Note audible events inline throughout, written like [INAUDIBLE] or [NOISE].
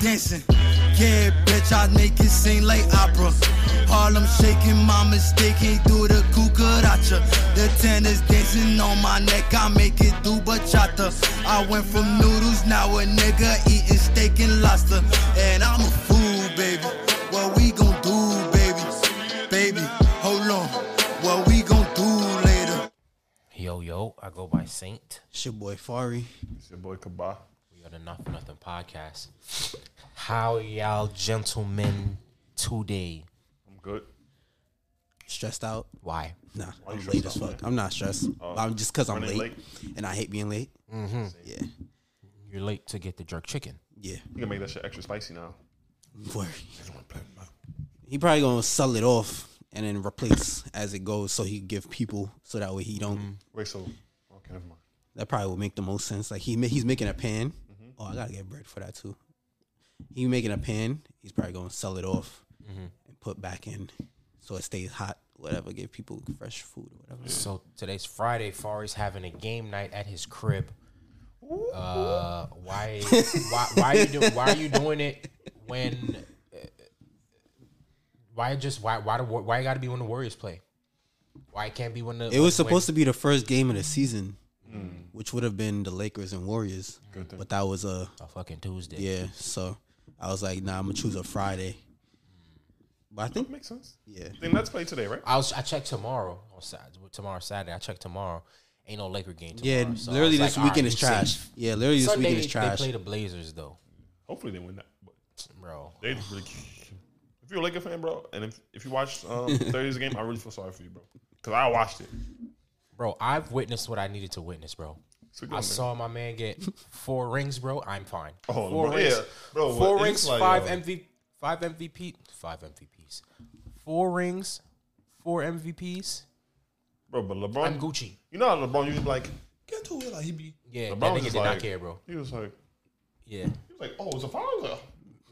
dancing. Yeah, bitch, I make it seem like opera. Harlem shaking, my mistake ain't do the cucaracha. The tennis dancing on my neck, I make it do bachata. I went from noodles, now a nigga eating steak and lobster. And I'm a fool, baby. What we gon' do, baby? Baby, hold on. What we gon' do later? Yo, yo, I go by Saint. It's your boy Fari. It's your boy Kaba. We are the Not For Nothing podcast. How y'all gentlemen today? I'm good. stressed out. Why? Nah, Why you I'm late as stressed out, Oh. fuck. I'm not stressed. I'm just because I'm running late, late. and I hate being late. Yeah, You're late to get the jerk chicken. yeah. You can make that shit extra spicy now. Word. He probably gonna sell it off and then replace as it goes, so he give people so that way he don't. Wait, so okay, never mind. That probably would make the most sense. Like he ma- he's making a pan. Mm-hmm. Oh, I gotta get bread for that too. He making a pan. He's probably gonna sell it off and put back in, so it stays hot. Whatever, give people fresh food or whatever. So today's Friday. Fari's having a game night at his crib. Uh, why, why, why are you doing? Why are you doing it when? Uh, why just why why the, Wa- why got to be when the Warriors play? Why it can't be when the It was supposed to be the first game of the season, which would have been the Lakers and Warriors. Mm. Good thing. But that was a to a fucking Tuesday. yeah. So I was like, nah, I'm gonna choose a Friday. But I think Makes sense. yeah, Then let's play today, right? I was I checked tomorrow on Saturday, tomorrow Saturday. I checked tomorrow. Ain't no Laker game tomorrow. yeah. Oh, so I literally, was this like, all right, weekend is we trash. safe. Yeah, literally, this Sunday weekend is they trash. play the Blazers though, Hopefully they win that. But bro. they really. If you're a Laker fan, bro, and if, if you watched [LAUGHS] um, Thursday's game, I really feel sorry for you, bro, because I watched it. Bro, I've witnessed what I needed to witness, bro. So I go, saw my man get four rings, bro. I'm fine. Oh, Four bro, rings, yeah, bro, but four it's rings, like, five uh, MVP, five MVP, five MVPs, four rings, four MVPs. bro. But LeBron, I'm Gucci. you know how LeBron usually be like get to it, like he be. Yeah, LeBron that was nigga just did like- not care, bro. He was like, Yeah, he was like, oh, it's a foul. I was like,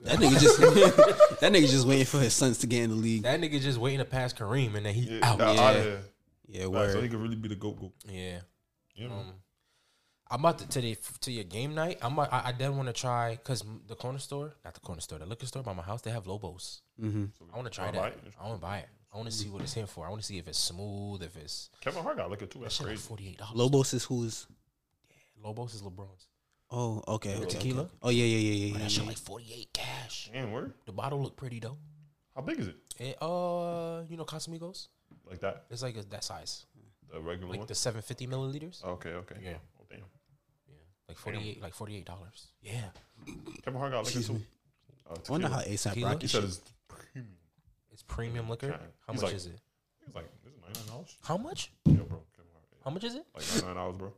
that nigga just [LAUGHS] that nigga just waiting for his sons to get in the [LAUGHS] league. that nigga just waiting to pass Kareem, and then he Yeah, out. yeah. yeah. outta here. Yeah, Like, so he word. could really be the goat. goat. Yeah. You know? Um, I'm about to today to your game night. I'm about, I, I did want to try because the corner store, not the corner store, the liquor store by my house, they have Lobos. I want to try Wanna that. buy it? I want to buy it. I want to see what it's in for. I want to see if it's smooth, if it's Kevin Hart got liquor too. That's shit like crazy. forty eight dollars. Lobos is who's. Lobos is LeBron's. Oh, okay. okay, tequila? Mm. okay. Oh yeah, yeah, yeah, yeah, That yeah. shit like forty eight cash. Damn, word. The bottle look pretty though. How big is it? It, uh, you know Casamigos. Like that? It's like a, that size, The regular like one. Oh, the seven fifty milliliters. Okay, okay. Yeah. Oh, damn. Like forty eight, like forty eight dollars. Yeah, Kevin Hart got liquor too. Oh, I wonder tequila. how ASAP Tequila? He Rocky. said it's premium. it's premium liquor. Okay. How He's much like- is it? He was like, this is ninety nine dollars. How much? Yo, bro, Kevin Hart. How much is it? Like ninety nine dollars, bro.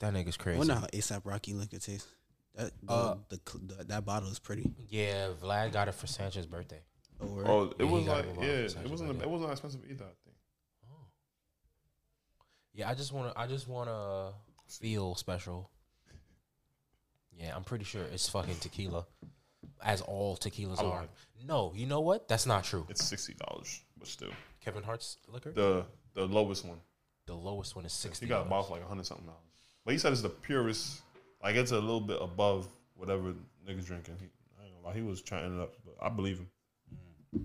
That nigga's I crazy. wonder how ASAP Rocky liquor tastes. That the, Uh, the, the that bottle is pretty. Yeah, Vlad got it for Sanchez's birthday. Oh, word. Oh, it Yeah, he was got like, it with a yeah, lot of it sausages wasn't, like that. it wasn't expensive either. I think. Yeah, I just wanna, I just wanna feel special. Yeah, I'm pretty sure it's fucking tequila, as all tequilas I are. lied. No, you know what? That's not true. It's sixty dollars, but still, Kevin Hart's liquor, the, the the lowest one. lowest one is He sixty. got a bottle for like hundred something dollars, but he said it's the purest. Like it's a little bit above whatever niggas drinking. He, I ain't gonna lie, he was trying it up, but I believe him. Mm.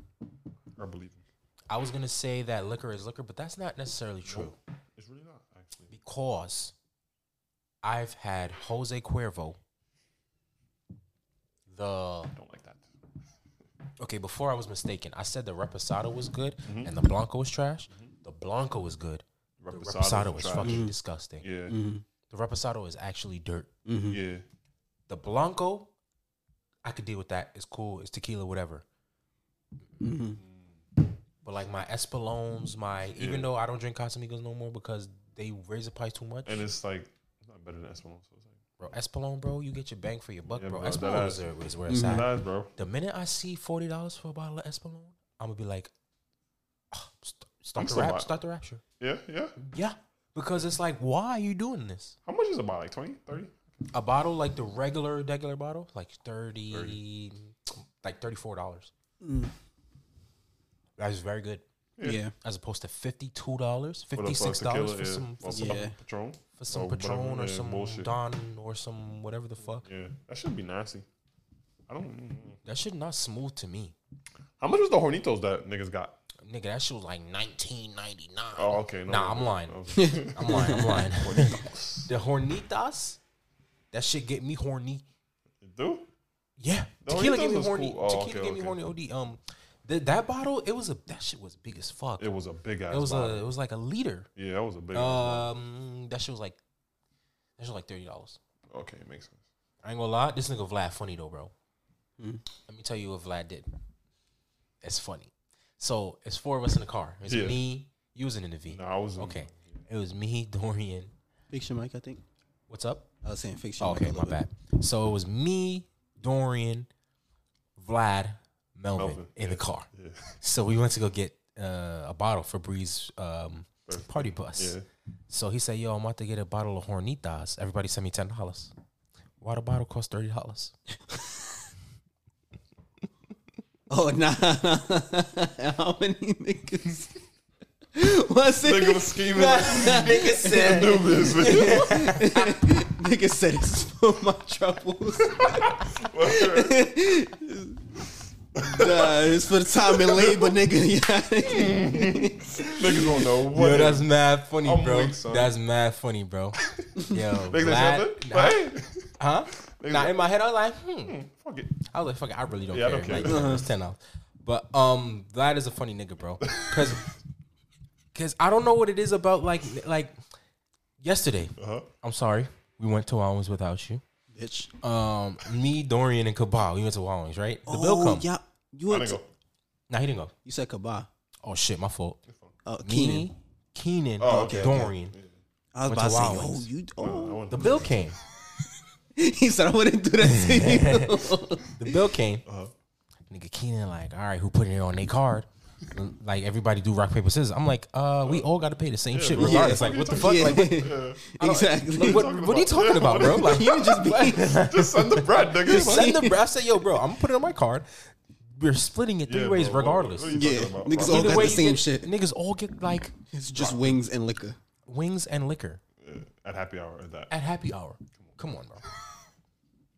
I believe him. I was gonna say that liquor is liquor, but that's not necessarily true It's really not actually. because I've had Jose Cuervo. The I don't like that. Okay, before I was mistaken, I said the reposado was good Mm-hmm. and the blanco was trash. The blanco was good. the reposado was trash. fucking disgusting. Yeah, The reposado is actually dirt. yeah. The blanco, I could deal with that. It's cool. It's tequila, whatever. But like my espalones, my even though I don't drink Casamigos no more because they raise the price too much. And it's like it's not better than Espelon. So it's like bro, espalone, bro, you get your bang for your buck, Yeah, bro. bro, that Espalone ass- is where- is where it's at. nice, bro. The minute I see forty dollars for a bottle of Espolón, I'm gonna be like, "Ah, st- I'm start the still rap, wild. start the rapture. Yeah, yeah. Yeah, because it's like, why are you doing this? How much is it about? Like 20, 30? A bottle like the regular regular bottle, like thirty, like thirty four dollars. That is very good, yeah. as opposed to fifty two dollars, For the- fifty for the six dollars tequila, for yeah. some for Or some, Patron- Yeah. Patron. for some Or whatever, Patron or yeah, some bullshit. Don or some whatever the fuck. Yeah, that should be nasty. I don't. That shit not smooth to me. How much was the Hornitos that niggas got? Nigga, that shit was like 1999. Oh, okay. nah, no, no, I'm no. lying. [LAUGHS] Okay. I'm lying. I'm [LAUGHS] lying. the Hornitas, that shit get me horny. Do? Yeah, The tequila Hornitos gave me was horny. cool. Oh, tequila okay, gave me okay. horny. Od. Um, th- that bottle, it was a that shit was big as fuck. It It was, was a big ass. a Uh, bottle. it was like a liter. yeah, that was a big. ass Um, that shit was like that shit was like thirty dollars. bottle. okay, it makes sense. I ain't gonna lie, this nigga Vlad funny though, bro. Let me tell you what Vlad did. It's funny. So it's four of us in the car. It's Yeah. me, you was in the V. No, I was Okay, it was me, Dorian. Fiction Mike, I think. What's up? I was saying Fiction Oh, Mike. a okay, my little bit. bad. So it was me, Dorian, Vlad, Melvin, Melvin, in the car. Yeah, [LAUGHS] So we went to go get uh, a bottle for Bree's um, party bus. yeah. So he said, "Yo, I'm about to get a bottle of Hornitas. Everybody send me ten dollars. Why the bottle cost thirty dollars? Oh nah, [LAUGHS] nah. How many niggas? [LAUGHS] What's it? [LAUGHS] Nigga was [LAUGHS] scheming. nigga said. Do this, man. nigga said it's for my troubles. nah, it's for the time and labor, nigga. [LAUGHS] Niggas don't know what. Yo, it- that's mad funny, I'm bro. weak, son. that's mad funny, [LAUGHS] bro. Yo, Niggas Vlad- ain't nah, something. Hey, [LAUGHS] huh? Niggas Nah, like- in my head, I was like, hmm. fuck it. I was like, fuck it, I really don't Yeah, I care. don't care. Like, whatever, [LAUGHS] it's ten dollars. But um, Vlad is a funny nigga, [LAUGHS] bro. Cause, cause I don't know what it is about like like yesterday. Uh-huh. I'm sorry, we went to Wallings without you. Bitch. Um, me, Dorian, and Cabal. We went to Wallings, right? The bill oh, come. Yeah, you I went to, didn't go. Nah, he didn't go. you said Kaba. Oh shit, my fault. Uh, Me, Keenan. Keenan, Oh, okay, okay. Dorian. I was Went about to to say, Wild oh, Wings. you. I Oh. [LAUGHS] went The to bill came. He said, I wouldn't do [LAUGHS] that to you. The bill came. [LAUGHS] Uh-huh. Nigga Keenan, like, all right, who put it on their card? Like everybody do rock paper scissors. I'm like, uh, we all got to pay the same shit Yeah. regardless. Like, what [LAUGHS] the fuck? Yeah. Like, what, exactly. Like, what, what are you talking about, bro? Like, you just be. Just send the bread, nigga. Like, send the I said, yo, bro, I'm gonna put it on my card. We're splitting it three yeah, ways, bro, what- regardless. what are you Yeah, talking about, niggas bro? all got the you same get- shit. Niggas all get like It's just wings and liquor. wings and liquor at happy hour at that. at happy hour. Come on, bro.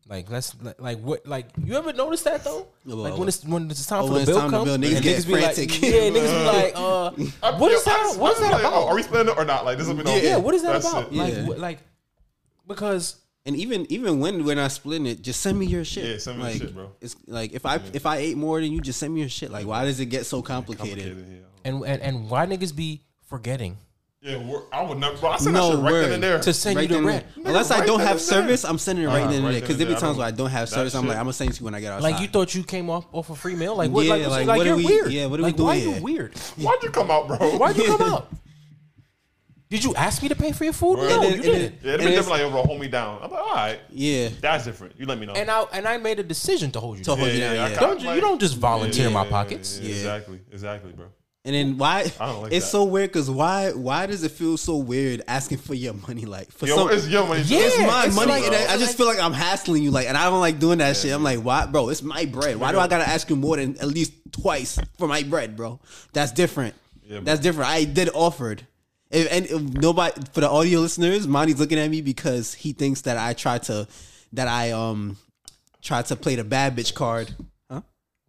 Like let's like- like what like you ever noticed that though? Yeah, Like well, when it's when it's time oh, for when the it's bill time to come, bill, niggas and get be like, frantic. yeah, [LAUGHS] niggas be like, uh, what is that? What is that like, Oh, are about? we splitting it or not? Like this will be no. Yeah, what is that That's about? it. Like Yeah. what- like because And even even when we're not splitting it, just send me your shit. Yeah, send me your like, shit, bro. It's like if I if I ate more than you, just send me your shit. Like why does it get so complicated? Yeah, and and and why niggas be forgetting Yeah, we're- I would never. Bro, I said that No shit right then word. and there. to send you Right then the and rent? there. Unless I right don't then have and there. service, I'm sending it right Uh-huh, then and right there. Because then there be times and there. I don't- where I don't have that service, I'm like, shit- I'm gonna send it to you when I get outside. Like you thought you came off off a free meal? Like what? Yeah, like, like, like, what you're are we- weird. yeah, what are we like, Why doing you here? weird? Why'd you come out, bro? [LAUGHS] Why'd you come [LAUGHS] out? Did you ask me to pay for your food? Right. No, then- And you and then- didn't. Yeah, And it'd be it's- different. Like, yo, bro, hold me down. I'm like, all right, yeah, that's different. You let me know. And I and I made a decision to hold you. To down. hold- Yeah, yeah, I yeah. kinda Don't you, like- you don't just volunteer Yeah, my yeah, pockets. yeah, Yeah. Exactly, exactly, bro. and then why? I don't like it's that. so weird because why why does it feel so weird asking for your money? Like for Yo, some, it's your money. Yeah. it's my it's money. like- and I, I just like- feel like I'm hassling you, like, and I don't like doing that shit. I'm like, why, bro? It's my bread. Why do I gotta ask you more than at least twice for my bread, bro? That's different. Yeah, bro. That's different. I did offered. If, and if nobody for the audio listeners, Monty's looking at me because he thinks that I tried to that I um tried to play the bad bitch card. Huh?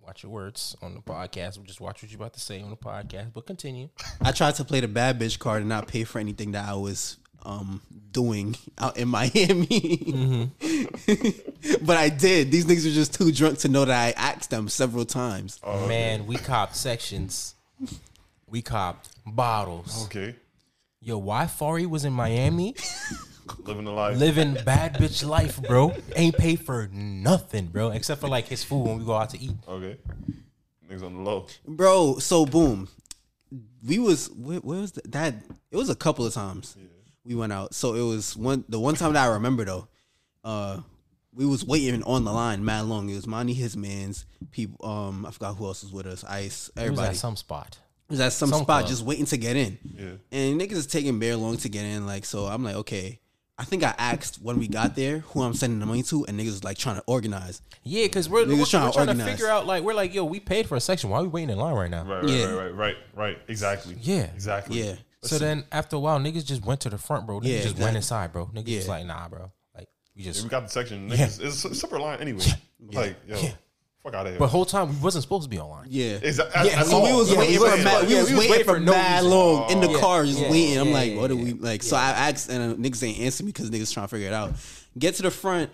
Watch your words on the podcast. Just watch what you're about to say on the podcast. But continue. I tried to play the bad bitch card and not pay for anything that I was um doing out in [LAUGHS] Miami. but I did. These niggas were just too drunk to know that I asked them several times. Man, we copped sections. We copped bottles. Okay, Yo, why Fari was in Miami living the life. living bad bitch life, bro? Ain't paid for nothing, bro, except for like his food when we go out to eat. Okay, niggas on the low. Bro, so boom. We was where, where was that, that it was a couple of times we went out. So it was one the one time that I remember though, uh we was waiting on the line mad long. It was Monty, his man's people. Um, I forgot who else was with us. Ice, It was everybody. at some spot. was at some, Some spot club. just waiting to get in. Yeah. And niggas is taking very long to get in. Like, so I'm like, okay. I think I asked when we got there who I'm sending the money to, and niggas was like trying to organize. Yeah, because we're, we're, Niggas we're tryna trying, to, organize. figure out like we're like, yo, we paid for a section. Why are we waiting in line right now? Right, right, Yeah. right, right, right, right. Exactly. Yeah. Exactly. Yeah. So then after a while, niggas just went to the front, bro. Niggas Yeah, just exactly. went inside, bro. Niggas was Yeah. like, nah, bro. Like we Yeah, just we got the section. Niggas, It's a separate line anyway. Like, yo, Yeah. fuck out of here. But whole time we wasn't supposed to be online. Yeah. Exactly. Yeah, So we was Yeah, waiting we for was mad, waiting- we yeah, was waiting for no mad reason. Oh. long in the Yeah, car just yeah, waiting. I'm yeah, like, yeah, what do we yeah, like? So I asked and uh, niggas ain't answer me because niggas trying to figure it out. Get to the front.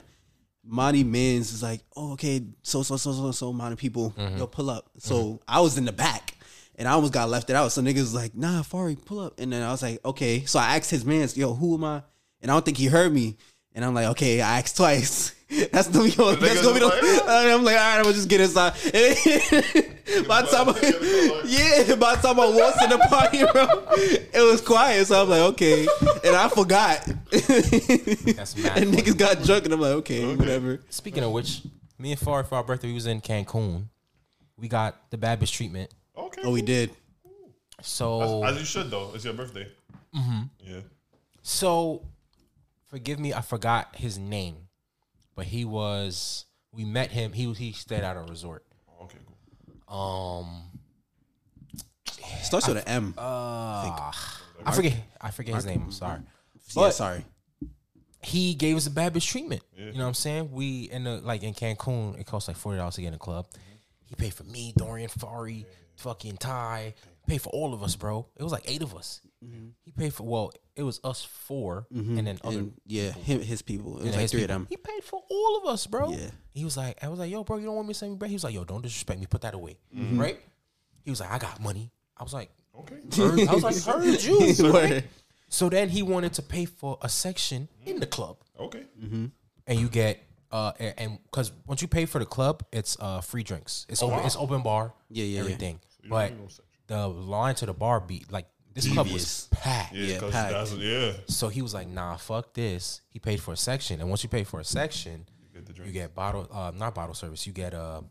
Monty Mans is like, oh okay, so so so so so amount of people, Mm-hmm. yo pull up. So I was in the back. And I almost got left it out. So niggas was like, nah, Fari, pull up. And then I was like, okay. So I asked his mans, yo, who am I? And I don't think he heard me. And I'm like, okay, I asked twice. [LAUGHS] That's the yo, that's niggas gonna be the. was [LAUGHS] like, I'm like, all right, I'm gonna just get inside. [LAUGHS] by the time, I, [LAUGHS] yeah, by the time I walked in the party room, it was quiet. So I'm like, okay, and I forgot. [LAUGHS] That's mad. and funny. niggas got drunk, and I'm like, okay, whatever. Speaking of which, me and Far for our birthday, we was in Cancun. We got the bad bitch treatment. Okay. Oh, we did. So As you should though. It's your birthday. Mm-hmm. Yeah. So, forgive me, I forgot his name, but he was. We met him. He he stayed at a resort. Oh, Okay. Cool. Um, Starts with an M. Uh, I forget. I forget his name. I'm sorry. yeah, sorry. He gave us a bad bitch treatment. You know what I'm saying? We in the like in Cancun, it costs like forty dollars to get in the club. Mm-hmm. He paid for me, Dorian, Fari, fucking Ty. Paid for all of us, bro. It was like eight of us. Mm-hmm. He paid for well, it was us 4 and then other And yeah, him, his people. It was like his three of people. them. He paid for all of us, bro. Yeah. He was like, I was like, yo, bro, you don't want me to send me back? He was like, yo, don't disrespect me. Put that away. Mm-hmm. Right? He was like, I got money. I [LAUGHS] was like, Okay. heard- I was like, heard [LAUGHS] you. Word. So then he wanted to pay for a section in the club. Okay. Mm-hmm. And you get uh a- and because once you pay for the club, it's uh free drinks. It's open it's open bar. Yeah, yeah, yeah. Everything. But the line to the bar beat like this club was Devious. packed. Yeah. Yeah, 'cause packed. that's- yeah. So he was like, nah, fuck this. He paid for a section. And once you pay for a section, get the you drinks. get bottle, uh, not bottle service, you get uh,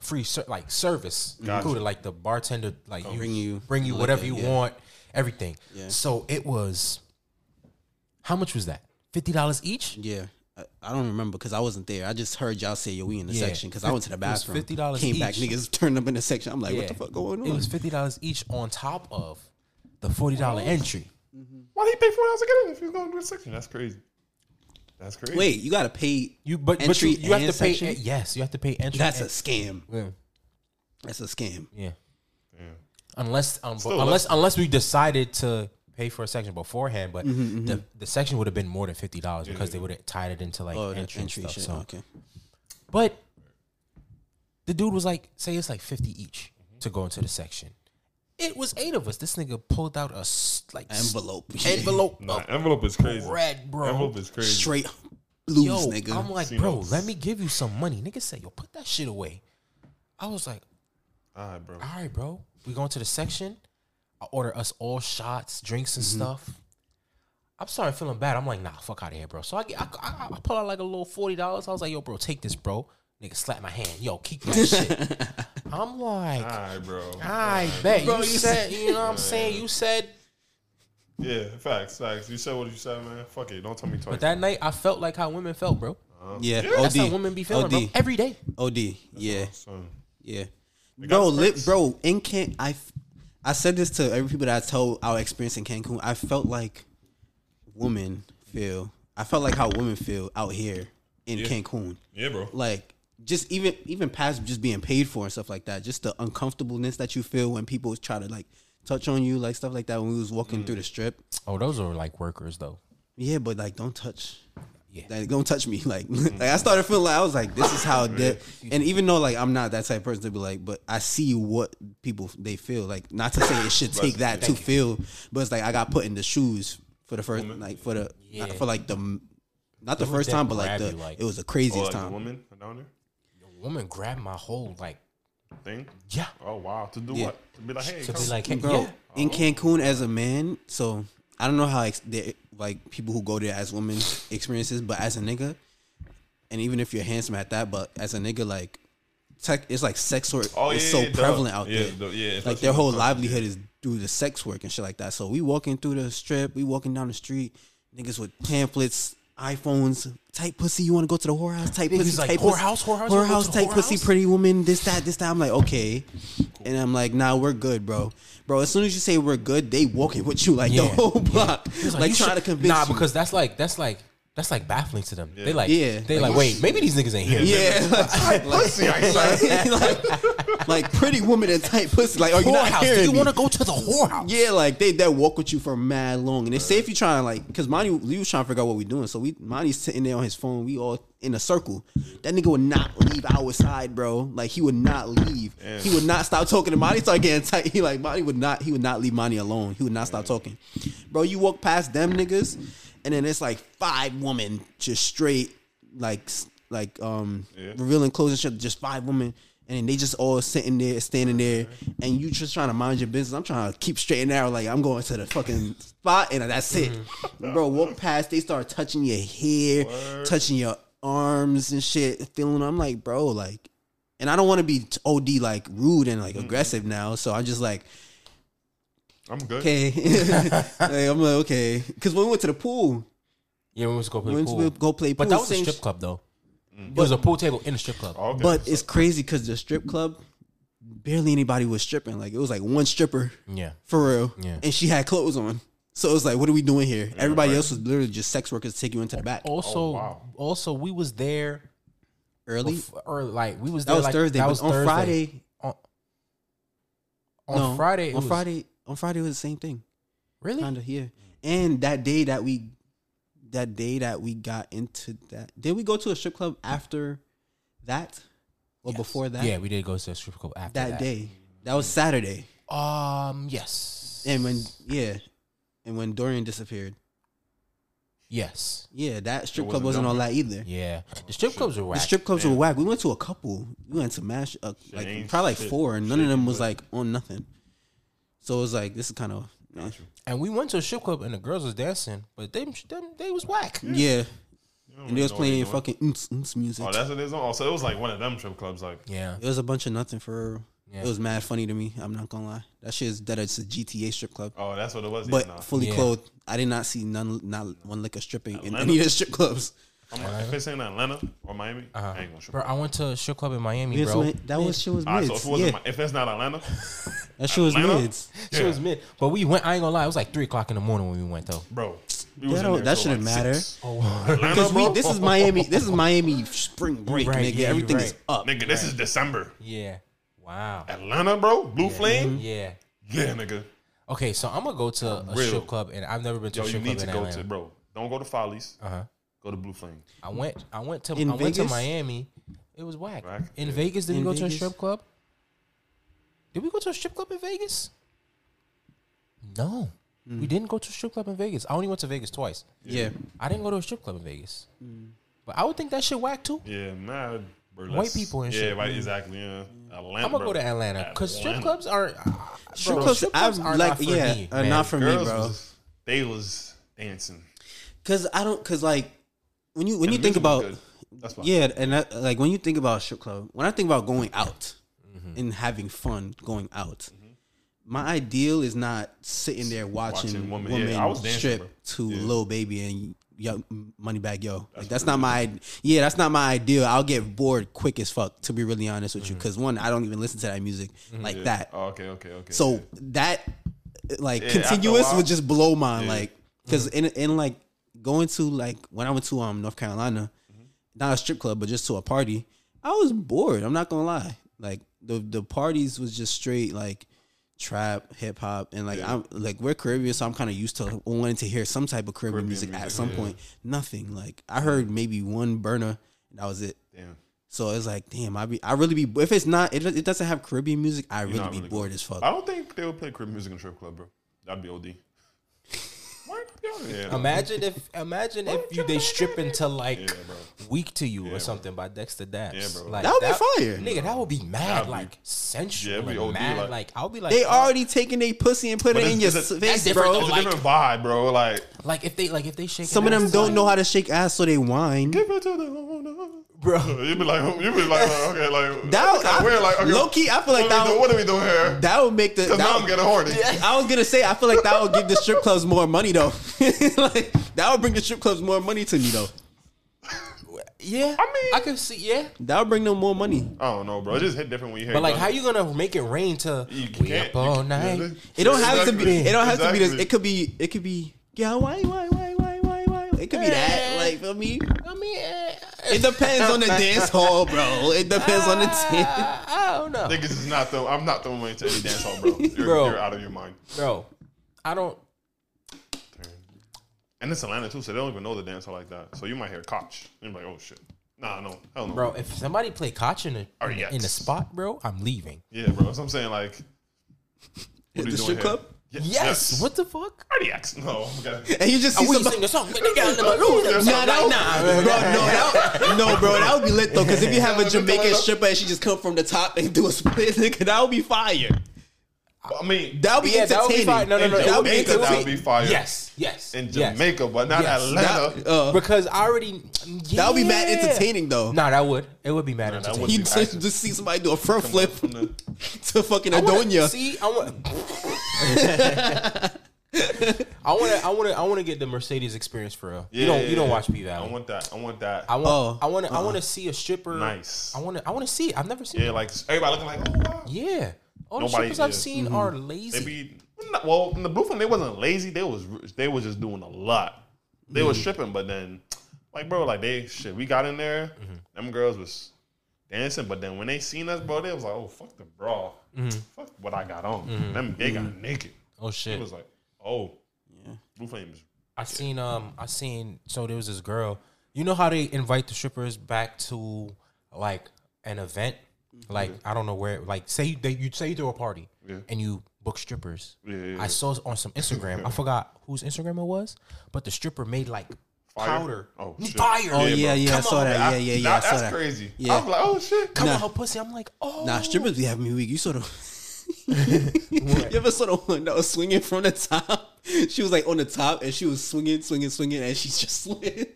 free ser- like service Gotcha. included, like the bartender, like you, Bring you bring you liquor, whatever you yeah. want, everything. Yeah. So it was, how much was that? $50 each? Yeah. I, I don't remember because I wasn't there. I just heard y'all say, "Yo, we in the Yeah. section." Because I went to the It was bathroom. $50 Came back, each. niggas turned up in the section. I'm like, "What the Yeah. fuck going on?" It was $50 each on top of the $40 entry. Why he pay four dollars to get in if he's going to the section? That's crazy. That's crazy. Wait, you gotta pay. You but, but Entry you, you have and to pay section? yes, you have to pay entry. That's a and- scam. yeah. That's a scam. yeah. Damn. Unless um, but Still unless unless we decided to pay for a section beforehand, but Mm-hmm, the, the section would have been more than fifty dollars because they would have tied it into like Oh, the entry, entry, and stuff. shit. So, Okay. but the dude was like, say it's like fifty each to go into the section. It was eight of us. This nigga pulled out a s- like s- Envelope. envelope Nah, of envelope is crazy. bread, bro. Envelope is crazy. Straight lose, yo, nigga. I'm like, See bro, notes. let me give you some money. Nigga said, yo, put that shit away. I was like, All right, bro. all right, bro, we going to the section. I order us all shots, drinks, and stuff. I'm starting feeling bad. I'm like, nah, fuck out of here, bro. So I get, I, I, I pull out like a little forty dollars. I was like, yo, bro, take this, bro. Nigga, slap my hand. Yo, keep that shit. [LAUGHS] I'm like, All right, bro. Ah. I bet Bro, you you said, you know what I'm saying. You said, Yeah, facts, facts. You said what you said, man. Fuck it. Don't tell me twice. but that night I felt like how women felt, bro. yeah. That's OD. how women be feeling, OD. bro. Every day. OD. Yeah. Son. Yeah. got Bro, li- perks. bro, in Can I, f- I said this to every people that I told our experience in Cancun. I felt like women feel. I felt like how women feel out here in Cancun. Yeah, bro. Like just even even past just being paid for and stuff like that. Just the uncomfortableness that you feel when people try to like touch on you, like stuff like that. When we was Mm. walking through the strip, Oh, those are like workers though. Yeah, but like, don't touch. Yeah. Like, don't touch me. [LAUGHS] Like, like I started feeling like I was like, this [LAUGHS] is how. they and even though like I'm not that type of person to be like, but I see what people they feel. Like, not to say it should take that to feel, but it's like I got put in the shoes for the first, like for the, not for like the, not the first that time, but like grab the, you, like- it was the Oh, craziest like the time. woman down there Woman grabbed my whole like, thing. yeah. Oh wow. To do Yeah. what? To be like, hey, To come. be like, hey, Bro, yeah. in Cancun as a man, so I don't know how ex- they, like people who go there as women experiences, but as a nigga, and even if you're handsome at that, but as a nigga, like tech, it's like sex work Oh, is yeah, so yeah, duh. prevalent out Yeah, there. duh, yeah, like especially their whole in livelihood is through the sex work and shit like that. So we walking through the strip, we walking down the street, niggas with pamphlets. iPhones, type pussy. You want to go to the whorehouse? Type pussy. like, type pussy, "Whorehouse, whorehouse, wanna go to Whorehouse. the Type pussy. whorehouse?" Pretty woman. This that. This that. I'm like, okay, and I'm like, nah, we're good, bro. Bro, as soon as you say we're good, they walking with you like Yeah. the whole block, He's like, you trying should- to convince Nah, you. because that's like that's like That's like baffling to them. They like, Yeah. they Like, like, wait, maybe these niggas ain't here. Yeah, [LAUGHS] Pussy, I said. like, like, like pretty woman and tight pussy. Like, are you not Whorehouse. Do hearing you me? want to go to the whorehouse? Yeah, like they that walk with you for mad long, and they say if you trying to like, cause Monty, we was trying to figure out what we doing, so we Monty's sitting there on his phone. We all in a circle. That nigga would not leave our side, bro. Like he would not leave. He would not stop talking to Monty. Start getting tight. [LAUGHS] He like Monty would not. He would not leave Monty alone. He would not stop talking, bro. You walk past them niggas, and then it's like five women just straight like s- like um revealing clothes and shit. Just five women. And then they just all sitting there, standing there, and you just trying to mind your business. I'm trying to keep straight and narrow. Like I'm going to the fucking spot, and that's it, bro. Walk past, they start touching your hair, touching your arms and shit. Feeling, I'm like, bro, like, and I don't want to be t- OD like rude and like aggressive now. So I'm just like, I'm good. okay, [LAUGHS] Like, I'm like, okay, because when we went to the pool, Yeah, we went to go play we went pool. to go play pool. but that was a same strip sh- club though. It was a pool table in a strip club. Oh, okay. But it's crazy because the strip club, barely anybody was stripping. Like it was like one stripper. Yeah. For real. Yeah. And she had clothes on. So it was like, what are we doing here? Everybody else was literally just sex workers taking you into the back Also, also we was there early. f- or like we was That there was oh, like, Thursday. That but was on Thursday. Friday. On, on no, Friday. it On was- Friday. On Friday was the same thing. Really? Kinda here. And that day that we that day that we got into that did we go to a strip club after that? Or Yes. before that? Yeah, we did go to a strip club after That, day. That was Saturday. Um. Yes. And when yeah. And when Dorian disappeared. Yes. Yeah, that strip It club wasn't wasn't all done. that either. Yeah. The strip clubs were whack. The strip clubs were whack. We went to a couple. We went to mash uh, like ain't probably like shit. four, and none Shit of them ain't was lit. like on nothing. So it was like this is kind of eh. and we went to a strip club and the girls was dancing, but they them, they was whack. yeah. You don't And they was know what playing doing. fucking oomps, oomps music. Oh, that's what it is. on? Oh, so it was like one of them strip clubs. Like, Yeah. it was a bunch of nothing for. Yeah. It was mad funny to me. I'm not gonna lie. That shit is that it's a GTA strip club, oh, that's what it was. but yeah, nah. fully Yeah. clothed. I did not see none, not one lick of stripping in Atlanta. any of the strip clubs. I'm like, if it's in Atlanta or Miami, Uh-huh. I ain't gonna strip. Bro, I went to a strip club in Miami, Yes, bro. man, that was shit was All right, mids. so if it yeah, wasn't, Mi- if it's not Atlanta, that shit was Atlanta? mids. [LAUGHS] She was mid, but we went. I ain't gonna lie, it was like three o'clock in the morning when we went though. bro, we That don't- that shouldn't matter. Oh, [LAUGHS] Atlanta, Because we bro, this is Miami. This is [LAUGHS] Miami spring break, Right, nigga. yeah, you Everything is right. up. nigga, this is December. Yeah. Wow. Atlanta, bro, Blue Flame, Yeah. Mm-hmm. yeah, nigga. Okay, so I'm gonna go to a Real. strip club, and I've never been to Yo, a you strip need club to in go to, Atlanta. bro. Don't go to Follies. Uh huh. Go to Blue Flame. I went. I went to. In I went to Vegas? Miami. It was whack. Whack, In yeah. Vegas, did we In go to a Vegas? strip club? Did we go to a strip club in Vegas? No, Mm. we didn't go to a strip club in Vegas. I only went to Vegas twice. Yeah. I didn't go to a strip club in Vegas. Mm. But I would think that shit whack too. Yeah, mad burlesque. White people and yeah, shit. right, exactly. Yeah, Atlanta. I'm gonna go bro. to Atlanta because strip Atlanta. clubs aren't. Strip bro, clubs, strip I've clubs are like not for yeah, me, uh, man. not for me, Girls bro. was- they was dancing. Cause I don't, cause like when you when you The think music was about good. that's why. yeah, and that, like when you think about strip club, when I think about going out Mm-hmm. and having fun going out, my ideal is not sitting there watching, Watching women, women. Yeah, I was dancing, strip bro. to Yeah. Lil Baby and Yo Moneybag Yo. Like that's not my yeah, that's not my ideal. I'll get bored quick as fuck to be really honest with you. Mm-hmm. Cause one, I don't even listen to that music like that. Oh, okay, okay, okay. So that like Yeah, after a continuous while. would just blow my Yeah. like because in in like going to like when I went to um North Carolina, Mm-hmm. not a strip club but just to a party, I was bored. I'm not gonna lie. Like the the parties was just straight like trap, hip hop, and like I'm like we're Caribbean, so I'm kind of used to wanting to hear some type of Caribbean, Caribbean music, at music, some yeah. point. Nothing like I heard maybe one burner and that was it. damn. So it's like, damn, I be, I really be. If it's not, it, it doesn't have Caribbean music. I really not be really bored as fuck. I don't think they would play crib music in a strip club, bro. That'd be OD. What? Yeah, no. Imagine if imagine if you they strip into like Yeah, bro. weak to you or something by Dexter Daps. Yeah, bro. Like, That would be fire. nigga. That would be mad, That'd be- like sensual, Yeah, it'd be like, OD, mad. Like, like- I'll be like, They oh, already taking their pussy and putting But it in your it's- it's a- face, that's different though, bro. It's a like- different vibe, bro. Like, like if they like if they shake. Some of their them ass, don't like- know how to shake ass, so they whine. give it to the owner. bro. You'd be like, you'd be like, like, okay, like That that's kinda I, weird. Like, okay, low key, I feel like what, that are we would, doing, what are we doing here? that would make the. Because now I'm That, getting horny. I was gonna say, I feel like that would give the strip clubs more money though. [LAUGHS] like that would bring the strip clubs more money to me though. [LAUGHS] Yeah, I mean, I can see. Yeah, That would bring them more money. I don't know, bro. It just hit different when you hear. but like, it. how you gonna make it rain to You we can't- up all you- night? really? It don't have to be. Exactly. It don't have to be this. Exactly. It could be. It could be. Yeah, why, why, why, why, why, why? It could be that. Like, feel me? I mean, eh, It depends [LAUGHS] on [LAUGHS] the dance hall, bro. It depends on the Ah. dance. I, I don't know, Niggas is not throwing. I'm not throwing [LAUGHS] money to any dance hall, bro. You're, Bro. you're out of your mind. bro. I don't. And it's Atlanta too, so they don't even know the dance hall like that. So you might hear Koch. And you're like, oh shit. Nah, no, hell no. Bro, if somebody play Koch in the Already in the X. spot, bro, I'm leaving. Yeah, bro. That's what I'm saying. Like, what are The you doing strip here? club? Ye- Yes. What the fuck? Cardiacs. No, [LAUGHS] okay. And you just see We somebody. sing the song, but they got the balloons. Nah, that would, nah, bro, no, that would- no, bro, that would be lit though. Because if you have a Nah, let me Jamaican tell you. stripper and she just come from the top and do a split, [LAUGHS] nigga, that would be fire. I mean, That would be Yeah, that would be entertaining. fine. No, no, in no. that would be Jamaica, that would entertaining. be fire. Yes, yes. In yes. Jamaica, but not Yes. Atlanta. That- uh, because I already. Yeah. That would be mad entertaining though. Nah, that would. It would be mad that entertaining. would you be just, action. just see somebody do a front flip From the- [LAUGHS] to fucking I wanna- Adonia. See, I want. [LAUGHS] I want to. I want to. I want to get the Mercedes experience for real. you don't. You don't watch P I Valley. want that. I want that. I want. Oh, I want. to I want to see a stripper. Nice. I want to. I want to see. it. I've never seen. yeah, it. like everybody looking like, oh wow. Yeah. All the Nobody- strippers I've yeah. seen Mm-hmm. are lazy. They be well in the blue film. They wasn't lazy. They was they was just doing a lot. They was Mm-hmm. stripping, but then like bro, like they shit. We got in there. Mm-hmm. Them girls was dancing, but then when they seen us, bro, they was like, oh fuck the bra, Mm-hmm. fuck what I got on. Them they got naked. oh It shit. was like, oh, blue flame is I seen um I seen so there was this girl. You know how they invite the strippers back to like an event, Mm-hmm. like I don't know where. Like say you- they you say you throw a party Yeah. and you book strippers. Yeah, yeah, yeah. I saw on some [LAUGHS] Instagram. I forgot whose Instagram it was, but the stripper made like Fire? powder. Oh, shit. fire! Oh, bro. yeah, yeah, I Come saw on, that. man. Yeah, yeah, yeah, I Nah, saw that's that. crazy. Yeah. I was like, oh shit. Come Nah. on, her pussy. I'm like, oh, Nah, strippers be having me weak. You saw the. [LAUGHS] you ever saw the one that was swinging from the top? She was like on the top and she was swinging, swinging, swinging, and she just [LAUGHS] slid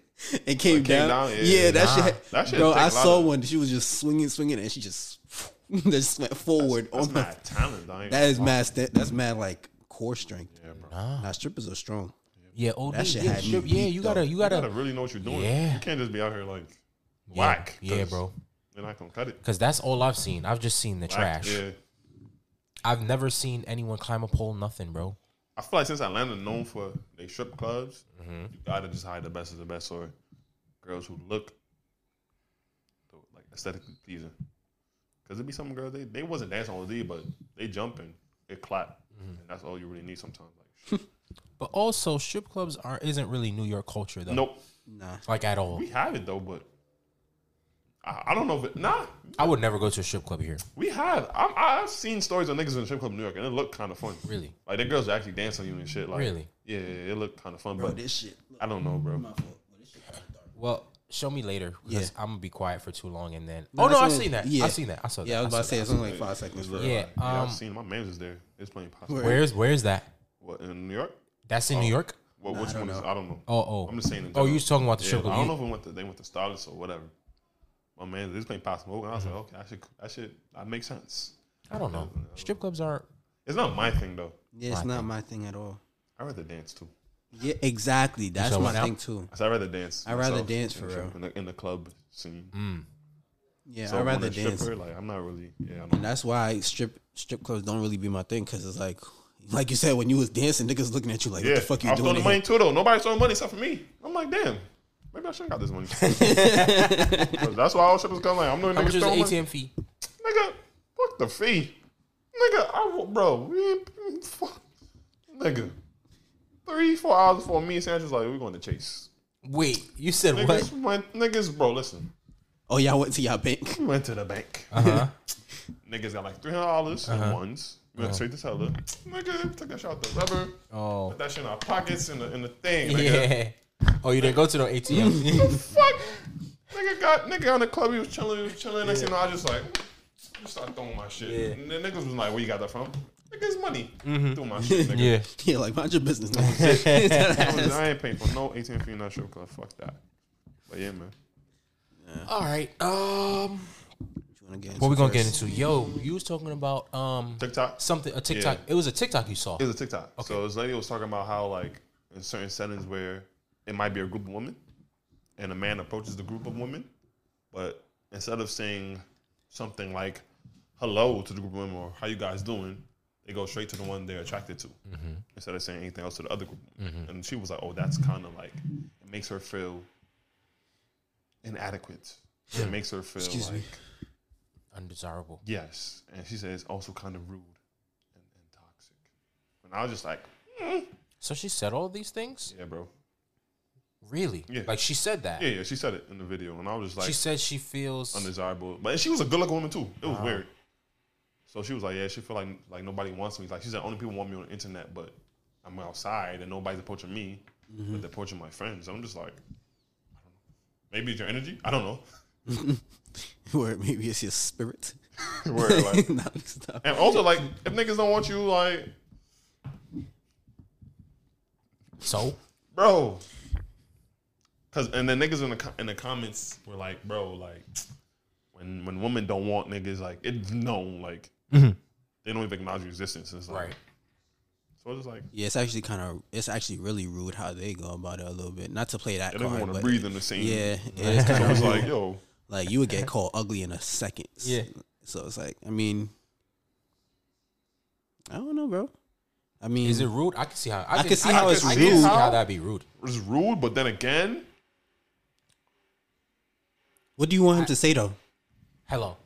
and came, down. down, yeah, Yeah, yeah. that Nah. shit. That shit bro, take a I lot saw of- one. She was just swinging, swinging, and she just [LAUGHS] just went forward. That's on the- not talent. I ain't that is gonna mad. sta- That's mad. Like core strength. lie, bro. Nah, strippers are strong. yeah, OD, That shit yeah, had me strip- yeah, beat, you though. gotta, you You gotta, gotta really know what you're doing. Yeah. You can't just be out here like yeah, whack. yeah, 'cause bro. They're not gonna cut it. Because that's all I've seen. I've just seen the Whack, trash. Yeah. I've never seen anyone climb a pole, nothing, bro. I feel like since Atlanta Mm-hmm. known for they strip clubs, you gotta just hire the best of the best or girls who look like aesthetically pleasing. Cause it'd be some girls they, they wasn't dancing all day, but they jumping, they clap, Mm-hmm. and that's all you really need sometimes. [LAUGHS] Like, shit. But also, strip clubs are isn't really New York culture though. nope, Nah, like at all. we have it though, but I, I don't know if it, nah, I would never go to a strip club here. we have. I'm, I've seen stories of niggas in the strip club in New York, and it looked kind of fun. Really? like the girls actually dancing you and shit. Like, Really? Yeah, yeah, it looked kind of fun, bro, but this shit. I don't know, bro. Well, show me later because Yeah. I'm gonna be quiet for too long and then. No, oh no, that's I've only- seen that. yeah. I've seen that. I saw that. Yeah, I was I about to saw say it's only like five seconds. that. Yeah. Yeah, Um, I've seen my man's is there. It's playing pop. Where? where's where's that? What in New York? That's in New York. What? which one is? I don't know. Oh oh. Oh. I'm just saying. in Oh, you general. was talking about the Yeah, strip club. I don't You- know if we went to, they went to Starless or whatever. My man, they was playing pop smoke, and I was like, okay, I should, I should, that makes sense. Mm-hmm. I don't know. Strip clubs aren't. It's not my thing though. Yeah, it's not my thing at all. I rather dance too. Yeah, exactly. That's So my what now? thing too. I said I rather dance. I rather myself dance in for the- real. in the, in the club scene. Mm. Yeah, So I'd when rather a dance. stripper, Like I'm not really. Yeah, I'm And that's why strip strip clubs don't really be my thing because it's like, like you said, when you was dancing, niggas looking at you like, Yeah, what the fuck I you was doing? throwing the in money here? too though. Nobody throwing money except for me. I'm like, damn, maybe I shouldn't got this [LAUGHS] money. 'Cause that's why all strippers come like, I'm doing How much niggas is the throwing money. ATM fee? Nigga, fuck the fee. Nigga, I wa- bro, we ain't- fuck. nigga. Three, four hours before me and Sandra's like, we're going to chase. Wait, you said what? [LAUGHS] Niggas went, niggas, bro, listen. Oh, y'all went to y'all bank. [LAUGHS] We went to the bank. Uh-huh. niggas got like three hundred dollars in ones. We went straight to teller. Nigga, took that shit out the rubber. Uh-huh. Oh Put that shit in our pockets in the in the thing. Nigga. yeah. Oh, you didn't go to no ATM. fuck? Nigga got nigga on the club. He was chilling. He was chilling. Next thing you know, I just like just start throwing my shit. Yeah. Mm-hmm. And the niggas was like, "Where you got that from?" Niggas money. Threw my shit. [LAUGHS] [LAUGHS] Nigga. yeah. yeah, like mind your business. I, was- nigga. I ain't paying for no eighteen fee in that strip club. Fuck that. But yeah, man. All right. Um. You wanna get [LAUGHS] into What we gonna get first? into? Yo, you was talking about um TikTok. something a TikTok. Yeah. It was a TikTok you saw. It was a TikTok. So this lady was talking about how like in certain settings where it might be a group of women, and a man approaches the group of women, but instead of saying something like hello to the group of women or how you guys doing, they go straight to the Mm-hmm. one they're attracted to instead of saying anything else to the other group. And she was like, oh, that's kind of like it it makes her feel inadequate. It makes her feel Excuse like me. Undesirable. yes, and she says it's also kind of rude and, and toxic. And I was just like, So she said all these things? yeah, bro, Really? Yeah. Like she said that. yeah, yeah. She said it in the video, and I was just like, she said she feels undesirable. But she was a good looking woman too. It was weird. So she was like, "Yeah, she feel like like nobody wants me." Like she said, "Only people want me on the internet, but I'm outside and nobody's approaching me, but they're approaching my friends." I'm just like, I don't know. Maybe it's your energy. I don't know. [LAUGHS] Or maybe it's your spirit. Where, like, [LAUGHS] Nah, stop. and also like, if niggas don't want you, like, so. bro, because and then niggas in the co- in the comments were like, "Bro, like, when when women don't want niggas, like, it's known, like, they don't even acknowledge your existence." It's like, Right. So it's like. Yeah, it's actually kind of it's actually really rude how they go about it a little bit. Not to play that They don't card, want to but breathe in the [LAUGHS] same. yeah, it's So kind it's of like, yo, like you would get called ugly in a second. Yeah. So it's like, I mean, I don't know, bro. I mean, Is it rude? I can see how I, I can see how it's I can see rude. how that'd be rude. it's rude, but then again, what do you want him to say though? Hello.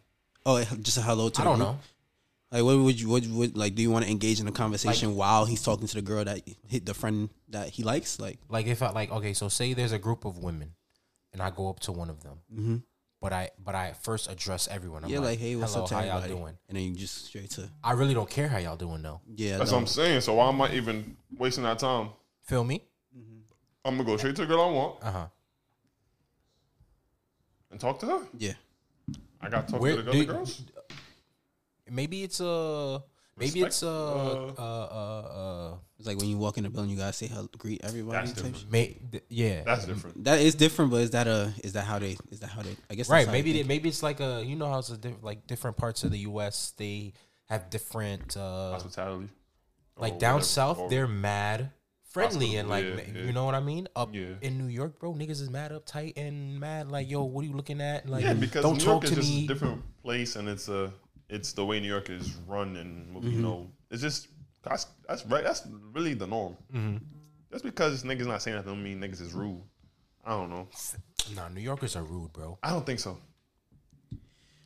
Oh, just a hello to. I the don't group? know. Like, what would you? What would like? Do you want to engage in a conversation while he's talking to the girl that hit the friend that he likes? Like, Like if I like okay, so say there's a group of women, and I go up to one of them, mm-hmm. but I but I first address everyone. I'm yeah, like, hey, what's hello, up to how everybody? y'all doing? And then you just straight to I really don't care how y'all doing though. yeah. that's no. what I'm saying. So why am I even wasting that time? Feel me? I'm gonna go straight to the girl I want Uh huh. and talk to her. yeah. I got to talk Where- to the do- other girls. Maybe it's a maybe it's a Respect, uh uh uh. It's like when you walk in the building, you gotta say hello, greet everybody. That's type shit. different. May, th- yeah. That's different. That is different, but is that a is that how they is that how they? I guess that's right how maybe they they, maybe it's like a you know how it's a diff- like different parts of the U.S. they have different uh Hospitality. like Or down whatever. Oh, south Or- they're mad friendly Hospital, and like yeah, ma- yeah. you know what I mean up Yeah. in New York bro niggas is mad uptight and mad like yo what are you looking at like yeah, because don't New talk York is to just me a different place, and it's a it's the way New York is run, and you Mm-hmm. know, it's just that's that's right. That's really the norm. Mm-hmm. That's because niggas not saying that don't mean niggas is rude. I don't know. nah New Yorkers are rude bro I don't think so.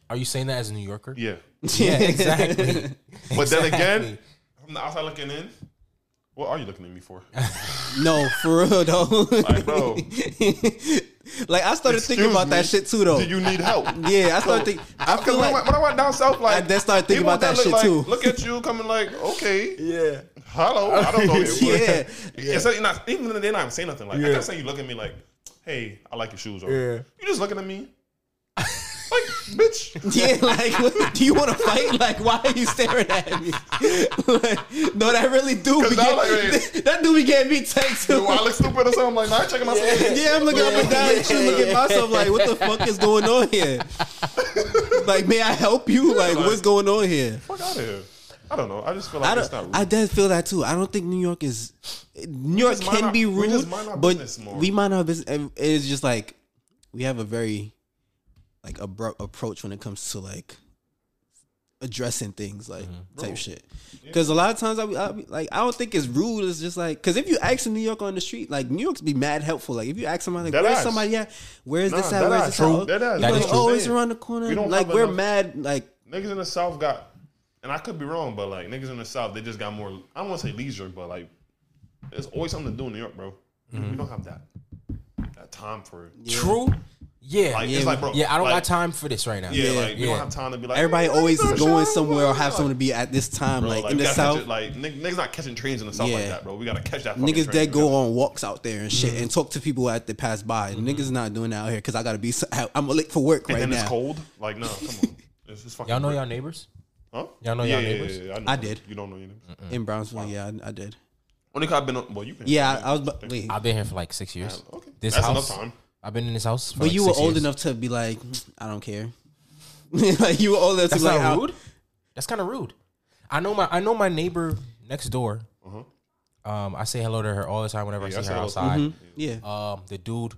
are you saying that as a New Yorker [LAUGHS] Yeah. yeah exactly But then Exactly. again, from the outside looking in, what are you looking at me for? No, for real though. Like, bro, [LAUGHS] like I started thinking excuse about that me, shit too though. Do you [LAUGHS] need help? yeah, I started Bro, thinking. I Because feel when, I like went- when I went down south, like I then started thinking people about that look shit, like- too. Look at you coming like, okay, yeah hello, I don't know you. [LAUGHS] [LAUGHS] yeah, It's like you're not, even they're not even saying nothing. Like I can't say you look at me like, hey, I like your shoes. Or, Yeah. You just looking at me, like [LAUGHS] bitch. [LAUGHS] yeah. Like, what, do you want to fight? Like, why are you staring at me? [LAUGHS] like, no, that really do. Be get, now, [LAUGHS] like, that do be getting me tanked too. Do I look stupid or something? I'm like, nah, I checking myself. [LAUGHS] out. Yeah, I'm looking up and down at you, looking at myself like, what the fuck is going on here? like, may I help you? Like, what's going on here? Fuck out of here. I don't know. I just feel I like it's not don't. rude. I did feel that too. I don't think New York is. New York just mind can our- be we rude, just mind our but business more. we mind our business. and It's just like we have a very like abrupt approach when it comes to like addressing things like type shit. Because a lot of times I, be, I be, like I don't think it's rude. It's just like because if you ask in New York on the street, like New York's be mad helpful. Like if you ask somebody, like, Dead where's ass. somebody? Yeah, where's Nah, this at? dead Where's ass. this True. at? Dead ass. You That like, is true. oh, it's Yeah. around the We corner. don't Like have we're enough- mad. Like niggas in the South got, and I could be wrong, but like niggas in the South, they just got more. I don't want to say leisure, but like, there's always something to do in New York, bro. We don't have that that time for it. true yeah Like, yeah. it's like, bro, yeah I don't like, got time for this right now Yeah, Yeah, like we yeah. don't have time to be like everybody "Hey, always let's is go going shopping." somewhere or have someone to be at this time. Bro, like in the we gotta catch south. it, like nig- niggas not catching trains in the South like Yeah. that, bro. We gotta catch that. fucking Niggas train. that We go gotta- on walks out there and shit and talk to people at the pass by. Niggas not doing that out here because I gotta be. s- I- I'm late for work right and now. it's cold. Like no, come [LAUGHS] on. It's just fucking y'all know great. y'all neighbors Huh? y'all know yeah, y'all yeah, neighbors? Yeah, yeah, I, know. I did. You don't know your neighbors. In Brownsville, yeah, I, I did. Only 'cause I've been on. Well, you can. Yeah, I, I was. But, wait, I've been here for like six years Okay. this That's house enough time. I've been in this house for but like you were six old years. enough to be like, [SNIFFS] I don't care. [LAUGHS] like you were old enough That's to be like, not I- rude. That's kind of rude. I know my I know my neighbor next door. Um, I say hello to her all the time whenever Uh-huh. Yeah, I I see say her hello to outside. Yeah, Oh. Um, the dude,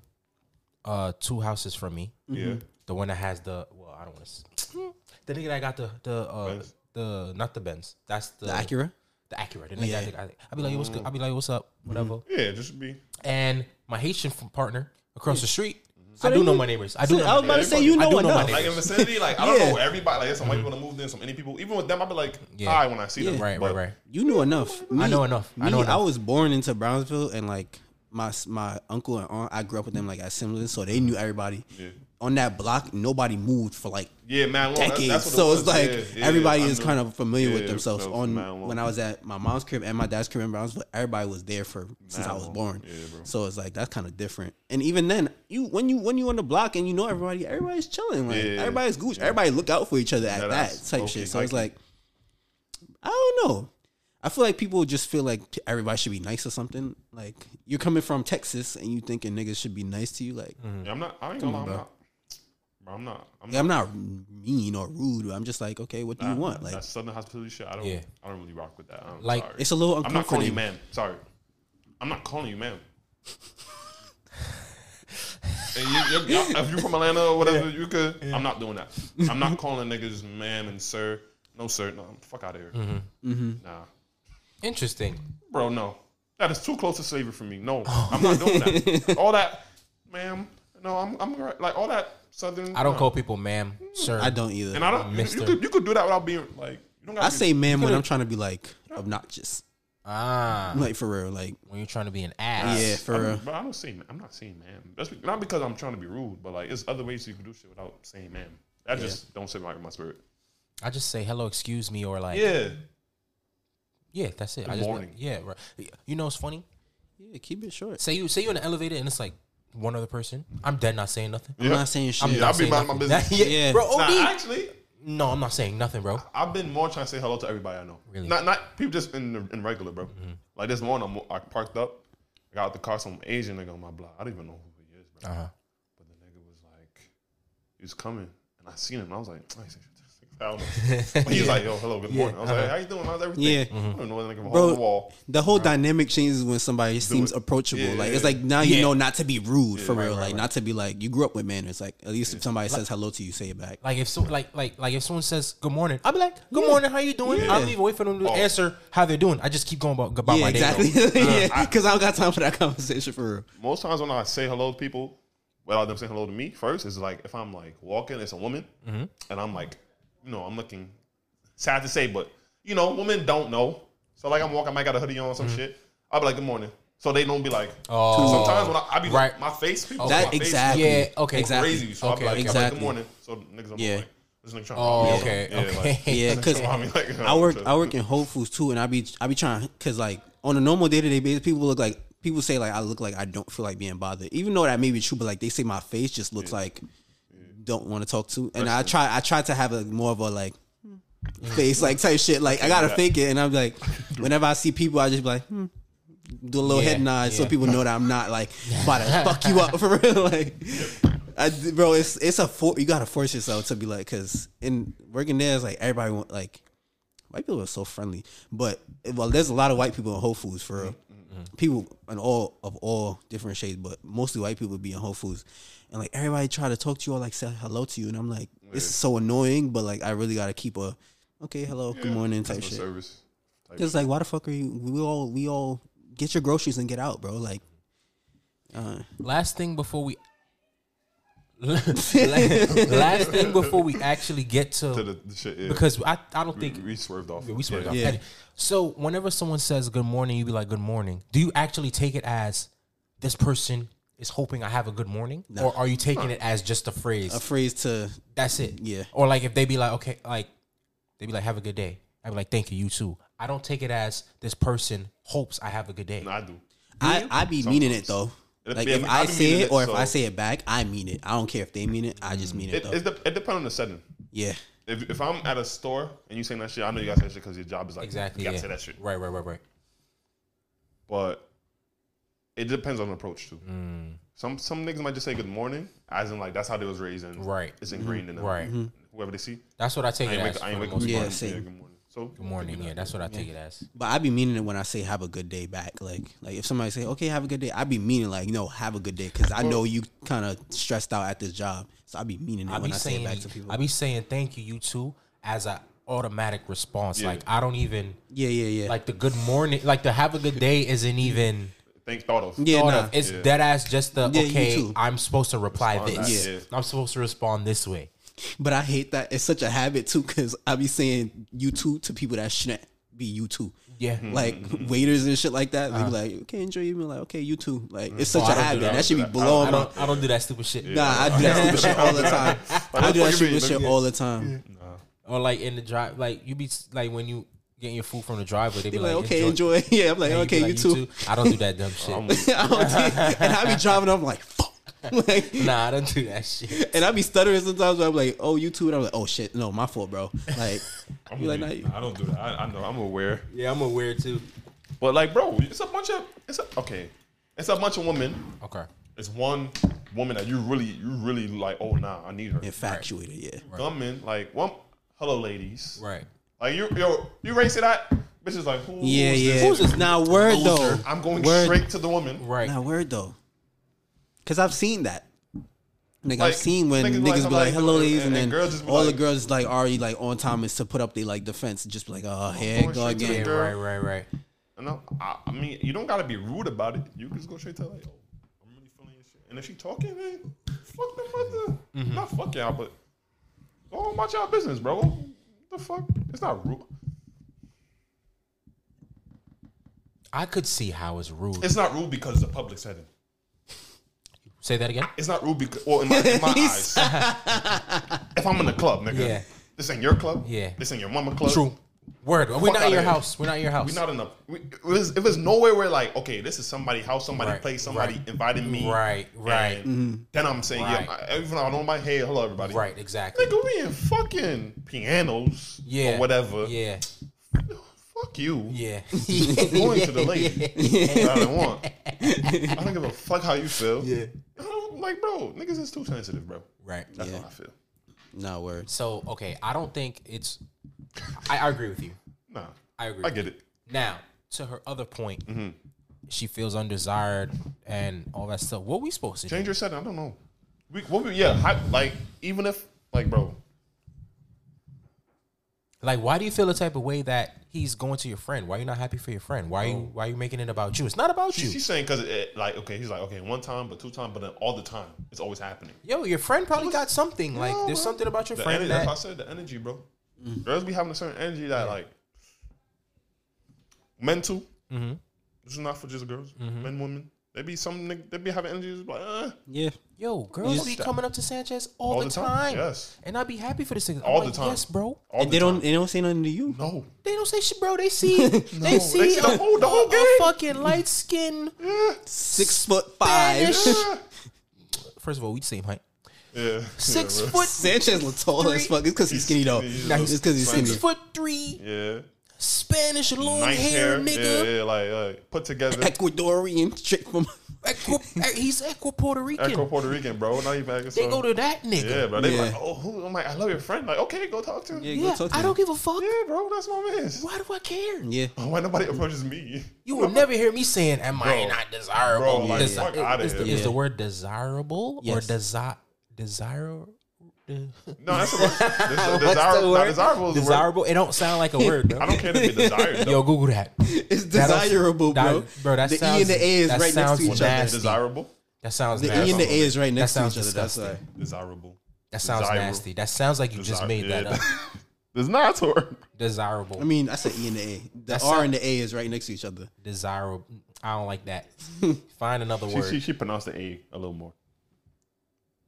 uh, two houses from me, Mm-hmm. Yeah. the one that has the well, I don't want to. The nigga that got the the uh, Benz? the not the Benz. That's the, the Acura. the Acura. The nigga, Yeah. I think, I think. I'd be like, yo, what's good? I'd be like, what's up? Mm-hmm. Whatever. Yeah, just be. And my Haitian f- partner across the street, So I they do know knew- my neighbors. I do. so know I was my about to neighbors. say, you I know do my enough. neighbors. Like in vicinity, like I [LAUGHS] don't Yeah. know everybody. Like there's some white people that moved in, some Indian people. Even with them, I'd be like, Mm-hmm. Yeah. hi when I see them. Right, right, But right. You knew enough. I know enough. I me, know enough. was born into Brownsville, and like my my uncle and aunt, I grew up with them like at Simlin, so they knew everybody. Yeah. On that block, nobody moved for like Yeah, man. Long, decades, Oh, That's, that's what so was. it's like Yeah, yeah, everybody I is knew. kind of familiar with Yeah, themselves. that was On mad long. when I was at my mom's crib and my dad's crib in Brownsville, everybody was there for since Mad I was long. born. Yeah, bro. So it's like that's kind of different. And even then, you when you when you on the block and you know everybody, everybody's chilling. Like Yeah. everybody's gooch. Everybody look out for each other at That that ass type low-key shit. So it's high-key. like, I don't know. I feel like people just feel like everybody should be nice or something. Like you're coming from Texas and you thinking niggas should be nice to you. Like Yeah, I'm not. I ain't gonna. lie, I'm not. Bro, I'm not. I'm I'm not mean or rude. but I'm just like, okay, what do you not- want? Like that southern hospitality shit. I don't. Yeah. I don't really rock with that. I'm Like, sorry. it's a little I'm not calling you uncomfortable. man. Sorry. I'm not calling [LAUGHS] you man. And you, you, you- if you're from Atlanta or whatever, you could. I'm not doing that. I'm not calling niggas ma'am and sir. No, sir. No, fuck out of here. Mm-hmm. Nah. Interesting. Bro, no. That is too close to slavery for me. No, Oh. I'm not doing [LAUGHS] that. all that, ma'am. No, I'm, I'm all right. like all that southern. I don't no. call people ma'am, sir. I don't either. And I don't. You, you Mister. could, you could do that without being like. You don't gotta I be- say man when I'm trying to be like obnoxious. Ah, Like for real. Like when you're trying to be an ass. yeah, for real. But I don't say. I'm not saying ma'am. That's be- not because I'm trying to be rude, but like it's other ways you can do shit without saying ma'am. That just don't sit right with my spirit. I just say hello, excuse me, or like yeah, Yeah. that's it. Good I just morning. yeah, right. You know what's funny? Yeah, keep it short. Say you say you're in the elevator and it's like one other person. I'm dead not saying nothing. I'm not saying shit. I'm Yeah, not I'll be saying minding my nothing. [LAUGHS] business. yeah, Yeah. bro. Nah, OD. actually, no, I'm not saying nothing, bro. I've been more trying to say hello to everybody I know. Really? Not not people just in the, in regular, bro. Mm-hmm. Like this morning, I'm, I parked up, I got out the car, some Asian nigga on my block. I don't even know who he is, bro. Uh-huh. But the nigga was like, he was coming, and I seen him. And I was like, I ain't saying shit. I [LAUGHS] don't know. But he was like, yo, hello, good morning. I was like, how you doing? How's everything? uh-huh. Yeah. I don't even know that nigga from Bro, the wall. the whole dynamic changes when somebody seems it. approachable. Yeah, like yeah, it's like now you Yeah. know not to be rude for real. right, like not to be like you grew up with manners. Like at least if somebody says hello to you, say it back. Like if so, like like like if someone says good morning, I'll be like good morning, how you doing? Yeah. I don't even wait for them to Oh. answer how they're doing. I just keep going about about yeah, my exactly. day. [LAUGHS] yeah, because I don't got time for that conversation for real. most times when I say hello to people, without them saying hello to me first, is like if I'm like walking, it's a woman, and I'm like, you know, I'm looking sad to say, but you know, women don't know. So like I'm walking, I might got a hoodie on, some shit. I'll be like, good morning. So they don't be like. Oh. 'cause sometimes when I, I be Right. like, my face, people, That my face exactly. Yeah, okay. Exactly. crazy. So I'll be Okay, like, okay. like, Exactly. good morning. So niggas, I'm Yeah. like, this nigga trying to rob Oh, me or okay, something. Yeah, [LAUGHS] like, okay. [LAUGHS] Yeah, this nigga because trying to rob me, like, [LAUGHS] I work I work in Whole Foods too, and I be I be trying because like on a normal day to day basis, people look like people say like I look like I don't feel like being bothered, even though that may be true. But like they say my face just looks like don't want to talk to, and I try I try to have a more of a like Hmm. face like type shit. Like I gotta fake it, and I'm like whenever I see people, I just be like. Hmm. Do a little Yeah, head nod so yeah. people know that I'm not like about to fuck you up [LAUGHS] for real. Like, I, bro, it's it's a for, you gotta force yourself to be like, cause in working there, it's like everybody want like White people are so friendly, but well, there's a lot of white people in Whole Foods for real. Mm-hmm. people and all of all different shades, but mostly white people be in Whole Foods, and like everybody try to talk to you or like say hello to you, and I'm like, this is so annoying, but like I really gotta keep a okay, hello, good morning type Customer shit. service. Type It's like why the fuck are you? We all we all get your groceries and get out, bro. Like, uh, Last thing before [LAUGHS] we. [LAUGHS] last thing before we actually get to, to the, the shit. Yeah. because I, I don't we, think we swerved off. we swear Yeah. to God. Yeah. And So whenever someone says good morning, you be like good morning. Do you actually take it as this person is hoping I have a good morning, or are you taking it as just a phrase? a phrase to That's it. Yeah. Or like if they be like okay, like they be like have a good day. I be like thank you, you too. I don't take it as this person hopes I have a good day. I do. I, I be meaning it though. It'd Like be- if I I be say meaning it it, or if I so- say it back, I mean it. I don't care if they mean it. I just mean it It, though. it's the, it depends on the setting. yeah. If, if I'm at a store and you saying that shit, I know you gotta say that shit because your job is like Exactly. You gotta yeah. say that shit, Right. Right. Right. Right. but it depends on the approach too. Mm. Some some niggas might just say good morning, as in like that's how they was raised and Right. it's ingrained in them. Right. Whoever they see, That's what I take I it ain't as. wake, I ain't for wake the up most Mm-hmm. Yeah, this morning. same. Yeah, good morning. So Good morning. Yeah. That's what I take it as. But I be meaning it when I say have a good day back. Like like if somebody say okay have a good day, I be meaning like no have a good day because I know you kind of stressed out at this job, so I be meaning it I when be I say it saying back to people. I be saying thank you, you too, as a automatic response. Yeah. Like I don't even Yeah, yeah, yeah. like the good morning, like the have a good day isn't even Thanks, thought of. Yeah, thought nah. of. It's Yeah. dead ass just the Yeah, you okay. too. I'm supposed to reply Respond this. back, I'm supposed to respond this way. But I hate that it's such a habit too, because I be saying you too to people that shouldn't be you too. Yeah. Mm-hmm. Like waiters and shit like that. They be like, okay, enjoy your meal. Like, okay, you too. Like, it's such Uh-huh. Oh, I a don't do habit. that. That, should be I don't- blowing I my. don't I don't do that stupid shit. Nah, I [LAUGHS] do that stupid shit all the time. I do What that you stupid mean? shit all the time. Or like in the drive, like you be like when you getting your food from the driveway, they be Be like, like, okay, enjoy. [LAUGHS] Yeah, I'm like, And you be okay, you like, too. I don't do [LAUGHS] that dumb Oh, shit. [LAUGHS] I don't do- and I be driving. I'm like, fuck. [LAUGHS] [LAUGHS] Like, nah, I don't do that shit. and I be stuttering sometimes. But I'm like, oh, you too. And I'm like, oh shit, no, my fault, bro. [LAUGHS] Like, I'm you like, really- nah, I don't do that. I, I know. I'm aware. Yeah, I'm aware too. But like, bro, it's a bunch of it's a, okay. It's a bunch of women. Okay. It's one woman that you really you really like. Oh nah, I need her. infatuated. Yeah. Dumb men like one. Hello, ladies. Right. Like you yo you racing that bitch is like who's Yeah, yeah. This? Who's this Now word loser? though. I'm going Word. straight to the woman. Right. Now word though. Cause I've seen that. Like, Like, I've seen when niggas niggas, like be like, somebody- "Hello, ladies," and, and- and then girls just be all the like- girls like already like on time is to put up their like defense and just be like, "Oh, here going it go straight to the yeah, again." girl. right, right, right. And I, I, I mean, you don't gotta be rude about it. You can just go straight to her, like, oh, I'm really feeling your shit. And if she talking, man, fuck the mother. Mm-hmm. Not fuck y'all, but go and watch y'all business, bro. The fuck? It's not rude. I could see how it's rude. It's not rude because it's a public setting. Say that again. It's not rude because, well, in my, in [LAUGHS] my eyes, if I'm in the club, nigga, Yeah. this ain't your club. Yeah. This ain't your mama club. True. Word. We're not outta in your here. house. We're not in your house. We not enough. We, if it's- if it's nowhere where like, okay, this is somebody house, somebody Right, place, somebody right. invited me, Right, right. Mm-hmm. and Then I'm saying, Right. yeah, I- even though I don't mind, hey, hello everybody, Right, exactly. Nigga, we in fucking pianos, Yeah. or whatever. Yeah. Fuck you. Yeah. I'm [LAUGHS] going to [LAUGHS] the lady. that I don't want. I don't give a fuck how you feel. Yeah. I don't, like, bro, niggas is too sensitive, bro. right. That's Yeah. how I feel. Nah, word. So okay, I don't think it's I, I agree with you. Nah, I agree. I get it. Now, to her other point, Mm-hmm. she feels undesired and all that stuff. What we supposed to do? Change your setting. I don't know. We, what we, yeah, I, like even if like, bro, Like, why do you feel the type of way that he's going to your friend? Why are you not happy for your friend? Why you why are you making it about you? It's not about Oh. She- you. She's saying because it, like okay, he's like okay, one time, but two time, but then all the time, it's always happening. Yo, your friend probably got something. Like, No, there's bro. something about your The friend energy, that's why I that. said the energy, bro. Girls be having a certain energy that like men too. Mm-hmm. This is not for just girls, men, women. They be some nigg- they be having energy that's like eh, Yeah. Yo, girls be that. coming up to Sanchez all, the, time. Yes, And I'd be happy for this thing. All the time. Yes, bro. all And the they time. don't. They don't say nothing to you. No, [LAUGHS] They don't say shit, bro. They see, they see, they see the a, whole- the whole a- a game. fucking light [LAUGHS] skin. Six foot five. yeah, First of all, we the same height. yeah. Six yeah, bro. foot, Sanchez look tall as fuck. It's because he's skinny though. He's It's because he's skinny. skinny. six foot three, Yeah, Spanish long nice hair, hair, nigga. Yeah, yeah, like, like put together. Ecuadorian chick from. Equi- eh, he's Equi Puerto Rican. Echo Puerto Rican, bro. Not even Echo. They go to that nigga. Yeah, bro. They be Yeah. like, oh, who? I'm like, I love your friend. Like, okay, go talk to him. Yeah, go Yeah, talk to I don't him. give a fuck. bro, that's my man. Why do I care? Yeah. [LAUGHS] [LAUGHS] Why nobody approaches me? You will never hear me saying, "Am I Bro. not desirable?" Bro, like, Desi- fuck outta is, the, here. is the word desirable Yes. or desi- desire? de- No, that's a, [LAUGHS] that's a desire, the not word? desirable. is a word. Desirable. It don't sound [LAUGHS] like a word. Though. I don't care to be desired. Though. Yo, Google that. It's That don't- desirable, that- bro. bro, that the sounds, E and the A is that right next sounds to each other. nasty. desirable, That sounds The nasty. E and the A is right next to sounds each other. That's why. disgusting. desirable. that sounds desirable. nasty. That sounds like you just Desir- made that yeah. up. It's not a word. Desirable. I mean, I said E and the A. The That's R not- and the A is right next to each other. desirable. I don't like [LAUGHS] that. Find another She, word. she, she pronounced the A a little more.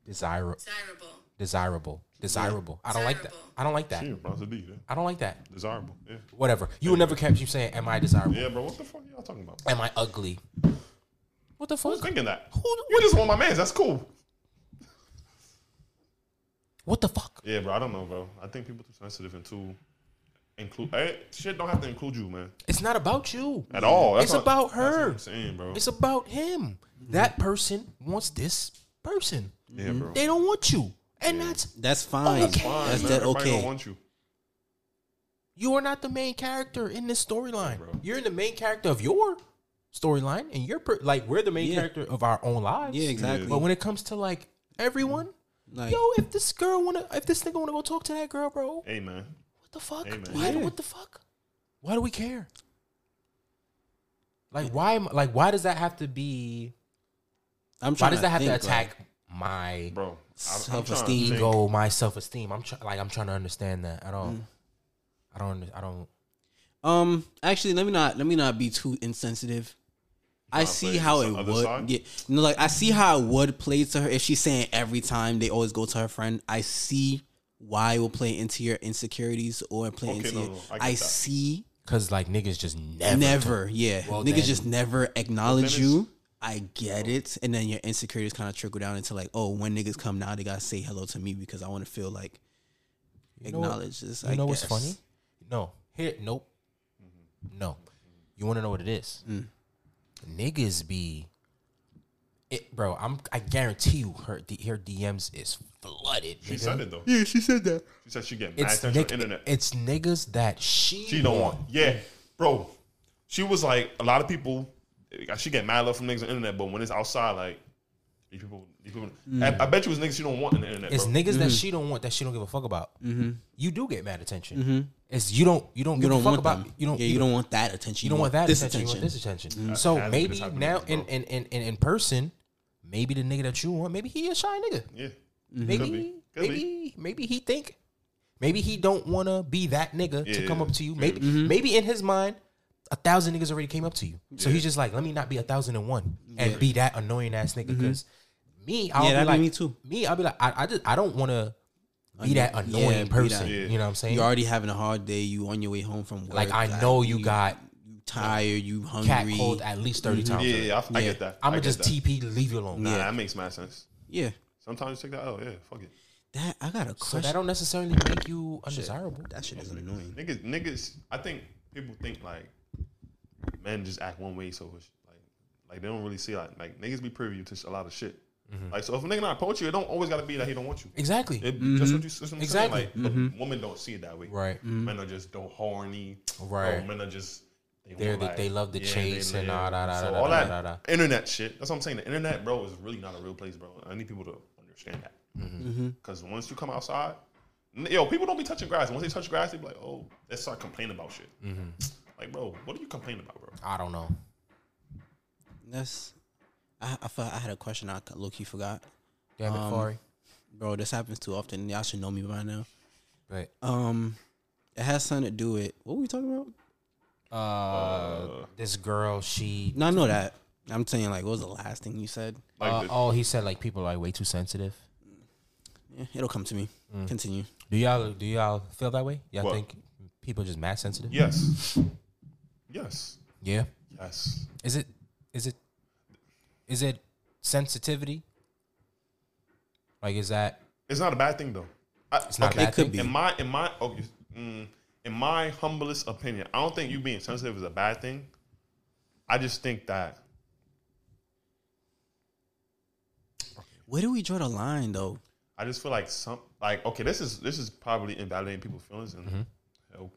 Desirable. Desirable. Desirable. Desirable. I don't like that. Desirable. I don't like that. She didn't pronounce the D. yeah. I don't like that. Desirable. Yeah. Whatever. You would never kept keep saying, "Am I desirable? Yeah, bro. What the fuck y'all talking about? Am I ugly?" What the Who's fuck? thinking that? Who- You just want my man's. That's cool. What the fuck? Yeah, bro. I don't know, bro. I think people too sensitive and too include. I, shit don't have to include you, man, It's not about you. at all. That's It's not- about that's Mm-hmm. what her. I'm saying, bro. It's about him. That person wants this person. yeah, bro. They don't want you, and that's That's fine. Oh, Okay. Fine, That's man. that Everybody okay. Don't want you. you are not the main character in this storyline. Bro. You're in the main character of your storyline, and you're per- like we're the main Yeah. character of our own lives. Yeah, exactly. But when it comes to like everyone, Like, yo, if this girl wanna, if this nigga wanna go talk to that girl, bro, what Hey, man. the the fuck? Hey, man. Why? do- Yeah. What the fuck? Why do we care? Like why? Am, like why does that have to be? I'm Why trying does to that have think, to like, attack my bro. Self-esteem Go. ego, my self esteem? I'm try, like I'm trying to understand that at Mm. all. I don't. under- I don't. Um, actually, let me not let me not be too insensitive. I see play how the it other would. side? Yeah, no, like I see how it would play to her if she's saying every time they always go to her friend. I see why it will play into your insecurities or play Okay, into. no, your, no, I I, get that. see Cause like niggas just never. never. Yeah, Well, niggas then- just never acknowledge then you. I get Oh. it, and then your insecurities kind of trickle down into like, oh, when niggas come now, they gotta say hello to me because I want to feel like You know what- acknowledged. this, You I know what's guess. funny? No. Here, nope. No. You want to know what it is? Mm. Niggas be. It, bro, I'm. I guarantee you, her D- her DMs is flooded. She nigga. said it though. Yeah, she said that. She said she get mad It's attention on nig- the internet. It's niggas that she. She don't want. Yeah, bro. She was like a lot of people. She get mad love from niggas on the internet, but when it's outside, like these people, these people. Mm. I, I bet you it's niggas she don't want on the internet. It's bro. niggas that she don't want that she don't give a fuck about. You do get mad attention. It's you don't you don't Mm-hmm. You give don't a fuck want about them. you don't Yeah, you, don't want that attention. You don't want that this attention. You want this attention. So Hasn't been maybe happening now to in, me, in, in, in, in person, maybe the nigga that you want, maybe he a shy nigga. Yeah, Mm. Maybe Could be. Could maybe maybe he think maybe he don't wanna be that nigga to Yeah, come up to you. Maybe Mm-hmm. maybe in his mind, a thousand niggas already came up to you. So he's just like, let me not be a thousand and one and be that annoying ass nigga. Cause me, I'll Mm-hmm. Yeah, be that'd be like me too. Me, I'll be like, I, I just I don't wanna be that Yeah, annoying be that. person. Yeah. You know what I'm saying? You're already having a hard day. You on your way home from work. like I know you got you tired. You cat hungry. cold at least 30 times. Mm-hmm. yeah, a day. yeah. I, I get that. I'm I gonna get just that. TP, leave you alone. Nah, Yeah. that makes mad sense. Yeah, Sometimes you take that. Oh yeah, fuck it. that I got a So question. that don't necessarily make you undesirable. that shit is annoying. Niggas, niggas. I think people think like men just act one way, so it's like, like they don't really see like, like niggas be privy to a lot of shit. Like, so if a nigga not approach you, it don't always gotta be that he don't want you. Exactly. It, Just what you that's what I'm Mm-hmm. Exactly. Mm-hmm. Saying. Like, but women don't see it that way. Right. Men are just don't horny. Right. Or men are just they They're want, the- they love the chase and all that, all So that, all all that, that all that. internet shit. That's what I'm saying. The internet, bro, is really not a real place, bro. I need people to understand that. Mm-hmm. Because once you come outside, n- yo, people don't be touching grass. Once they touch grass, they be like, oh, they start complaining about shit. Mm-hmm. Like, bro, what are you complaining about, bro? I don't know. That's. I, I felt I had a question. I low key forgot, Damn Um, it, Fari. bro. This happens too often. Y'all should know me by now. But Um, it has something to do with what were we talking about? uh, Uh, this girl, she. No, I know that. I'm saying like, what was the last thing you said? Like, uh, the- oh, he said like people are way too sensitive. Yeah, it'll come to me. Mm. Continue. Do y'all do y'all feel that way? Y'all What? think people just mad sensitive? yes, yes, Yeah. yes. Is it is it is it sensitivity? Like is that It's not a bad thing though. I, it's not okay, a bad could thing? be. in my in my okay, mm, in my humblest opinion, I don't think you being sensitive is a bad thing. I just think that Where do we draw the line though? I just feel like some like okay, this is this is probably invalidating people's feelings, and Mm-hmm. hell,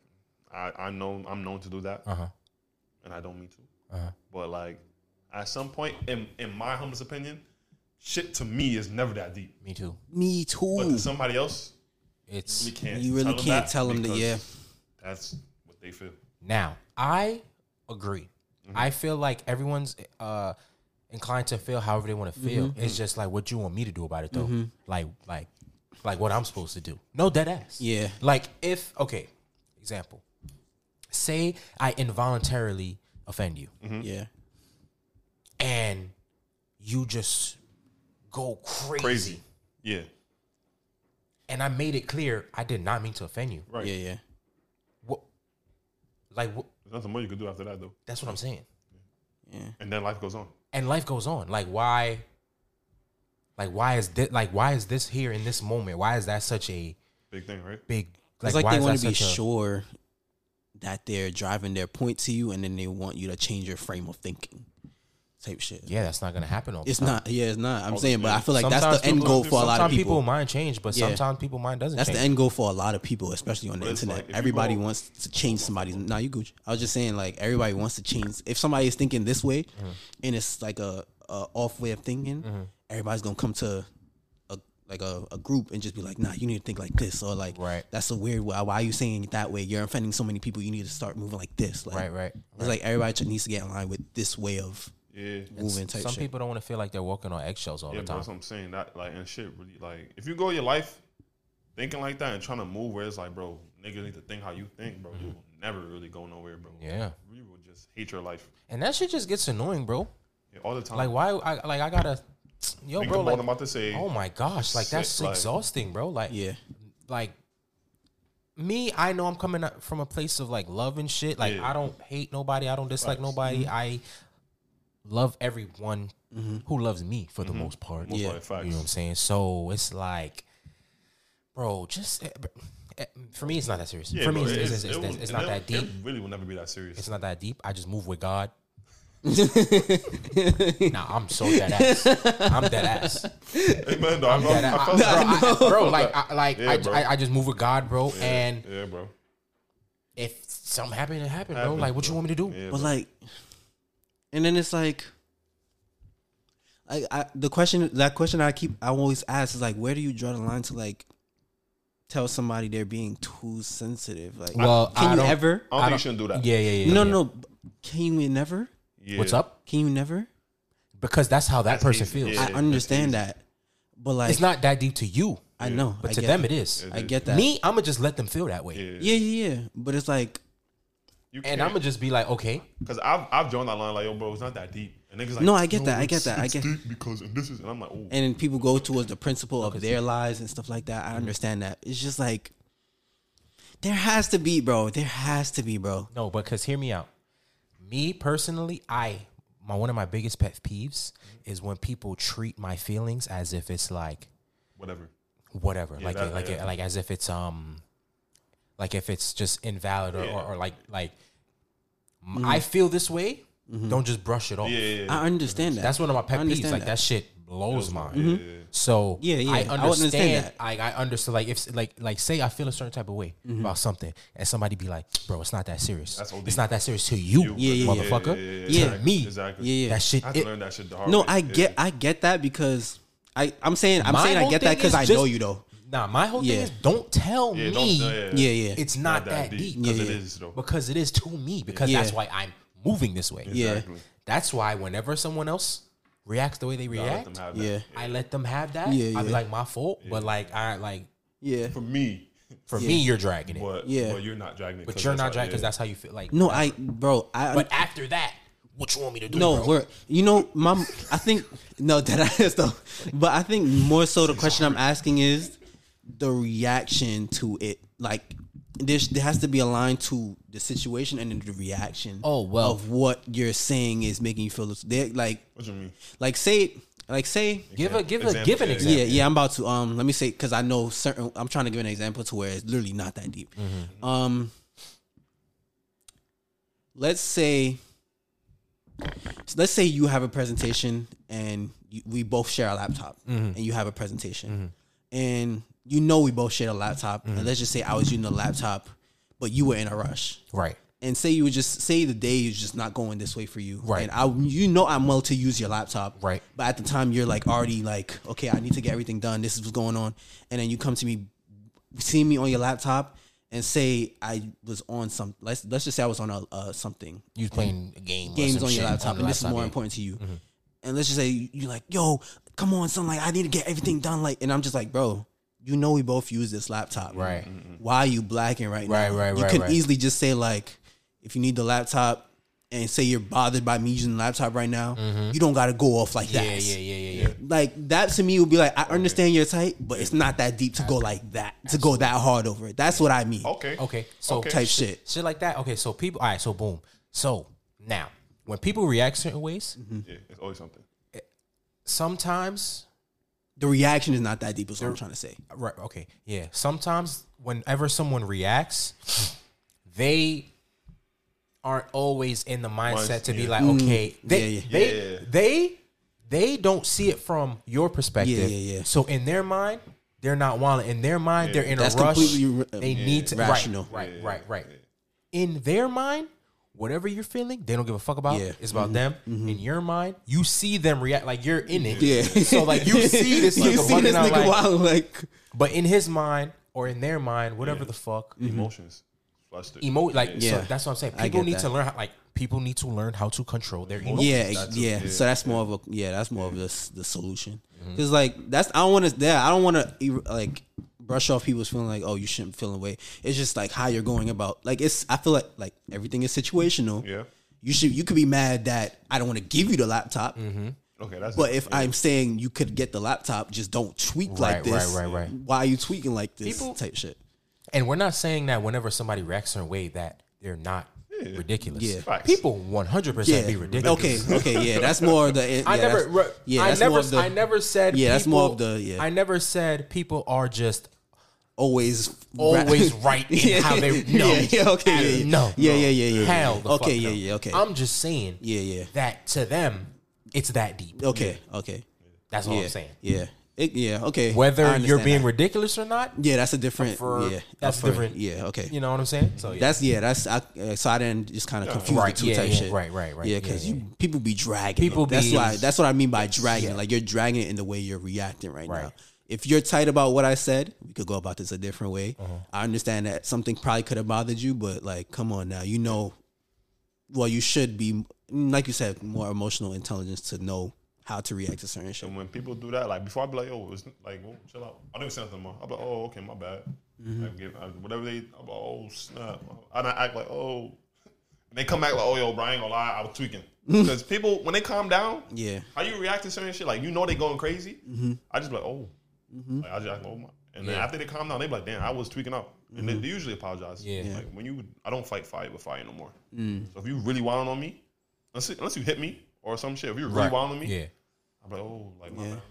I I know I'm known to do that, Uh-huh. Uh huh. and I don't mean to. Uh-huh. But like at some point, in in my humblest opinion, shit to me is never that deep. Me too. Me But too. to somebody else, It's we can't. You really tell 'em can't that tell 'em that, because yeah. That's what they feel. Now, I agree. I feel like everyone's uh inclined to feel however they want to feel. It's just like what you want me to do about it though. Like like like what I'm supposed to do. No dead ass. Yeah. Like if okay, example. Say I involuntarily offend you Yeah. and you just go Crazy, yeah, And I made it clear I did not mean to offend you. right. Yeah, yeah. What like what, There's nothing more you can do after that though. that's what I'm saying. And then life goes on. and life goes on. Like why? Like why is this? Like why is this here in this moment? Why is that such a Big thing, right? big? It's like why they is want that to be such a- sure that they're driving their point to you, and then they want you to change your frame of thinking, type shit. Yeah, that's not gonna happen. All the It's time. not. Yeah, it's not. I'm All the saying, but time. I feel like that's the end people- goal for a lot of sometimes people. mind change, but Yeah. sometimes people mind doesn't. that's the change. end goal for a lot of people, especially on the But it's internet. like, if you everybody go- wants to change somebody's. Now nah, you Gucci. I was just saying, like everybody wants to change. If somebody is thinking this way, Mm-hmm. and it's like a, a off way of thinking, everybody's gonna come to a like a, a group and just be like, nah, you need to think like this or like Right. that's a weird why why are you saying it that way? You're offending so many people, you need to start moving like this. Like Right, right, It's like everybody ch- needs to get in line with this way of Yeah. moving type Some shit. people don't want to feel like they're walking on eggshells all Yeah, the but time. that's what I'm saying. That like and shit really like if you go your life thinking like that and trying to move where it's like, bro, niggas need to think how you think, bro. You will never really go nowhere, bro. Mm-hmm. Yeah. You will just hate your life And that shit just gets annoying, bro. yeah, all the time. Like why? I, like I gotta, yo, Think bro. about what Like, I'm about to say. oh my gosh, like that's Sick, like- exhausting, bro. Like Yeah. like me, I know I'm coming up from a place of like love and shit. Like Yeah. I don't hate nobody. I don't dislike nobody. I love everyone who loves me for the most part. Mm-hmm. Most Yeah. like facts. You know what I'm saying? So it's like, bro, just eh, br- eh, for me, it's not that serious. Yeah, for bro, me, it's, it's, it's, it it's, was- it's it not never- that deep. It really will never be that serious. It's not that deep. I just move with God. nah, I'm so dead ass. I'm dead ass. [LAUGHS] Hey, man, dog, I, Dead I, ass. bro, felt that. [LAUGHS] I- bro, like, I, like Yeah, I, bro. I, I just move with God, bro. And Yeah, bro. if something happened, it happened, bro. Happens, Like, what you bro. want me to do? Yeah, But bro. like, and then it's like, I, I the question that question I keep I always ask is like, where do you draw the line to like tell somebody they're being too sensitive? Like, Well, can I you don't- ever? I don't think you shouldn't do that. Yeah, yeah, yeah. no, yeah. no. Can you never? Yeah. What's up? Can you never? Because that's how that That's person easy. feels. Yeah, I that's understand easy. that, but like, It's not that deep to you, I know, but I to get them that. it is. I get that. Me, I'm gonna just let them feel that way, Yeah. Yeah, yeah, yeah. But it's like, You and I'm gonna just be like, okay, because I've I've joined that line like, yo, bro, it's not that deep. And niggas like, No, I get that, I get it's- that, I it's get- deep because and this is and I'm like, oh, and then people go towards the principle of their lives and stuff like Mm-hmm. that. I understand that. It's just like, there has to be, bro. There has to be, bro. no, because hear me out. Me personally, I my one of my biggest pet peeves is when people treat my feelings as if it's like whatever. whatever, like that- like yeah. like as if it's um, like if it's just invalid or, or, or like like m I I feel this way. Don't just brush it off. Mm-hmm. Yeah, yeah, yeah. I understand that. That's one of my pet Mm-hmm. I peeves. understand Like that, that. shit blows mine. Yeah, yeah, yeah. So Yeah, yeah, I I would understand. I understand that. I, understand. Like if like like say I feel a certain type of way Mm-hmm. about something, and somebody be like, "Bro, it's not that serious. That's OD. it's not that serious to you, Yeah, yeah, yeah. motherfucker. Yeah. To me, Exactly. Yeah, yeah. that shit. I had to it- learn that shit the hard No, way. I Yeah. get, I get that because I, I'm saying, I'm my saying I whole get that thing because is I just- know you though. Nah, my whole thing Yeah. is don't tell Yeah, don't- me Yeah, yeah, it's not, that, deep, Because Yeah, it yeah. is though. because it is to me because Yeah. that's why I'm moving this way. yeah, Exactly. That's why whenever someone else reacts the way they I let them react, have yeah, that. I let them have that. Yeah, I'd be yeah. like, my fault, but like, I like yeah. For me, for me, you're dragging it, but Yeah. but you're not dragging it. but 'cause you're that's not how- dragging because yeah. that's how you feel. Like, No, I, bro, I. but after that, what you want me to do? no, bro? we're you know, mom. I think no, [LAUGHS] that is though. But I think more so the question I'm asking is the reaction to it. Like there's there has to be a line to the situation and then the reaction. Oh, well. of what you're saying is making you feel this. They're like, What you mean? like say, like say, give a give a Example, give an yeah. example. yeah, yeah. I'm about to um. Let me say because I know certain. I'm trying to give an example to where it's literally not that deep. Mm-hmm. Um. Let's say. Let's say you have a presentation and you, we both share a laptop, Mm-hmm. and you have a presentation, and you know we both share a laptop. Mm-hmm. And let's just say I was using the laptop, but you were in a rush Right. and say you would just say the day is just not going this way for you, Right. And I, you know, I'm well to use your laptop, Right. But at the time, you're like already like, okay, I need to get everything done. This is what's going on, and then you come to me, see me on your laptop, and say I was on some. Let's let's just say I was on a uh, something You playing games games on your laptop, and this is more yeah. Mm-hmm. important to you. And let's just say you- you're like, yo, come on, son, like I need to get everything done, like, and I'm just like, bro. You know we both use this laptop, Right. Mm-hmm. Why are you blacking right Right, now? right, You right, could right. easily just say like, if you need the laptop, and say you're bothered by me using the laptop right now, you don't got to go off like Mm-hmm. Yeah, yeah, that. yeah, yeah, yeah. Like that to me would be like, I understand your type, but it's not that deep to go like that, to go that hard over it. That's what I mean. Okay. Okay. So Okay. Type shit. shit like that. Okay. So people. All right. So boom. So now, when people react certain ways, Mm-hmm. Mm. Yeah, it's always something. Mm-hmm. sometimes The reaction is not that deep. Is what I'm trying to say. Right. Okay. Yeah. Sometimes, whenever someone reacts, they aren't always in the mindset to be yeah. like, okay, they Mm, Yeah, yeah. they Yeah. they they don't see it from your perspective. Yeah, yeah, yeah. So in their mind, they're not wilding. In their mind, they're in That's a rush. completely, uh, they need to rational. Right. Right. Right. right. In their mind, whatever you're feeling, they don't give a fuck about. Yeah. Mm-hmm. It's about them. In your mind, you see them react like you're in it. Yeah. So like [LAUGHS] you see this [LAUGHS] you nigga see running this out nigga like, wild like but in his mind or in their mind, whatever Yeah. the fuck, Emotions. Flustered. emo like Mm-hmm. Yeah. so that's what I'm saying. I People get need that. to learn how, like people need to learn how to control their emotions. yeah, ex- that's a- yeah. yeah, So that's more of a yeah, that's more of the s- the solution. Mm-hmm. Cause like that's I don't want to yeah, I don't want to like brush off people's feeling like oh you shouldn't feel away. It's just like how you're going about like it's I feel like like everything is situational. Yeah. You should you could be mad that I don't want to give you the laptop, Mm-hmm. Okay, that's but if I'm saying you could get the laptop, just don't tweak like Right, this. right, right, right. Why are you tweaking like this People- type shit? And we're not saying that whenever somebody reacts in a way that they're not ridiculous. Yeah. Facts. People 100 percent Yeah. be ridiculous. Okay, okay, yeah. That's more of the yeah, [LAUGHS] I never, that's, re- yeah, I that's never, more of the I never said. Yeah, that's more of people- the- yeah. I never said people are just always always right [LAUGHS] in how they- no. yeah, yeah, okay, yeah, yeah. no, yeah, no. yeah, yeah, yeah. hell. the okay, fuck yeah, no. yeah, okay, I'm just saying. Yeah, yeah. That to them, it's that deep. okay, okay. That's all yeah, I'm saying. yeah, It- yeah, okay. I Whether you're understand being that. ridiculous or not, yeah, that's a different, for- yeah, that's upfront. different. Yeah, okay. you know what I'm saying. So yeah. That's yeah. That's I. Uh, so I didn't just kind of confuse Right, the two yeah, type yeah, shit. right, right, right. Yeah, Yeah, because yeah. you people be dragging. People People. That's be- why. That's what I mean by dragging. Like you're dragging it in the way you're reacting right, Right. now. If you're tight about what I said, we could go about this a different way. Uh-huh. I understand that something probably could have bothered you, but like, come on now. You know, well, you should be like you said, more emotional intelligence to know how to react to certain shit. And when people do that, like before, I'd be like, "Yo, it's like, well, chill out." I didn't say nothing more. I'd be like, "Oh, okay, my bad." Mm-hmm. Like, give, I, whatever they, I'm like, "Oh snap!" I don't act like, "Oh." And they come back like, "Oh, yo, Brian, gonna lie, I was [LAUGHS] tweaking." Because people, when they calm down, Yeah. how you react to certain shit, like you know they going crazy. I just be like, "Oh," like, I just act, "Oh my," and then Mm-hmm. Yeah. Mm-hmm. after they calm down, they be like, "Damn, I was tweaking out." And they, they usually apologize. Yeah. Mm. Yeah. Like when you, I don't fight fire with fire no more. So if you really wild on me, unless unless you hit me or some shit, if you really Right. wild on me, Yeah, I'm like, "Oh, like my Yeah. bad."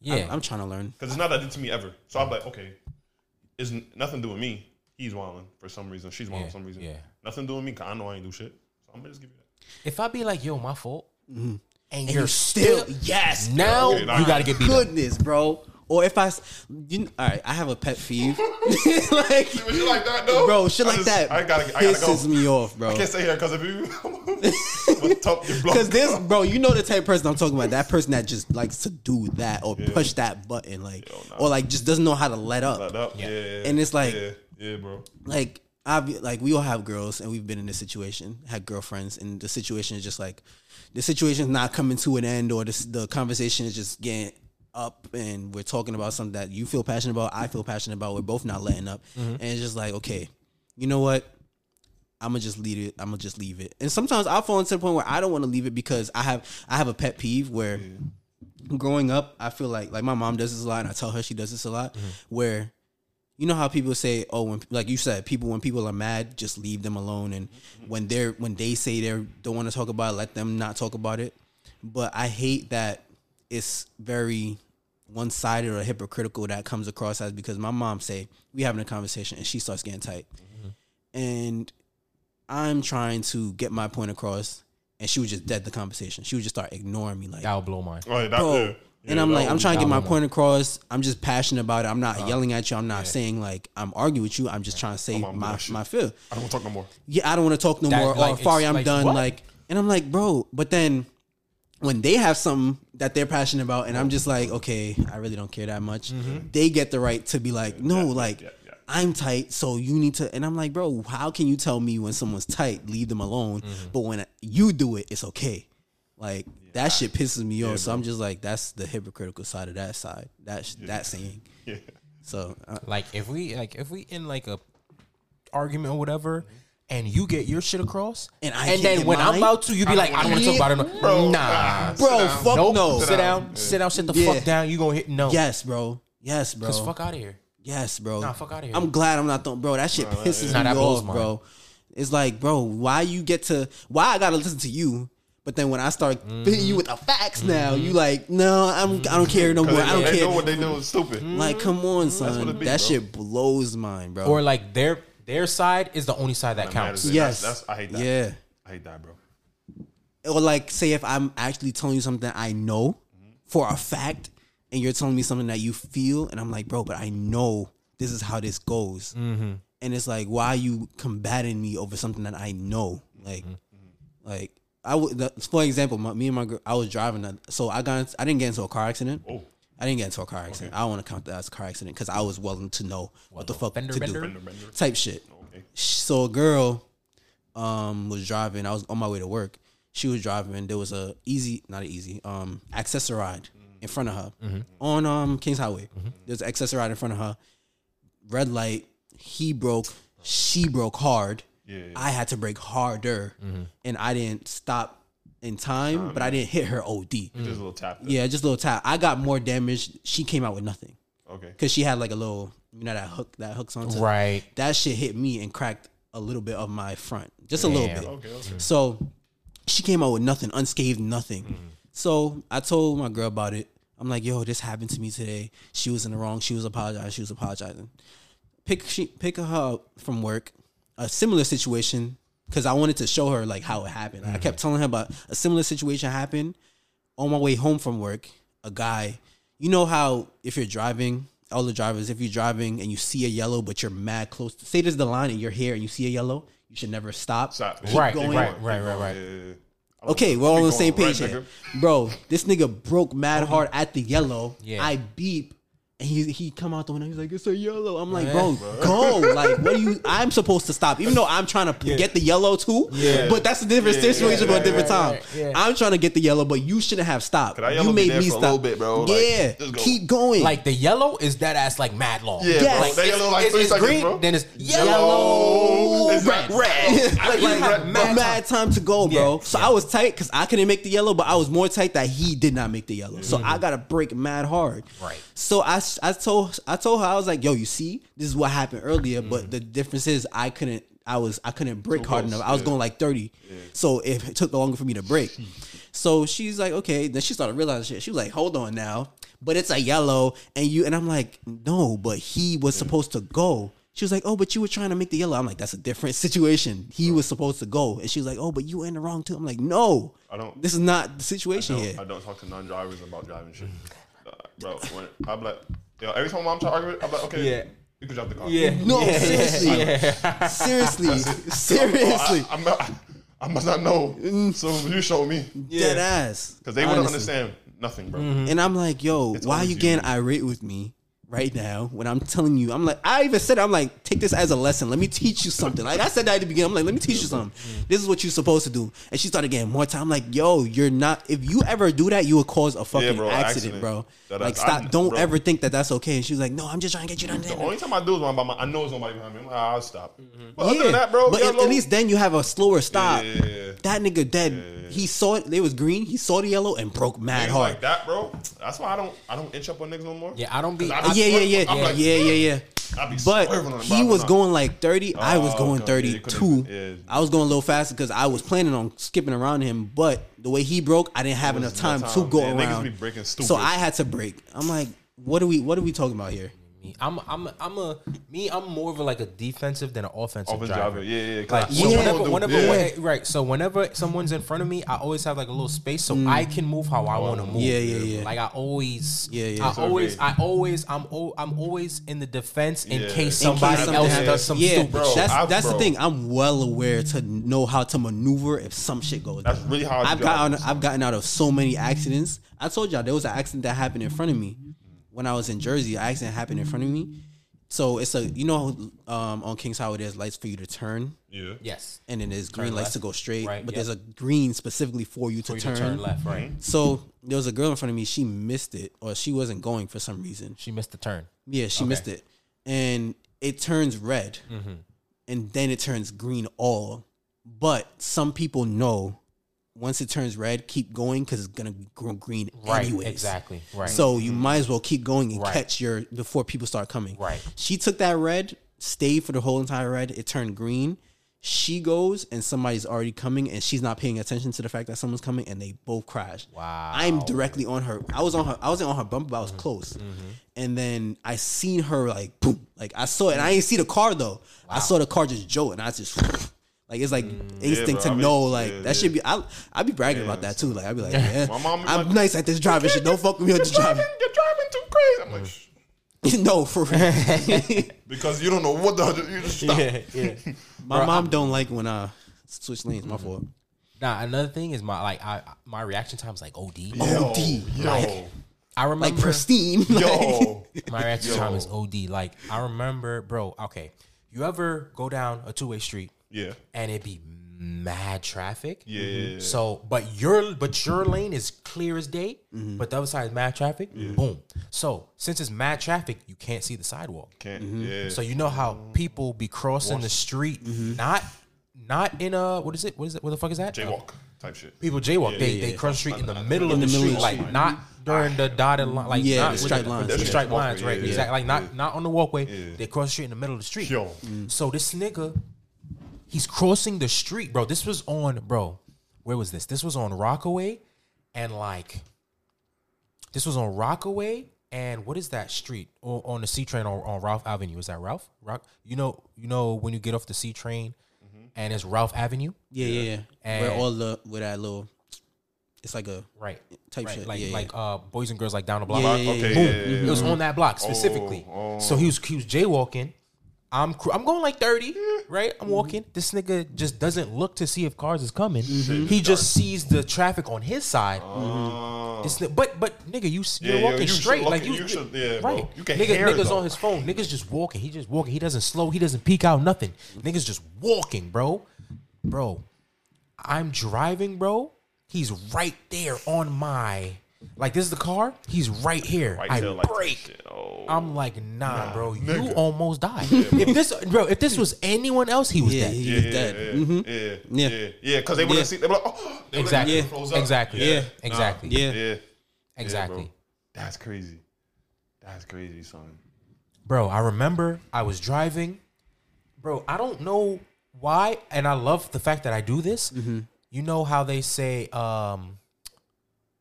yeah. I'm trying to learn. Because it's not that did to me ever. So I'm like, okay, it's n- nothing to do with me. He's wilding for some reason. She's wilding Yeah, for some reason. yeah. Nothing to do with me because I know I ain't do shit. So I'm going to just give you that. if I be like, "Yo, my fault," and, Mm-hmm. And you're you still still, yes. now, Okay, nah. you got to get beat up. goodness, bro. Or if I, s- you, all right, I have a pet peeve. [LAUGHS] like, But you like that, though? bro, shit I like just- that I gotta, I gotta pisses go. me off, bro. I can't stay here because [LAUGHS] if [LAUGHS] you. with top, you block. Because this, bro, you know the type of person I'm talking about. That person that just likes to do that or push that button, like, nah. or like just doesn't know how to let up. Like that. Yeah. yeah. And it's like- Yeah, yeah bro. like I like we all have girls and we've been in this situation, had girlfriends, and the situation is just like the situation's not coming to an end, or this, the conversation is just getting up, and we're talking about something that you feel passionate about, I feel passionate about, we're both not letting up, and it's just like okay, you know what? I'm gonna just leave it. I'm gonna just leave it. And sometimes I fall into the point where I don't want to leave it because I have I have a pet peeve where growing up, I feel like like my mom does this a lot, and I tell her she does this a lot. Where you know how people say, "Oh, when like you said, people when people are mad, just leave them alone," and when they're when they say they don't want to talk about it, let them not talk about it. But I hate that it's very one sided or hypocritical that comes across as because my mom say we having a conversation and she starts getting tight, and I'm trying to get my point across. And she would just dead the conversation. She would just start ignoring me, like That would blow mine. All right, that, bro. yeah. Yeah, Uh-huh. and I'm that like, I'm would trying to be- get my point across. I'm just passionate about it. I'm not yelling at you. I'm not saying like I'm arguing with you. I'm just trying to say on, my that shit. my feel. I don't want to talk no more. Yeah, I don't want to talk no That, more. like, or sorry, it's I'm like, done. what? Like, and I'm like, bro. But then when they have something that they're passionate about, and I'm just like, okay, I really don't care that much. Mm-hmm. They get the right to be like, no, yeah, like. yeah, yeah. I'm tight, so you need to. And I'm like, bro, how can you tell me when someone's tight, leave them alone? Mm-hmm. But when you do it, it's okay. Like that shit pisses me off. So I'm just like, that's the hypocritical side of that side. That sh- [LAUGHS] that saying. Yeah. So uh, Like if we like if we in like a argument or whatever, and you get your shit across, And and, I can't then get when mine? I'm about to, you be like, I don't want to talk about it. Bro, Bro, nah, nah, sit bro, down. fuck nope. no. Sit down, Yeah. sit down, sit the Yeah. fuck down. You gonna hit no? Yes, bro. Yes, bro. Cause fuck out of here. Yes, bro. Nah, fuck outta here. I'm glad I'm not throwing, bro. That shit pisses Nah, that me blows off, mine. bro. It's like, bro, why you get to why I gotta listen to you, but then when I start Mm-hmm. hitting you with the facts now, you like, no, I'm I don't care no 'Cause more. they I know- don't they know care. Mm. what they do is stupid. Like, come on, what son. it be, that bro. shit blows mine, bro. Or like their their side is the only side that matters. counts. Yeah. yes, That's- that's- I hate that. Yeah. I hate that, bro. or like say if I'm actually telling you something I know for a fact, Mm-hmm. and you're telling me something that you feel, and I'm like, bro, but I know this is how this goes, and it's like why are you combating me over something that I know like like I would the- for example my, me and my girl I was driving a- so I got I didn't get into a car accident Oh, I didn't get into a car accident I don't want to count that as a car accident because I was willing to know what the fuck fender to bender? do fender bender. type shit Okay. so a girl um was driving. I was on my way to work. She was driving. There was a easy, not an easy, um, access ride in front of her on um Kings Highway. There's an access ride in front of her. Red light. He broke. She broke hard. Yeah. I had to brake harder, and I didn't stop in time, but I didn't hit her OD. Just a little tap. there. Yeah, just a little tap. I got more damage. She came out with nothing Okay. because she had like a little, you know, that hook that hooks onto Right. that shit hit me and cracked a little bit of my front, just a little Damn. bit. Okay. Okay. So she came out with nothing, unscathed, nothing. So I told my girl about it. I'm like, yo, this happened to me today. She was in the wrong. She was apologizing. She was apologizing. Pick she pick her up from work. A similar situation because I wanted to show her like how it happened. I kept telling her about a similar situation happened on my way home from work, a guy, you know how if you're driving, all the drivers, if you're driving and you see a yellow, but you're mad close, say there's the line and you're here and you see a yellow, you should never stop. Stop. Keep Right, going. right, right, right, Yeah, right. yeah, yeah. I don't Okay, know. we're all on Keep the same going, page right, here. nigga? Bro, this nigga broke mad hard at the yellow. Yeah. I beep and he he come out the window. He's like, it's a yellow. I'm like, bro, go. Like, what do you I'm supposed to stop. Even though I'm trying to get the yellow too. Yeah. But that's a different situation yeah, but a different yeah, time. yeah, yeah. I'm trying to get the yellow, but you shouldn't have stopped. That you yellow be made there me for a stop. little bit, bro. Like, yeah. just go. keep [LAUGHS] going. Like the yellow is that ass like mad long. Yeah, Yes. bro. Like, that yellow like it's, three it's seconds, green, bro. then it's Yellow, yellow, It's red, like red. [LAUGHS] I like, mean, you have red, mad mad, mad time to go, bro. Yeah, so yeah. I was tight because I couldn't make the yellow, but I was more tight that he did not make the yellow. So I got to break mad hard. Mm-hmm. Right. So I, s- I told I told her I was like, yo, you see, this is what happened earlier, but the difference is I couldn't I was I couldn't break hard Mm. close, enough. I was yeah. Hmm. going like thirty, so it took longer for me to break. So she's like, okay. Then she started realizing shit. She was like, hold on now, but it's a yellow, and you and I'm like, no, but he was supposed to go. She was like, oh, but you were trying to make the yellow. I'm like, that's a different situation. He was supposed to go, and she was like, oh, but you were in the wrong too. I'm like, no, I don't- This is not the situation don't- here. I don't talk to non-drivers about driving shit. Uh, bro, when, I'm like, yo, every time I'm trying to argue, I'm like, okay, Yeah. you can drop the car. no, Yeah. seriously, seriously, seriously, I, I'm not, [LAUGHS] I must not know. So you show me. dead ass. Because they Mm. wouldn't Honestly. Mm-hmm. understand nothing, bro. And I'm like, yo, why are always you getting you. irate with me right now when I'm telling you? I'm like, I even said, I'm like, take this as a lesson. Let me teach you something. Like I said that at the beginning. I'm like, let me teach you something. This is what you're supposed to do. And she started getting more time. I'm like, yo, you're not. If you ever do that, you would cause a fucking bro, accident, accident. bro. That- like, I- stop. I- don't bro. Oh, ever think that that's okay. And she was like, no, I'm just trying to get you done. The only time I do is when I'm by my, I know there's nobody behind me. I'm like, ah, I'll stop. Mm-hmm. But other than Yeah, that, bro, But at, yellow- at least then you have a slower stop. Yeah, yeah, yeah. That nigga dead. He saw it. It was green. He saw the yellow and broke mad Things hard. like that, bro. That's why I don't, I don't inch up on niggas no more. Yeah, I don't be. Cause I- yeah, yeah, yeah, I'm yeah, like, yeah, yeah, I be yeah. swerving on But the he block, was I'm going like thirty. I was Oh, going okay, yeah, you thirty-two. couldn't- yeah. I was going a little faster because I was planning on skipping around him. But the way he broke, I didn't have enough was time, no to time. go Yeah, niggas around. be breaking stupid. So I had to break. I'm like, what are we? What are we talking about here? me. I'm I'm I'm a me. I'm more of a, like a defensive than an offensive, Offensive driver. driver, yeah, yeah, 'cause Like I- so Yeah. whenever, whenever Yeah. when- right. So whenever someone's in front of me, I always have like a little space so I can move how I Oh, want to move. Mm. Yeah, yeah, yeah. Like I always, Yeah, yeah. I So always, great. I always, I'm al- I'm always in the defense in Yeah. In case case In case somebody something else happens. does some yeah, stupid. bro, that's I- that's the bro. thing. I'm well aware to know how to maneuver if some shit goes. That's down. really hard. I've gotten I've gotten out of so many accidents. I told y'all there was an accident that happened in front of me when I was in Jersey. An accident happened in front of me. So it's a you know um, on Kings Highway there's lights for you to turn Yeah. Yes, and then there's green lights left. to go straight, Right, but yep. there's a green specifically for you to, for you turn. to turn left, right. So there was a girl in front of me. She missed it or she wasn't going for some reason. She missed the turn. Yeah, she missed it, and it turns red, Mm-hmm. and then it turns green all. But some people know once it turns red, keep going because it's gonna grow green Right, anyways. exactly. Right. [LAUGHS] So you might as well keep going and Right. catch your before people start coming. Right. She took that red, stayed for the whole entire red. It turned green. She goes and somebody's already coming and she's not paying attention to the fact that someone's coming and they both crash. Wow. I'm directly on her. I was on her. I wasn't on her bumper, but I was Mm-hmm. close. And then I seen her like boom, like I saw it. And I didn't see the car though. I saw the car just jolt, and I just [LAUGHS] like it's like instinct to bro, I mean, know like Mm, yeah, that yeah. should be. I I be bragging about that too. Like I'd be [LAUGHS] like, yeah, My mom be I'm like, nice at this driving [LAUGHS] shit. Don't fuck with me on this driving. Mm. You're driving too crazy. I'm like, shh. no, for [LAUGHS] real. because you don't know what the hundred. You just stop. yeah, yeah. My mom don't like when I switch lanes. My fault. Now another thing is my like I my reaction time is like OD. Yo, OD, yo, Oh, like- I remember Like [LAUGHS] pristine. Like, yo. my reaction Yo. time is OD. Like I remember, bro. Okay, you ever go down a two way street [LAUGHS] yeah, and it be mad traffic? yeah, yeah, yeah. So, but your but your lane is clear as day, Mm-hmm. but the other side is mad traffic. Boom. So since it's mad traffic, you can't see the sidewalk. can't. Mm-hmm. Yeah, Mm-hmm. So you know how people be crossing the street, not not in a what is it? What is it? What the fuck is that? jaywalk type shit. people jaywalk. they yeah, they yeah. cross the street in the middle of the, middle street, of the like street. not during the dotted line, like Yeah, not the with striped lines, the yeah. striped Walkway, lines, right? yeah, yeah. Exactly, like not not on the walkway. They cross the street in the middle of the street. Yo, Mm. So this nigga, he's crossing the street, bro. This was on, bro. Where was this? This was on Rockaway, and like, this was on Rockaway, and what is that street o- on the C train on, on Ralph Avenue? Is that Ralph? Rock? You know, you know when you get off the C train, Mm-hmm. and it's Ralph Avenue, yeah, yeah, yeah. where And- all the with that little, it's like a right? Type right. shit, like yeah, yeah. like uh, boys and girls like down the block. Yeah, yeah, yeah, okay, yeah. yeah, yeah, It was on that block specifically. Oh, oh. So he was he was jaywalking. I'm cr- I'm going like 30, Mm-hmm. right? I'm walking. This nigga just doesn't look to see if cars is coming. Mm-hmm. He just sees the traffic on his side. Mm-hmm. This ni- but but nigga, you s- Oh. Yeah, you're yeah, walking you should straight look like at- you, you should- yeah, bro. right. You can nigga, hear it, niggas though. on his phone. Niggas just walking. He just walking. He doesn't slow. He doesn't peek out. Nothing. Niggas just walking, bro. Bro, I'm driving, bro. He's right there on my like this is the car. He's right here. right I there, like break. Shit. Oh, I'm like, nah, bro, you nigga. almost died. if this, bro, if this was anyone else, he was yeah, dead. he yeah, was yeah, dead. Mm-hmm. yeah, yeah, Yeah. yeah, yeah. Because they wouldn't Yeah. see. They were like, oh, they would've Exactly. like, froze up. Exactly. Yeah. Exactly. Yeah. yeah, yeah, Exactly. bro. That's crazy. That's crazy, son. bro. I remember I was driving, bro. I don't know why, and I love the fact that I do this. Mm-hmm. You know how they say um,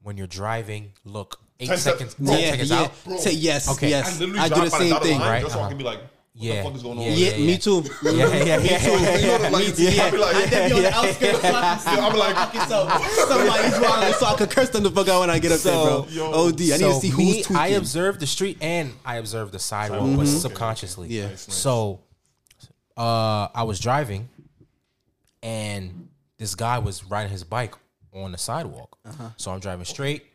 when you're driving, look eight Ten sec- seconds, Bro. ten yeah, seconds yeah. out. Bro. Say yes, Okay. I yes. literally I, do drive the by same dotted thing. line right? Just so I Uh-huh. can be like, what Yeah. the fuck is going on? Yeah, over Yeah, there? me too. [LAUGHS] Yeah, yeah, yeah, [LAUGHS] yeah. You know, the, [LAUGHS] like, yeah. I'd be like, I'd be on the outskirts so [LAUGHS] I [LAUGHS] can [LAUGHS] I'm like, see so somebody's driving so I could curse them the fuck out when I get up So- there, bro. OD, I need to see who's tweaking. Mm-hmm. I observed the street and I observed the sidewalk, but subconsciously. Yeah. Nice, So, uh, I was driving, and this guy was riding his bike on the sidewalk. Uh-huh. So I'm driving straight.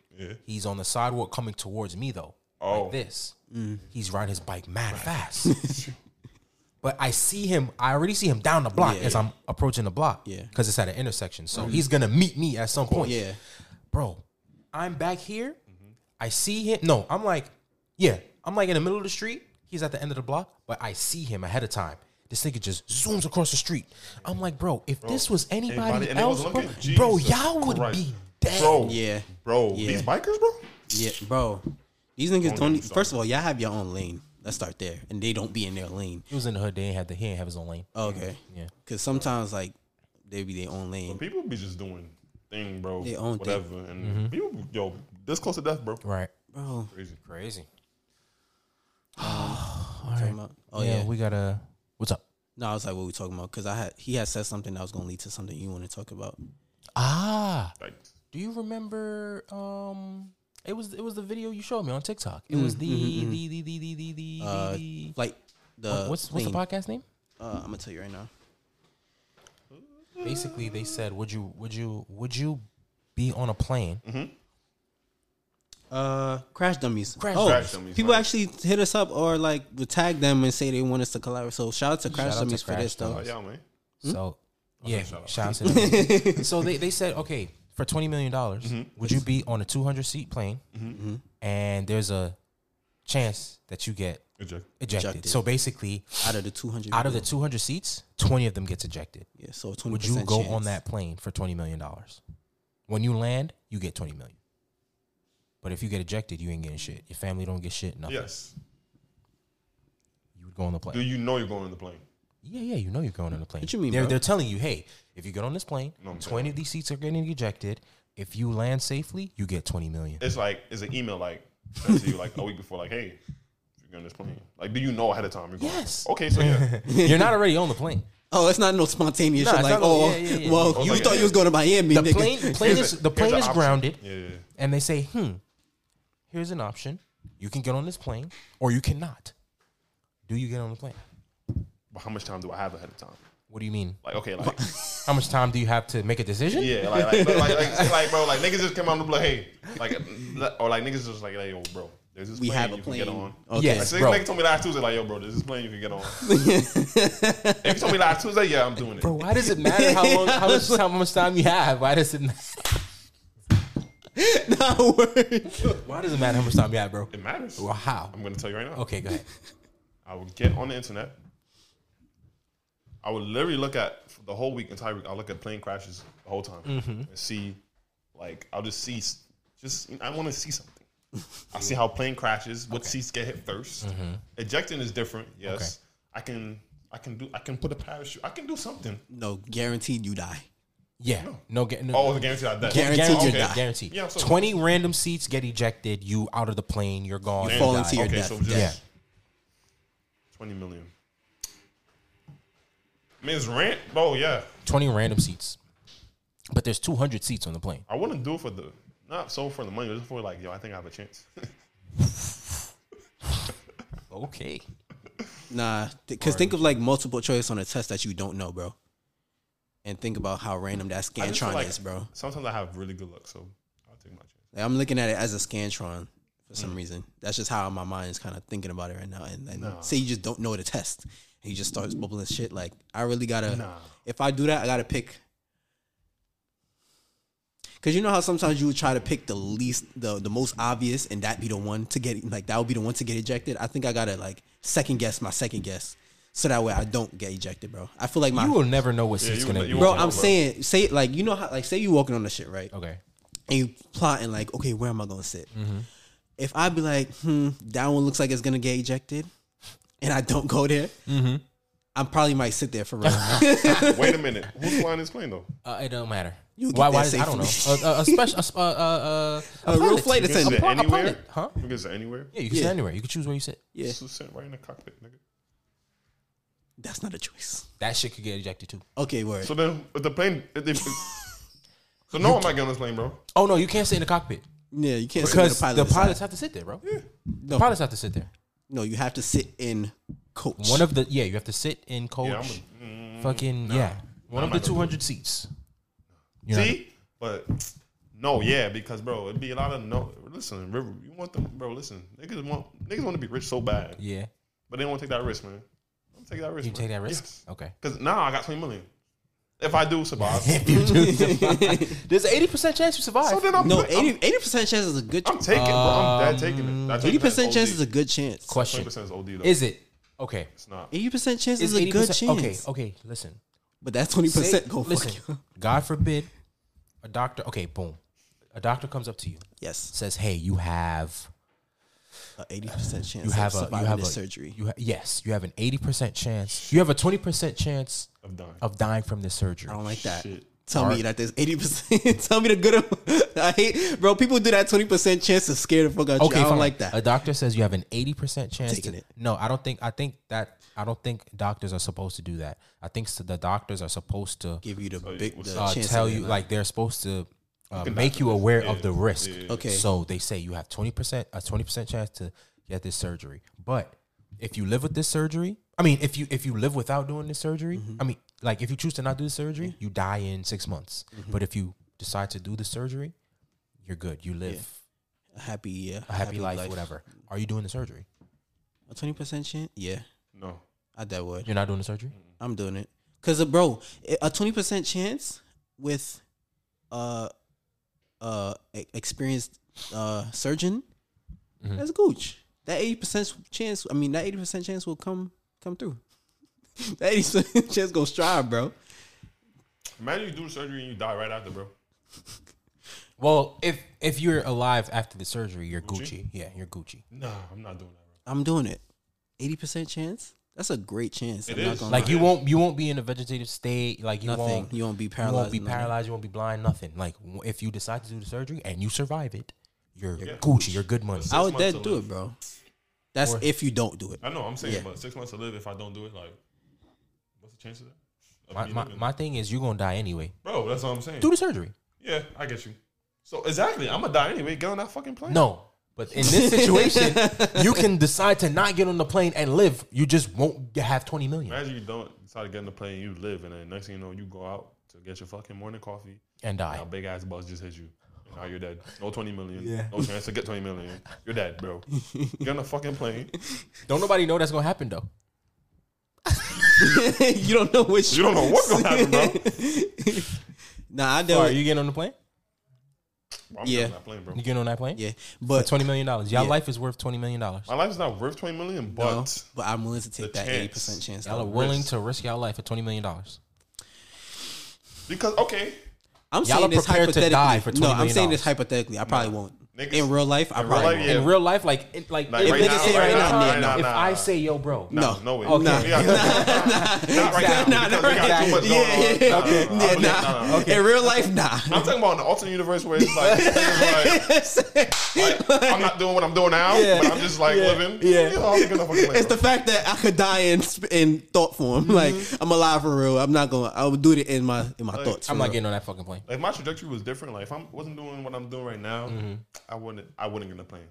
He's on the sidewalk coming towards me though, Oh. like this. Mm. He's riding his bike mad [LAUGHS] fast. But I see him. I already see him down the block Yeah, as yeah. I'm approaching the block. Yeah. Mm-hmm. because it's at an intersection, so he's gonna meet me at some point yeah. bro, I'm back here. I see him. No, I'm like, yeah, I'm like in the middle of the street. He's at the end of the block, but I see him ahead of time. This nigga just zooms across the street. I'm like, bro, if this was anybody anybody- and they else, wasn't bro, looking. bro, Jesus y'all would Christ. be dead. bro, Yeah. bro, Yeah. these bikers, bro. Yeah, bro. These niggas them don't. e- something. First of all, y'all have your own lane. Let's start there, and they don't be in their lane. Oh, He was in the hood. They ain't have the. He ain't have his own lane. Okay. Yeah. Because sometimes like they be their own lane. People be just doing thing, bro. Their own thing. whatever, Mm-hmm. and people, yo, this close to death, bro. Right. Bro. Crazy. Crazy. talking about- Oh yeah, yeah. we gotta. What's up? No, I was like, what we talking about? Because I had he had said something that was gonna lead to something you want to talk about. Ah, Like, do you remember? Um, it was it was the video you showed me on TikTok. It was the the the the the the the. the Like the what's what's the thing. podcast name? Uh, I'm gonna tell you right now. Basically, they said, "Would you would you would you be on a plane?" Uh, crash dummies. Crash oh, Crash Dummies, People right. actually hit us up or like would tag them and say they want us to collaborate. So shout out to out Crash to Dummies for Crash this though. oh, yeah, man. So yeah, Mm-hmm. shout out to them. so they they said, "Okay, for twenty million dollars, would you be on a two hundred seat plane?" And there's a chance that you get Good joke. ejected. Ejected. So basically, Out of the 200, out of the two hundred seats, twenty of them gets ejected. yeah, so 20. Would you go on that plane for twenty million dollars? When you land, you get twenty million. But if you get ejected, you ain't getting shit. Your family don't get shit. Nothing. Yes. You would go on the plane. Do you know you're going on the plane? Yeah, yeah, you know you're going on the plane. What you mean, they're, bro? they're telling you, hey, if you get on this plane, I'm 20 of these seats are getting ejected. If you land safely, you get 20 [LAUGHS] million. It's like it's an email like [LAUGHS] sent to you like a week before, like, hey, you're going on this plane. Like, do you know ahead of time you're going? Yes. Okay, so yeah. You're not already on [LAUGHS] the plane. Oh, it's not no spontaneous Nah, shit. it's not Like, no- oh, yeah, yeah, yeah. well, It's you like thought a- you was going to Miami, The nigga. plane, plane [LAUGHS] Here's is a- the here's plane a is option. grounded, yeah, yeah, yeah. and they say, hmm, here's an option. You can get on this plane or you cannot. Do you get on the plane? But how much time do I have ahead of time? What do you mean? Like, okay, like, How much time do you have to make a decision? [LAUGHS] yeah, like, like, like, [LAUGHS] like, like, like, bro, like niggas just came out of the blue, hey, like, [LAUGHS] or like niggas just like, hey, yo, bro, there's this We plane have a you plane. can get on. Yes. Like, [LAUGHS] six bro. niggas told me last Tuesday, like, yo, bro, there's this plane you [LAUGHS] can get on. if you told me last Tuesday, yeah, I'm doing it. Bro, why does it matter how long, how much, how much time you have? Why does it matter? Not word. Why does it matter how much time you have, bro? It matters. Well, how? I'm gonna tell you right now. Okay, go ahead. I would get on the internet. I would literally look at for the whole week, entire week. I'll look at plane crashes the whole time Mm-hmm. and see, like, I'll just see, s- just I want to see something. I see how plane crashes, what seats get hit 1st Mm-hmm. Ejecting is different. Yes, I can, I can do, I can put a parachute. I can do something. No, guaranteed you die. Yeah. No, ga- no Oh, it's against you. I bet. Guaranteed guaranteed. you okay, die. Guaranteed. Yeah, so- 20 random seats get ejected. You out of the plane. You're gone. Damn. fall die. into your Okay, death. so just Yeah. twenty million. I mean, it's rent. Oh yeah. 20 random seats. But there's 200 seats on the plane. I wouldn't do it for the not so for the money, just for like, yo, I think I have a chance. [LAUGHS] Okay. Nah, because think of like multiple choice on a test that you don't know, bro. And think about how random that I just feel Scantron like is, bro. Sometimes I have really good luck, so I'll take my chance. Like, I'm looking at it as a Scantron for some Mm. reason. That's just how my mind is kind of thinking about it right now. And, and say you just don't know the test, and you just starts bubbling shit. Like I really gotta. Nah. If I do that, I gotta pick. Cause you know how sometimes you would try to pick the least, the the most obvious, and that be the one to get like that would be the one to get ejected. I think I gotta like second guess my second guess, so that way I don't get ejected, bro. I feel like my You will never know what seat's you- going to be. you will [LAUGHS] bro. never I'm know, bro. saying say like you know how like say you walking on the shit right, Okay. and you plotting like, okay, where am I gonna sit? Mm-hmm. If I be like, hmm, that one looks like it's gonna get ejected, and I don't go there, Mm-hmm. I probably might sit [LAUGHS] there for real. [LAUGHS] Wait a minute, who's flying this plane though? Uh, it don't matter. You'll get Why? there Why? Is, I don't know. safely. [LAUGHS] A, a, a special. A, sp- uh, uh, uh, A real pilot. flight You can attendant. sit pro- a anywhere, pilot, huh? You can sit anywhere. Yeah, you can sit Yeah. anywhere. You can choose where you sit. yeah, Just sit right in the cockpit, nigga. that's not a choice. That shit could get ejected too. Okay, word. So then, if the plane, if [LAUGHS] they, so no, I'm not getting this plane, bro. Oh no, you can't sit in the cockpit yeah, you can't sit in the because the, pilot's side. pilots have to sit there, bro. The No, pilots have to sit there. no, you have to sit in coach. One of the yeah, you have to sit in coach. Yeah, I'm fucking yeah, Mm-hmm. one of the I'm not gonna do two hundred seats. a, You know what I mean? see, but no, yeah, because bro, it'd be a lot of no. Listen, river, you want them, bro? Listen, niggas want niggas want to be rich so bad, Yeah, but they don't want to take that risk, man. I'm taking that risk. you man. take that risk. Yes. Okay. Cause now I got twenty million. If I do survive, [LAUGHS] There's eighty percent chance you survive. so then I'm no, I'm- 80 percent chance is a good. I'm taking, bro. I'm dead taking it. That 80 taking percent OD. chance is a good chance. Question: 20% is OD though. Is it okay? It's not. 80 percent chance is, Is a good 80% chance. Okay, okay. Listen, But that 20 Say- percent go listen, fuck you. [LAUGHS] [LAUGHS] God forbid, a doctor. Okay, boom. A doctor comes up to you, Yes, says, "Hey, you have a 80 percent chance. you have a of you surviving have a this surgery. You ha- yes, you have an eighty percent chance. You have a twenty percent chance I'm dying. of dying from this surgery. I don't like that. Shit. Tell me that there's eighty percent. [LAUGHS] Tell me the good. Of, [LAUGHS] I hate, bro. People do that twenty percent chance to scare the fuck out you. I don't fine. like A that. doctor says you have an eighty percent chance. taking To, it. no, I don't think. I think that I don't think doctors are supposed to do that. I think s- the doctors are supposed to Give you the big the uh, chance. tell of you it. like they're supposed to uh, can make back you up. aware Yeah, of the risk. yeah, yeah. Okay. So they say you have twenty percent a twenty percent chance to get this surgery. But if you live with this surgery, I mean, if you if you live without doing this surgery, Mm-hmm. I mean, like if you choose to not do the surgery, you die in six months. Mm-hmm. But if you decide to do the surgery, you're good. You live a happy yeah, a happy, life, whatever. Are you doing the surgery? A twenty percent chance. Yeah, No. I that would. You're not doing the surgery. I'm doing it because bro, a twenty percent chance with uh uh e- experienced uh surgeon. Mm-hmm. That's gooch. That eighty percent chance. I mean, that eighty percent chance will come come through. [LAUGHS] that eighty percent [LAUGHS] chance go strive, bro. Imagine you do the surgery and you die right after, bro. Well, if if you're alive after the surgery, you're Gucci. Yeah, you're Gucci. Nah, I'm not doing that, I'm doing it. Eighty percent chance. That's a great chance. It I'm not is. gonna Like lie. you won't you won't be in a vegetative state. Like you nothing. won't you won't be you paralyzed. won't be nothing. paralyzed. You won't be blind. Nothing. Like w- if you decide to do the surgery and you survive it, you're Yeah. Gucci. You're good money. I Six would months dead to do live. it, bro. That's Or- if you don't do it. bro. I know, I'm saying, Yeah. but six months to live if I don't do it, like, what's the chance of that? Of My, me my, living? my thing is you're gonna die anyway. bro, that's what I'm saying. Do the surgery. Yeah, I get you. So, exactly. I'm going to die anyway. Get on that fucking plane. No, But in this situation, [LAUGHS] you can decide to not get on the plane and live. You just won't g- have twenty million Imagine you don't decide to get in the plane, you live, and then next thing you know, you go out to get your fucking morning coffee. and Now, die. big ass bus just hit you. And Now you're dead. No 20 million. Yeah. No chance to get 20 million. You're [LAUGHS] dead, bro. Get on a fucking plane. Don't nobody know that's gonna happen though. [LAUGHS] you don't know which. You don't know what's gonna happen, bro. [LAUGHS] Nah, I So know. are you getting on the plane? I'm Yeah. yeah. that plane, bro. You getting on that plane? [LAUGHS] Yeah, For but twenty million dollars. Y'all Yeah. life is worth twenty million dollars. My life's not worth 20 million, but no, but I'm willing to take the that chance. eighty percent chance. Y'all are willing to risk y'all life for twenty million dollars. because okay, Y'all I'm saying are this prepared to hypothetically. die for no, $20 I'm million saying this hypothetically. I probably won't. Niggas- in real life, I in real probably life, won't. yeah. In real life, like in, like, Like, if right niggas now, say right right now, now, right if- now, if nah. I say yo, bro, no, no, way. Okay. [LAUGHS] We got- not right now. Nah, because nah, we got right too much now. going [LAUGHS] on. Yeah, Nah, okay. nah, nah, Yeah, nah, nah, nah. nah. In real life, nah. I'm talking about an alternate universe where it's like, it's like, like, I'm not doing what I'm doing now, but I'm just like living. Yeah. You know, I'm gonna fucking plane, It's bro. the fact that I could die in sp- in thought form. Mm-hmm. Like I'm alive for real. I'm not going. to I'll do it in my in my thoughts. I'm for not real. getting on that fucking plane. like my trajectory was different. Like if I wasn't doing what I'm doing right now, Mm-hmm. I wouldn't. I wouldn't get on a plane.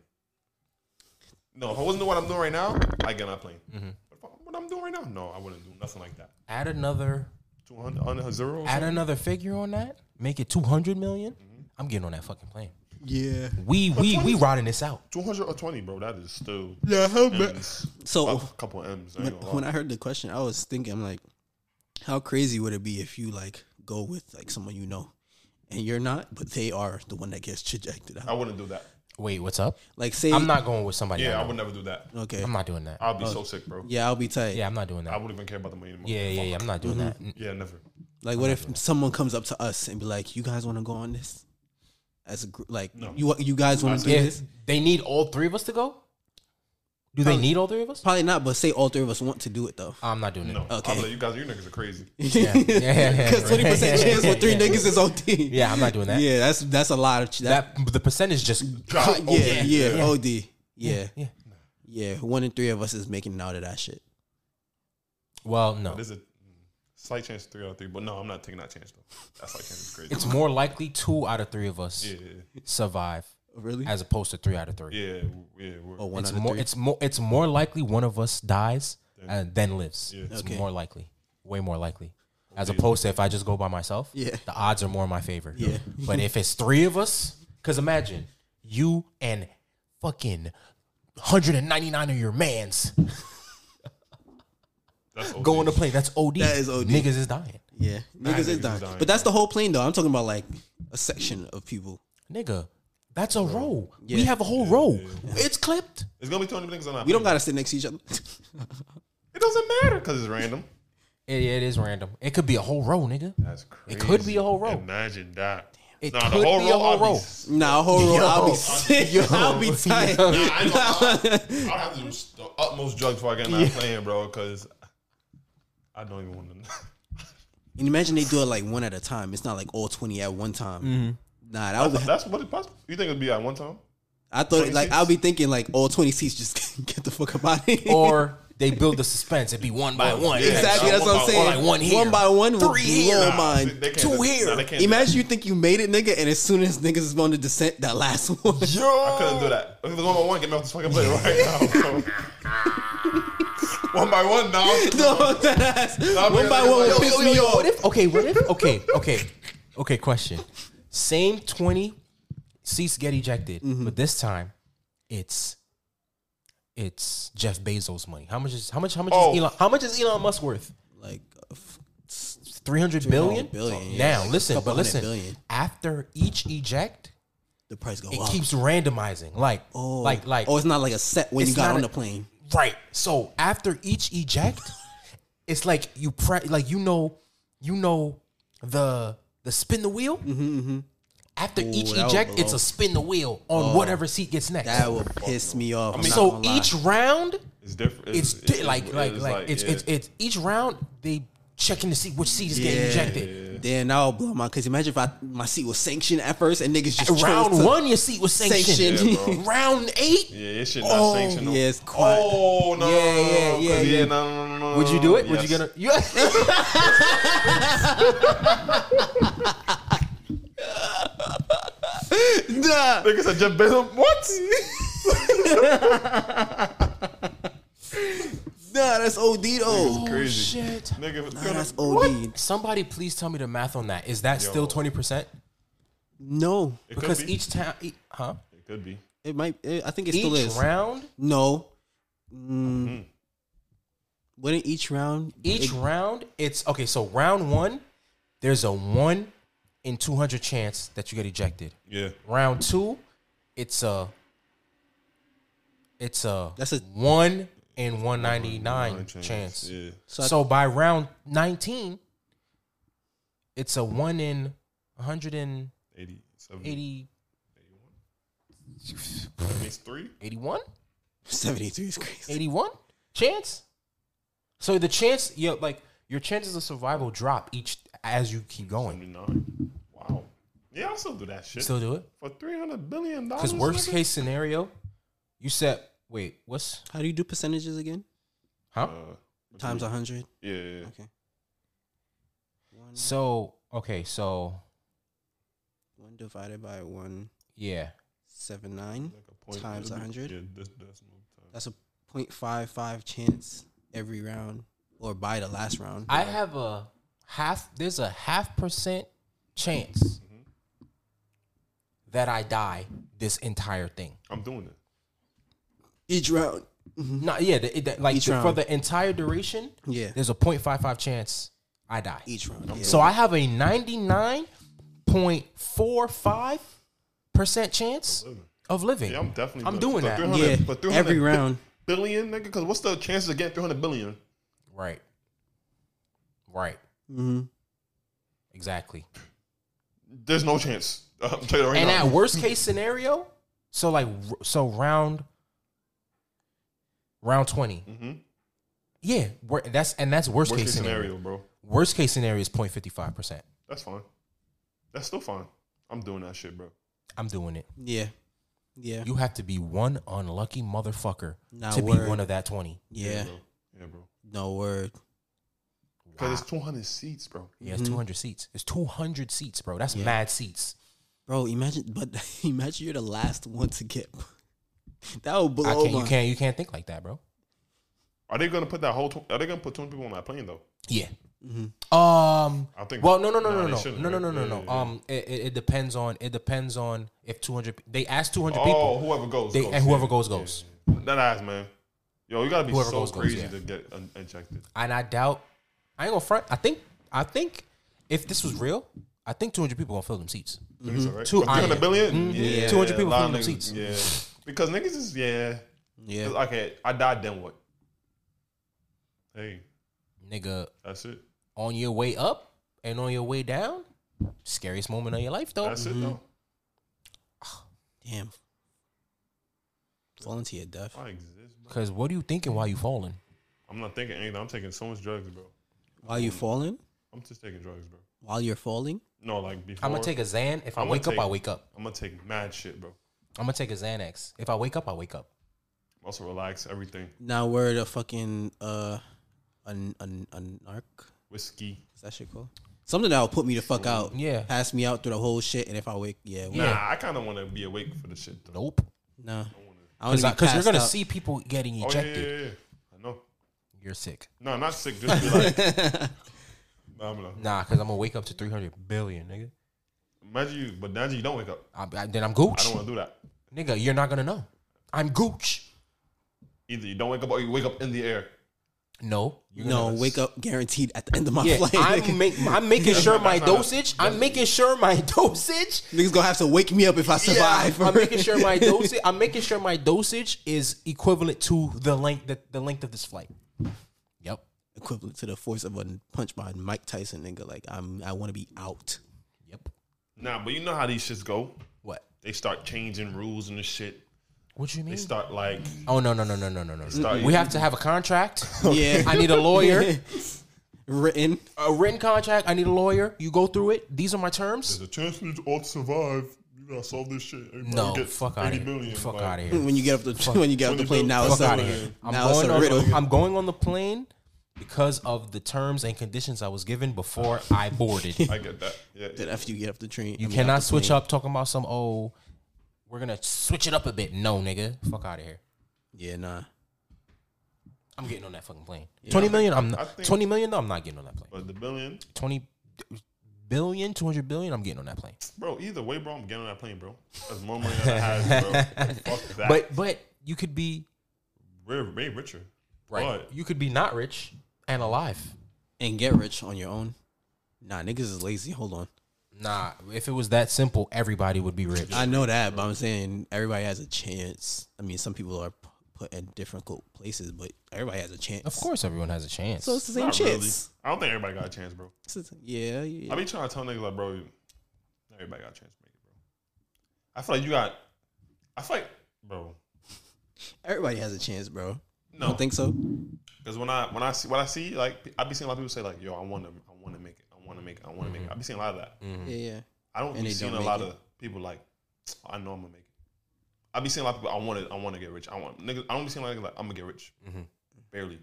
No, if I wasn't doing what I'm doing right now, I get on a plane. Mm-hmm. But if I- what I'm doing right now, no, I wouldn't do nothing like that. Add another, 200 on a zero. or add something? another figure on that. Make it two hundred Mm-hmm. I'm getting on that fucking plane. Yeah. We we we riding this out. 200 or 20, bro. That is still Yeah. how bad- M's. So a couple M's. I ain't Oh. when, gonna lie. when uh, I heard the question, I was thinking, I'm like, how crazy would it be if you like go with like someone you know, and you're not, but they are the one that gets rejected I out. wouldn't do that. Wait, what's up? Like say, I'm not going with somebody. Yeah, I I know. would never do that. okay. I'm not doing that. I'll be so sick, bro. Uh, yeah, I'll be tight. Yeah, I'm not doing I that. wouldn't even care about the money anymore. Yeah, yeah, yeah. I'm not doing that. Mm-hmm. Mm, Yeah, never. Like, what if someone comes up to us and be like, "You guys want to go on this?" As a group, like you you guys want to do If this? they need all three of us to go, do they need all three of us? Probably not, but say all three of us want to do [LAUGHS] it though. I'm not doing it. No. Okay. I'm like, you guys, you niggas are [LAUGHS] crazy. [LAUGHS] Yeah, yeah, yeah, [LAUGHS] yeah. Because twenty [LAUGHS] percent chance for three Yeah. niggas is OD. Yeah, I'm not doing that. Yeah, that's that's a lot of ch- that. That the percentage just Drop. [LAUGHS] yeah, yeah, yeah. OD. Yeah, yeah. yeah. One in three of us is making it out of that shit. Well, no. There's a slight chance of three out of three, but no, I'm not taking that chance though. That slight chance is crazy. It's more likely two out of three of us yeah, survive Really? as opposed to three out of three. yeah, yeah. yeah we're, Oh, one It's out of more three. it's more it's more likely one of us dies and then lives. It's Okay. more likely. Way more likely. As opposed to if I just go by myself, Yeah. the odds are more in my favor. Yeah. but if it's three of us, because imagine you and fucking 199 of your mans that's OD. go on the plane. That's OD. That is OD. Niggas is dying. Yeah, niggas is niggas is dying. dying, But that's the whole plane, though. I'm talking about like a section of people. Nigga, that's a row. Yeah. We have a whole row. It's clipped. It's gonna be 20 niggas on that. We don't plane. gotta sit next to each other. [LAUGHS] It doesn't matter because it's random. It, it is random. It could be a whole row, nigga. That's crazy. It could be a whole row. Imagine that. It Nah, could be a whole I'll be row. s- nah, a whole row. I'll Yo. be sick. [LAUGHS] [LAUGHS] I'll be tight. [LAUGHS] Nah, I ain't gonna- I'll have to do the utmost drugs before I get on that plane, bro, because I don't even want to. And imagine they do it like one at a time. It's not like all twenty at one time. Mm-hmm. Nah, that [LAUGHS] would, [LAUGHS] That's what it's possible. You think it'd be at one time? I thought like 26? I'll be thinking like all twenty seats. Just [LAUGHS] get the fuck up out of here. [LAUGHS] or they build the suspense. It'd be one by one. yeah. exactly, that's what I'm One by saying. one, one here. by one, Three three here. here. Nah, they- mind. they can't Oh Two do- nah, here. they can't do Imagine you think you made it, nigga, and as soon as niggas is on the descent, that last [LAUGHS] one. I couldn't do that. If it was one by one, get me off this fucking plane right now. [LAUGHS] one by one now. no, that's, one by one Yo, will piss me off. What if? Okay. What if? Okay. Okay. Okay. Question. Same twenty seats get ejected, Mm-hmm. but this time it's it's Jeff Bezos' money. How much is how much how much Oh. is Elon? How much is Elon Musk worth? Like, uh, f- s- Three hundred billion. billion, yeah. Now Like a listen, couple but hundred listen. billion. After each eject, the price go it up. keeps randomizing. Like Oh. like like oh, it's not like a set when you It's got not on a- the plane. Right. So after each [LAUGHS] eject, it's like you pre- like you know you know the the spin the wheel. After each Mm-hmm, that would eject, it's blow. a spin the wheel on whatever seat gets next. Oh. That would piss me off. I'm not so gonna lie. each round, It's different. it's, di- like like like, it's, it's it's each round they checking to see which seat is getting Yeah. ejected. then I'll blow my. Cause imagine if I my seat was sanctioned at first and niggas just chose Round to- one, your seat was sanctioned. Sanctioned. Yeah, bro. [LAUGHS] Round eight, yeah, it should not Oh, sanction. Yeah, it's quiet. Oh no! Yeah, yeah, 'cause yeah, yeah. no, no, no, no, no, would you do it? Would you yes. get a [LAUGHS] yeah? Nah. Nigga said Jeff Bezos. What? Nah, that's OD though. Crazy. Oh, Shit. Nigga, if it's Nah, gonna- that's OD. Somebody please tell me the math on that. Is that still Yo. 20%? No, it could Because be. each town, e- huh? It could be. it might. It, I think it still Each is. round? Mm-hmm. No. Mm. Wouldn't each round? Each it- round, it's okay. So round one, there's a one in two hundred chance that you get ejected. Yeah. Round two, it's a it's a That's a- one in one ninety nine Nine chance. Yeah. so, I- So by round nineteen, it's a one in one hundred and 80, 70, eighty 81. It's three. eighty one. 73 is crazy. 81 chance. So the chance, yeah, like your chances of survival drop each as you keep going. 79. Wow. Yeah, I'll still do that shit. Still do it For $300 billion. because worst nigga? case scenario, you said, wait, what's How do you do percentages again? huh? Uh, what Times you- 100. Yeah, yeah, yeah. Okay. One, So okay, so one divided by one yeah, seven nine. Like a point. Times It'll be- 100? Yeah, that's decimal time. That's a 0.55 chance every round, or by the last round. I have a half. There's a half percent chance that I die this entire thing. I'm doing it. each round. No, yeah, the, it- that- like Mm-hmm. Each the- for round. the entire duration, Yeah. there's a 0.55 chance I die. Each round. Yeah. So I have a 99.45% chance of living. Yeah, I'm definitely. I'm doing doing it. that. yeah. For 300 for 300 Every round. billion, nigga. Because what's the chances of getting 300 billion? Right. Right. Mm-hmm. Exactly. There's no chance. [LAUGHS] I'm telling you right And now. at worst case scenario, so like r- so round round 20. Mhm. Yeah, wor- that's and that's Mm-hmm. worst, worst case, scenario. bro. Worst case scenario is 0.55%. That's fine. That's still fine. I'm doing that shit, bro. I'm doing it. Yeah. Yeah. You have to be one unlucky motherfucker Nah, to word. be one of that 20. Yeah. bro. Yeah, bro. No word. Because it's 200 seats, bro. Yeah, it's 200 seats. It's 200 seats, bro. That's mad seats. Bro, imagine, but [LAUGHS] imagine you're the last one to get. [LAUGHS] That would I blow can't, my. you can't you can't think like that, bro. Are they gonna put that whole? Tw- are they gonna put 20 people on that plane though? Yeah. Um. I think- Well, no, no, no, Nah, no, they no, shouldn't, no, no, right? no, no, Yeah, no. yeah, yeah. Um, it, it, it depends on it depends on if two hundred. They ask two hundred Oh, people. whoever goes, They goes and whoever yeah. goes goes. That ass, man. Yo, you gotta be Whoever so goes goes, crazy yeah. to get un- injected. And I doubt. I ain't gonna front. I think. I think if this was real, I think two hundred people gonna fill them seats. Think so, right? Mm-hmm. Two- But 300 I- Mhm. billion? Yeah, 200 people a lot filling of up niggas- seats. Yeah, because niggas is yeah. Yeah. 'Cause, Okay, I died. Then what? Hey, Nigga, that's it. on your way up and on your way down, scariest moment of your life though. That's it though. Damn. Falling to your death. I exist. Bro. Because what are you thinking while you falling? I'm not thinking anything. I'm taking so much drugs, bro. While you falling? I'm just taking drugs, bro. While you're falling? No, like before. I'm gonna take a Xan. If I I'ma wake take- up, I wake up. I'm gonna take mad shit, bro. I'm gonna take a Xanax. If I wake up, I wake up. Also relax everything. Now we're the fucking uh, a, a, a narc. Whiskey. Is that shit called? Something that'll put me the fuck out. Yeah. Pass me out through the whole shit, and if I wake, yeah, Yeah. Nah, I kind of want to be awake for the shit though. Nope. nah. I wanna be Because you're passed gonna out. see people getting Oh yeah, yeah, ejected. yeah, yeah. I know. You're sick. No, not sick. Just be like. [LAUGHS] nah, I'm not. Nah, because I'm gonna wake up to 300 billion, nigga. Imagine you, but imagine you don't wake up. I, I- then I'm I Gooch, don't want to do that. nigga. You're not gonna know. I'm Gooch. Either you don't wake up or you wake up in the air. No. You're No, gonna- wake up guaranteed at the end of my [LAUGHS] Yeah, flight. I'm, make, I'm making sure my That's not- dosage. I'm making sure my [LAUGHS] [LAUGHS] dosage. [LAUGHS] Niggas gonna have to wake me up if I Yeah, survive. I'm making sure my dosage. I'm making sure my dosage is equivalent to the length the, the length of this flight. Yep. [LAUGHS] equivalent to the force of a punch by Mike Tyson, nigga. Like I'm, I want to be [LAUGHS] out. Yep. Nah, but you know how these shits go. What? They start changing rules and this shit. What you They mean? start like Oh no no no no no no Start- no. We have to have a [LAUGHS] contract. Yeah, I need a lawyer. written. a written contract. I need a lawyer. You go through it. These are my terms. there's a chance we all survive. You gotta solve this shit. Everybody No, get fuck out 80 of here. million, Fuck like, out of here. When you get off the when you get off the plane, now Fuck it's out of a here. I'm now it's going, a riddle. on, I'm going on the plane because of the terms and conditions I was given [LAUGHS] before I boarded. I get that. Yeah, Then after you get off the train, You cannot switch up talking about some old oh, we're gonna switch it up a bit. No, nigga, fuck out of here. Yeah, nah. I'm getting on that fucking plane. Twenty million. I'm I not, think- twenty million. No, I'm not getting on that plane. But the billion, Twenty billion, two hundred billion. I'm getting on that plane. bro. Either way, bro, I'm getting on that plane, bro. That's more money than [LAUGHS] I have, bro. Like, fuck that. But but you could be we're way richer. right. But- You could be not rich and alive. And get rich on your own. Nah, niggas is lazy. Hold on. Nah, if it was that simple, everybody would be rich. I know that, but I'm saying everybody has a chance. I mean, some people are p- put in difficult places, but everybody has a chance. Of course, everyone has a chance. So it's the same Not really. chance. I don't think everybody got a chance, bro. It's the- Yeah, yeah. I be trying to tell niggas like, bro, you- not everybody got a chance to make it, bro. I feel like you got. I feel like, bro. everybody has a chance, bro. No, Don't think so. Mm-hmm. Because when I when I see what I see, like I be seeing a lot of people say like, "Yo, I want to, I want to make it, I want to make it, I want to Mm-hmm. make it." I be seeing a lot of that. Yeah, yeah. I don't And they be seeing don't a make lot it. of people like, "I know I'm gonna make it." I be seeing a lot of people. I want to, I want to get rich. I want niggas. I don't be seeing a lot of niggas like, "I'm gonna get rich," Mm-hmm. barely.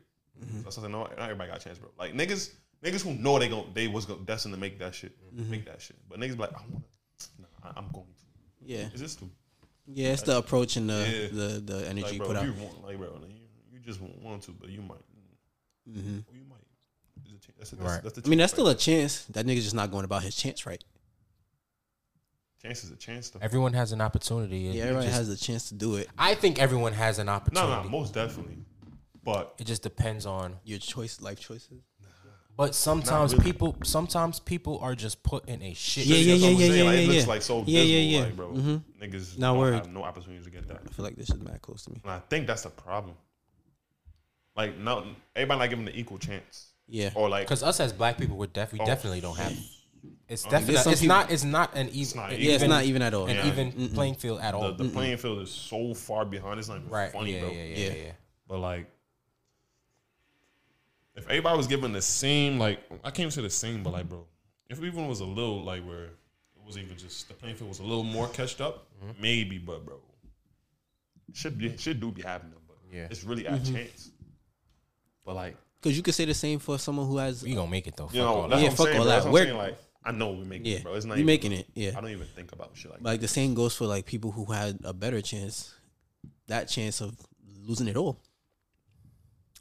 That's something. No, not everybody got a chance, bro. Like niggas, niggas who know they gon' they was gon- destined to make that shit, Mm-hmm. make that shit. But niggas be like, "I want to, nah, I- I'm going to." Yeah, Is this stupid? yeah. It's the approach and the Yeah. the, the energy Like, you bro, put out. you want, like, bro, like, you, you just want to, but you might, oh, Mhm. you might. There's a chance- That's, a, that's, Right. that's the I mean, that's chance, still right? a chance. That nigga's just not going about his chance, right? Mm-hmm. chance is a chance to Everyone has an opportunity. It- Yeah, it everybody just- has a chance to do it. I think everyone has an No, opportunity. no, most definitely. But It just depends on. Your choice, life choices. But sometimes really. people, sometimes people are just put in a shit. Yeah, yeah, that's yeah, what I'm yeah, saying, yeah, like, yeah, It yeah. looks like so Yeah, visible, yeah, Mm-hmm. yeah. like, bro. Niggas Not don't worried. have no opportunity to get that, I feel like this is mad close to me. and I think that's the problem. Like, no, everybody not giving the equal chance, Yeah, or like, Because us as black people, would def- we Oh. definitely don't have. It's There's definitely it's some people- not it's not an even not an even. yeah. It's not even at all. an Yeah. even playing field at all. the, the playing field is so far behind. It's not even right? funny, yeah, bro. yeah, yeah, yeah, Yeah. yeah. But like, if everybody was given the same, like, I can't even say the same, but like, bro, if everyone was a little like where it was even just the playing field was a little more catched up, Mm-hmm. maybe. But bro, should be should do be happening, but Yeah. it's really at chance. But like, because you could say the same for someone who has. We gonna make it though. Fuck you know, all that's that. Yeah, what I'm fuck saying. all bro. That's that. what I'm We're- saying. Like, I know we make Yeah, it, bro. It's not you even, making it. Yeah, I don't even think about shit like like the same goes for like people who had a better chance. That chance of losing it all.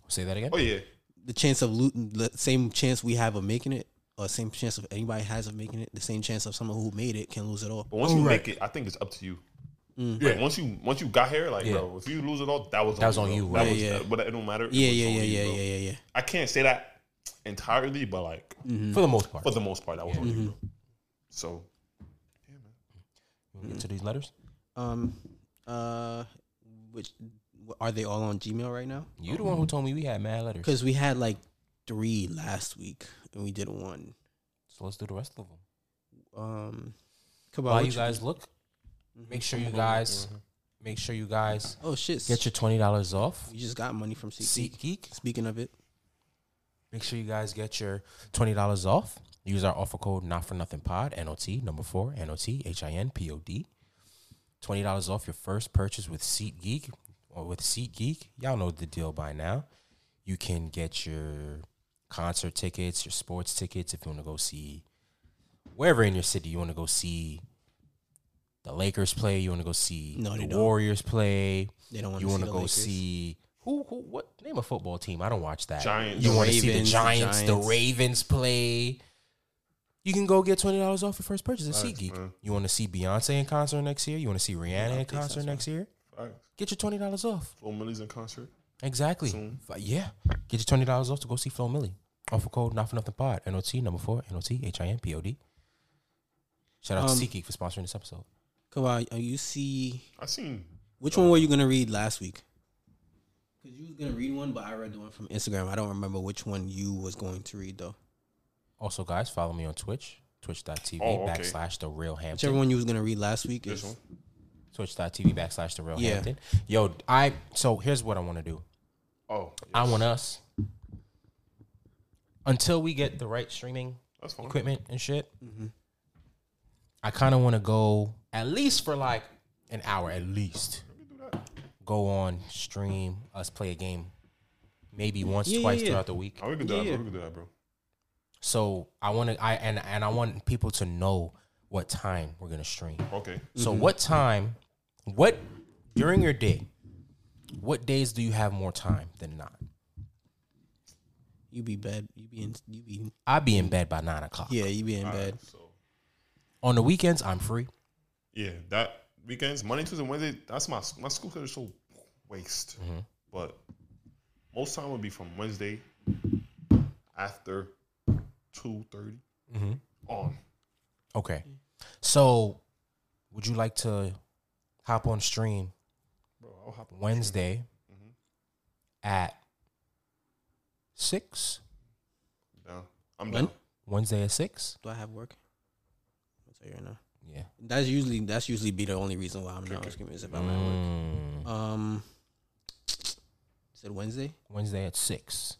Say that again. that. Oh yeah, the chance of lo- the same chance we have of making it, or same chance of anybody has of making it, the same chance of someone who made it can lose it all. but once you make it, I think it's up to you. Like, once you once you got here, like Yeah. bro, if you lose it all, that was That was on you, bro. right? That was, Yeah, yeah. but it don't matter. It Yeah, was on yeah, you, yeah, yeah, bro. yeah, yeah, yeah. I can't say that entirely, but like For the most part. for the most part, that was on you, bro. So We'll get to these letters. Um, uh, which wh- are they all on Gmail right now? You the one Mm-hmm. who told me we had mad letters. Because we had like three last week, and we did one. So let's do the rest of them. Um, come While on, you guys look, make sure you guys, make sure you guys Oh shit! get your twenty dollars off. we just got money from CC. Seat Geek. Speaking of it, Make sure you guys get your twenty dollars off. Use our offer code not for nothing pod not number four not h i n p o d. Twenty dollars off your first purchase with SeatGeek or with SeatGeek. Y'all know the deal by now. You can get your concert tickets, your sports tickets if you want to go see wherever in your city you want to go see the Lakers play. You want to go see No, they the don't. Warriors play. they don't want You want to go Lakers. see who? Who? What name a football team? I don't watch that. Giants. You The want to see the Ravens, the Giants, the Giants. Ravens play. You can go get twenty dollars off your first purchase at Facts, SeatGeek. man. You want to see Beyonce in concert next year? You want to see Rihanna in concert next year? alright. Get your twenty dollars off. Flo Milli's in concert. Exactly. F- Yeah. Get your twenty dollars off to go see Flo Millie. Offer code not for nothing pod. NOT number four. NOT H I N P O D. Shout out Um, to SeatGeek for sponsoring this episode. Come on, uh, you see. I seen Which one were you gonna read last week? Cause you was gonna read one, but I read the one from Instagram. I don't remember which one you was going to read though. Also, guys, follow me on Twitch. Twitch.tv Oh, okay. backslash the real Hampton. Whichever one you was gonna read last week this is one. twitch.tv backslash the real Yeah. hampton yo i so here's what i want to do Oh, i want us until we get the right streaming that's fine. equipment and shit Mm-hmm. i kind of want to go at least for like an hour at least go on stream us play a game maybe once Yeah, yeah, twice yeah. throughout the week Oh, we could do that. Yeah. Bro. We could do that, bro. so i want to i and and i want people to know what time we're gonna stream Mm-hmm. Okay. so what time What during your day? What days do you have more time than not? You be bad. You be in. You be. I be in bed by nine o'clock. Yeah, you be in bed. So On the weekends, I'm free. yeah, that weekends, Monday, Tuesday, Wednesday. That's my my school schedule is so waste. But most time would be from Wednesday after two on. Okay. So, would you like to hop on stream Bro, I'll hop on Wednesday at six? down. I'm When? done. Wednesday at six? Do I have work? I'll tell you right now. Yeah. That's usually that's usually be the only reason why I'm not on stream is if I'm at Mm, work. Um, is it Wednesday? Wednesday at six.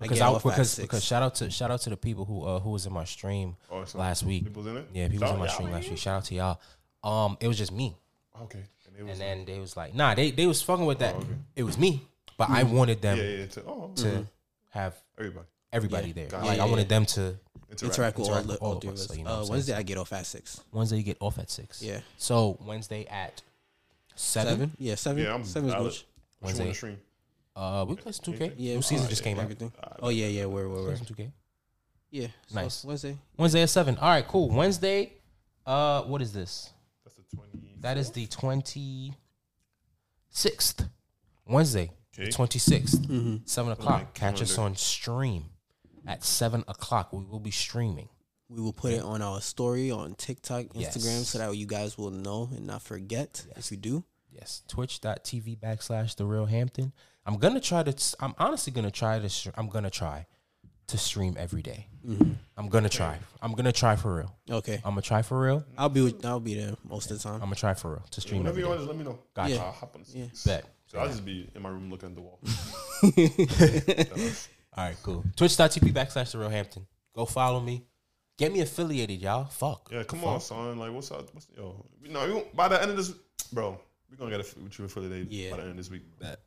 I Because get I, off at because six. because shout out to shout out to the people who uh, who was in my stream Oh, so last week. People's in it. Yeah, people was Shout in my out stream y'all. last week. Shout out to y'all. Um, it was just me, Okay. And it and was, then they was like, nah, they they was fucking with that. okay. It was me, but I wanted them yeah, yeah. To, oh, to have everybody. everybody Yeah. there. Got like it. I Yeah, wanted them to Interact with all, Interact the, with all, all of three of us, us. so you know what uh, I'm Wednesday I get off at six. Wednesday you get off at six. Yeah, So Wednesday at seven. seven. Yeah, seven. Yeah, I'm seven is valid. good. What you Wednesday. want to stream? Uh, we play some 2K. Oh, Yeah, New season just came out. everything. Oh yeah, yeah. Where, where, Play where? some 2K. Yeah. so Nice. Wednesday. Wednesday at seven. All right, cool. Wednesday. Uh, what is this? That's the 20. That is the twenty sixth. Wednesday, Okay. the twenty Mm-hmm. seven o'clock. my Catch us on stream at seven o'clock. We will be streaming. We will put it on our story on TikTok, Yes. Instagram, so that you guys will know and not forget if you do. Yes, twitch.tv backslash the real Hampton. I'm gonna try to. I'm honestly gonna try to. str- I'm gonna try to stream every day. I'm gonna try. I'm gonna try for real. Okay. I'm gonna try for real. Um, I'll be with, I'll be there most of the I'm time. gonna try for real to stream Whenever every you want, day. just let me know. Gotcha. I'll hop on. Yeah. Bet. So I'll just be in my room looking at the wall. All right, cool. Twitch.tv backslash the real Hampton. Go follow me. Get me affiliated, y'all. Fuck. Yeah, come on, son. Like, what's up? What's, yo, you know, you- by the end of this, bro, we're gonna get a with you for the day. Yeah. By the end of this week,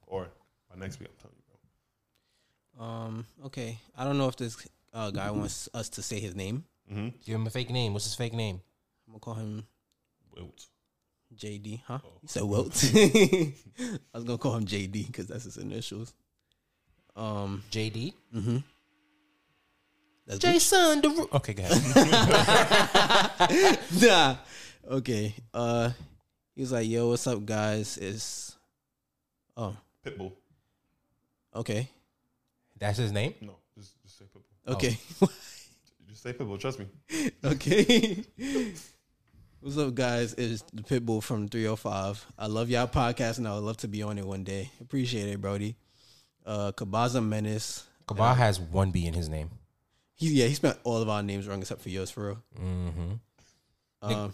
or by next week, I'm telling you, bro. Um. Okay. I don't know if this uh, guy wants us to say his name. Give him a fake name. What's his fake name? I'm gonna call him Wilt. JD, huh? You said Wilt. [LAUGHS] I was gonna call him JD because that's his initials. Um, JD. that's Jason Derulo. Okay, go [LAUGHS] ahead. [LAUGHS] nah. Okay. Uh, he was like, "Yo, what's up, guys?" It's oh, Pitbull. okay, That's his name. No, just, just say Pitbull. okay, Just say Pitbull. Trust me. [LAUGHS] okay. [LAUGHS] what's up, guys? It's the Pitbull from Three Hundred Five. I love y'all podcast, and I would love to be on it one day. Appreciate it, Brody. Uh, Kabaza Menace. Kabah has one B in his name. He yeah, he spent all of our names wrong except for yours, for real. Um, [LAUGHS]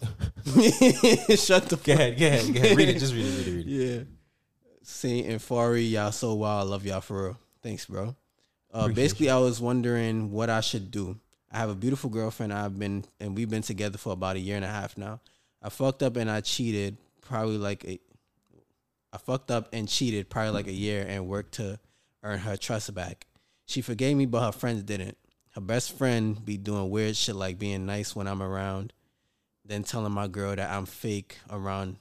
shut the Go ahead. Go ahead. Go ahead. Read it. Just read it. Read it. Read it. Yeah. Saint and Fari, y'all so wild. I love y'all for real. Thanks, bro. Uh, basically, I was wondering what I should do. I have a beautiful girlfriend. I've been and we've been together for about a year and a half now. I fucked up and I cheated probably like a, I fucked up and cheated probably like a year and worked to earn her trust back. She forgave me, but her friends didn't. Her best friend be doing weird shit like being nice when I'm around, then telling my girl that I'm fake around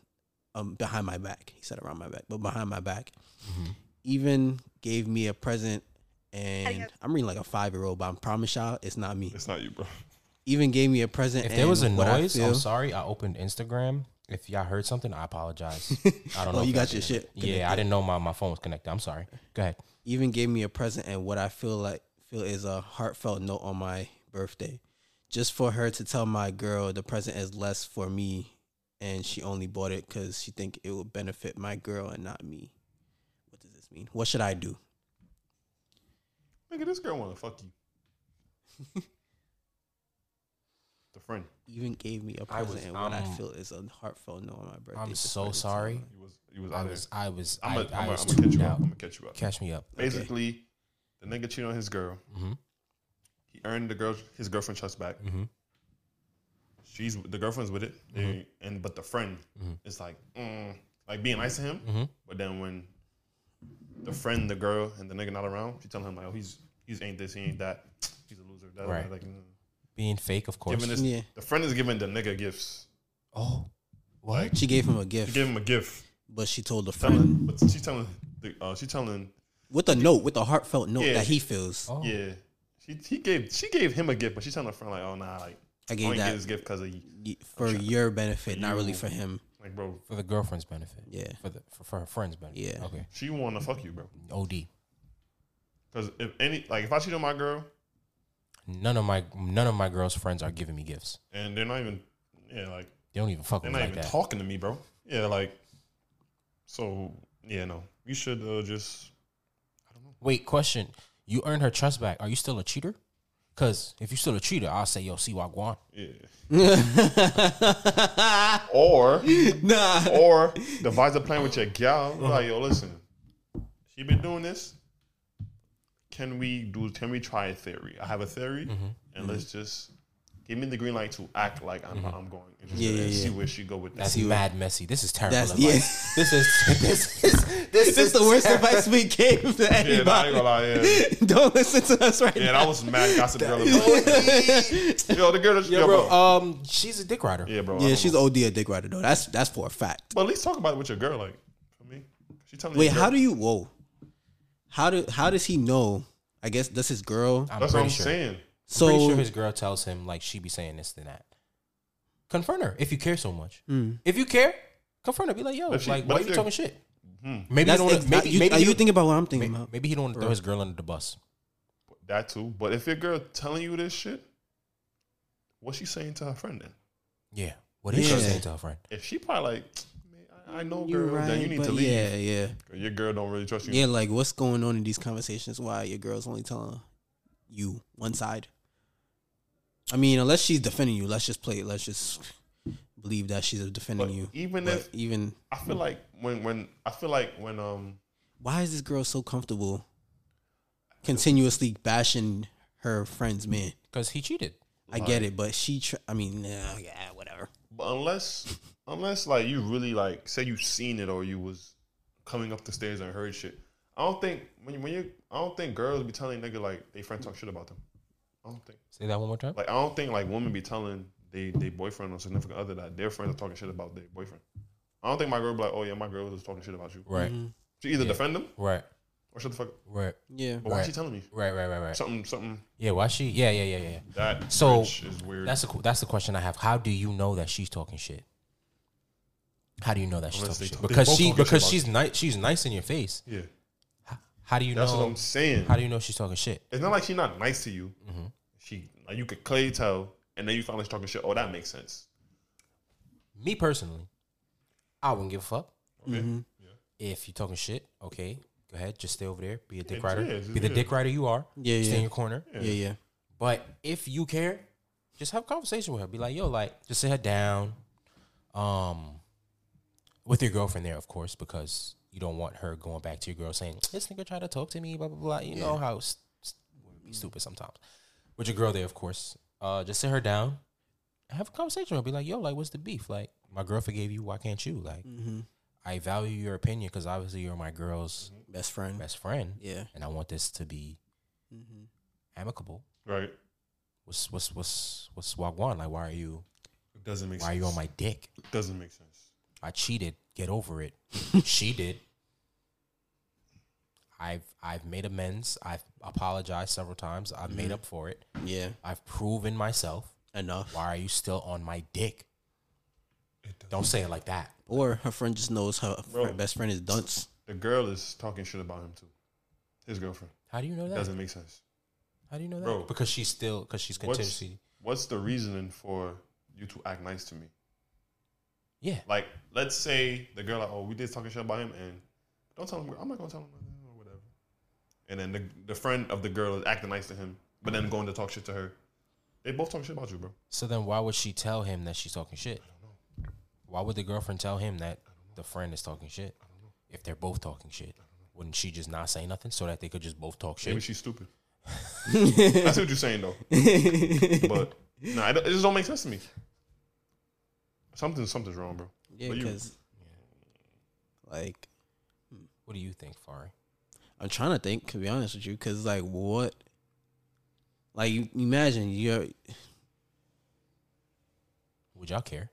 um, behind my back. He said around my back, but behind my back. Mm-hmm. Even gave me a present, and I'm reading like a five year old, but I promise y'all it's not me. It's not you, bro. [LAUGHS] Even gave me a present. If there was a and what I noise, feel- I'm sorry. I opened Instagram. If y'all heard something, I apologize. [LAUGHS] I don't know. Oh, if you y'all got your did. shit Yeah, I didn't know my, my phone was connected. I'm sorry. Go ahead. even gave me a present and what I feel like feel is a heartfelt note on my birthday. Just for her to tell my girl the present is less for me and she only bought it cuz she think it would benefit my girl and not me. What does this mean? What should I do? Nigga, this girl wanna fuck you. [LAUGHS] the friend. Even gave me a I was- present and what I I'm- feel is a heartfelt note on my birthday. I'm Just so for her to tell sorry. her. You was you was I out was there. I was I'm I, gonna I was catch tuned you up. out. I'm gonna catch you up. Catch me up. Basically, the nigga cheated on his girl. Mm-hmm. He earned the girl his girlfriend trust back. She's the girlfriend's with it, Mm-hmm. They- and but the friend is like, mm, like being nice to him. Mm-hmm. But then when the friend, the girl, and the nigga not around, she telling him like, oh, he's he's ain't this, he ain't that, he's a loser. That, Right. Like, mm. Being fake, of course. giving this, Yeah. the friend is giving the nigga gifts. oh. What? She gave him a gift, She gave him a gift. but she told a friend Telling, but she's telling, the, uh, she telling, with a note, with a heartfelt note Yeah. that he feels. Oh. yeah. She he gave she gave him a gift, but she's telling her friend like, oh nah, like I I gave only that get this gift because of you. y- for your benefit, not really you. for him. Like, bro, For the girlfriend's benefit. Yeah. For the for, for her friend's benefit. Yeah. Okay. she want to fuck you, bro. OD. Because if any, like, if I cheat on my girl None of my none of my girls' friends are giving me gifts. and they're not even, yeah, like They don't even fuck they're with me not like even that. talking to me, bro. Yeah, like, so yeah, no, you should uh, just Wait, question. You earned her trust back. Are you still a cheater? Cause if you're still a cheater, I'll say, yo, see Wagwan. [LAUGHS] yeah, nah, or or devise a plan with your gal. Like, yo, listen, she been doing this. Can we do? Can we try a theory? I have a theory, Mm-hmm. and let's just give me the green light to act like I'm, I'm going. interested Mm-hmm. Yeah, yeah, and See yeah. where she go with that. That's mad messy. This is terrible That's- advice. This [LAUGHS] is this is this, this is the worst advice we gave to Yeah, nah, I ain't anybody. gonna [LAUGHS] lie, yeah. Don't listen to us right Yeah, now. that was mad gossip [LAUGHS] girl. yo, the girl, that- Yo, yo, bro, bro. um, she's a dick rider. yeah, bro. I uh, yeah, don't she's know. OD a dick rider though. That's that's for a fact. But at least talk about it with your girl, like for me. She telling Wait, your girl- how do you? Whoa, how do how does he know? I guess does his girl. I'm That's what pretty I'm sure. saying. So, pretty So sure his girl tells him like she be saying this and that. Confront her if you care so much. Hmm. If you care, confront her. Be like, yo, But she- like but why if you you- talking shit? Hmm, Maybe you that's don't. ex- Wanna, maybe you, maybe are he you don't- thinking about what I'm thinking may- about? maybe he don't want to throw his girl under the bus. That too. But if your girl telling you this shit, what's she saying to her friend then? Yeah. What is Yeah. she saying to her friend? If she probably like, man, I, I know You're girl, then you need to but leave. Yeah, yeah, Your girl don't really trust you. yeah. Like what's going on in these conversations? Why your girl's only telling you one side? I mean, unless she's defending you, let's just play. it. Let's just believe that she's defending But you. even But if- even I feel like when when I feel like when um why is this girl so comfortable continuously bashing her friend's man? Because he cheated. I get it, but she. Tr- I mean, nah, yeah, whatever. But unless unless like you really like say you seen it or you was coming up the stairs and heard shit. I don't think when you, when you I don't think girls be telling nigga like they friend talk shit about them. I don't think Say that one more time. like I don't think like women be telling they they boyfriend or significant other that their friends are talking shit about their boyfriend. I don't think my girl be like, oh yeah, my girl was talking shit about you. Right. Mm-hmm. She either defend them Right. or shut the fuck up. Right. Yeah, But why Right. she telling me Right. Right. Right. Right. something something Yeah. Why she? Yeah. Yeah. Yeah. Yeah. that So, which is weird? That's a qu- that's the question I have. How do you know that she's talking shit? How do you know that she's Unless talking they shit? talk- they Because both she talking shit because about she's nice she's nice in your face. yeah, How do you that's know? what I'm saying. How do you Mm-hmm. know she's talking shit? it's not like she's not nice to you. She like you could clearly tell, and then you finally talking shit. Oh, that makes sense. Me personally, I wouldn't give a fuck Okay. Mm-hmm. if you're talking shit. Okay, go ahead, just stay over there, be a dick Yeah, rider, yeah, just- be the yeah. dick rider you are. Yeah, stay yeah. in your corner. yeah, yeah. But if you care, just have a conversation with her. Be like, yo, like, just sit her down. Um, with your girlfriend there, of course, because you don't want her going back to your girl saying, This nigga tried to talk to me, blah blah blah. You know how s- s- women be stupid sometimes. With your girl there, of course. Uh just sit her down. Have a conversation with her. Be like, yo, like, what's the beef? Like, my girl forgave you, why can't you? Like, I value your opinion because obviously you're my girl's Best friend. best friend. Mm-hmm. Yeah. And I want this to be amicable Right. what's what's what's what's wagwan? Like, why are you It doesn't make why are you on my dick? doesn't make sense. I cheated. Get over [LAUGHS] it. she did. I've I've made amends. I've apologized several times. I've Mm-hmm. made up for it. Yeah, I've proven myself. enough. Why are you still on my dick? Don't say it like that. Or her friend just knows her Bro. fr- best friend is [LAUGHS] dunce. [LAUGHS] The girl is talking shit about him too. His girlfriend How do you know that? doesn't make sense. How do you know that? Bro. because she's still because she's What's, continuously. what's the reasoning for you to act nice to me? Yeah. Like, let's say the girl, like, oh, we did talking shit about him, and don't tell him. I'm not gonna tell him nothing or whatever. And then the, the friend of the girl is acting nice to him, but then going to talk shit to her. They both talking shit about you, bro. So then, why would she tell him that she's talking shit? Why would the girlfriend tell him that the friend is talking shit? If they're both talking shit, wouldn't she just not say nothing so that they could just both talk Maybe shit? she's stupid. I see what you're saying though, [LAUGHS] but nah, it, don't- it just don't make sense to me. Something, something's wrong, bro. Yeah, But you- because like What do you think, Fari? I'm trying to think. To be honest with you, because like what, like you you imagine you're Would y'all care?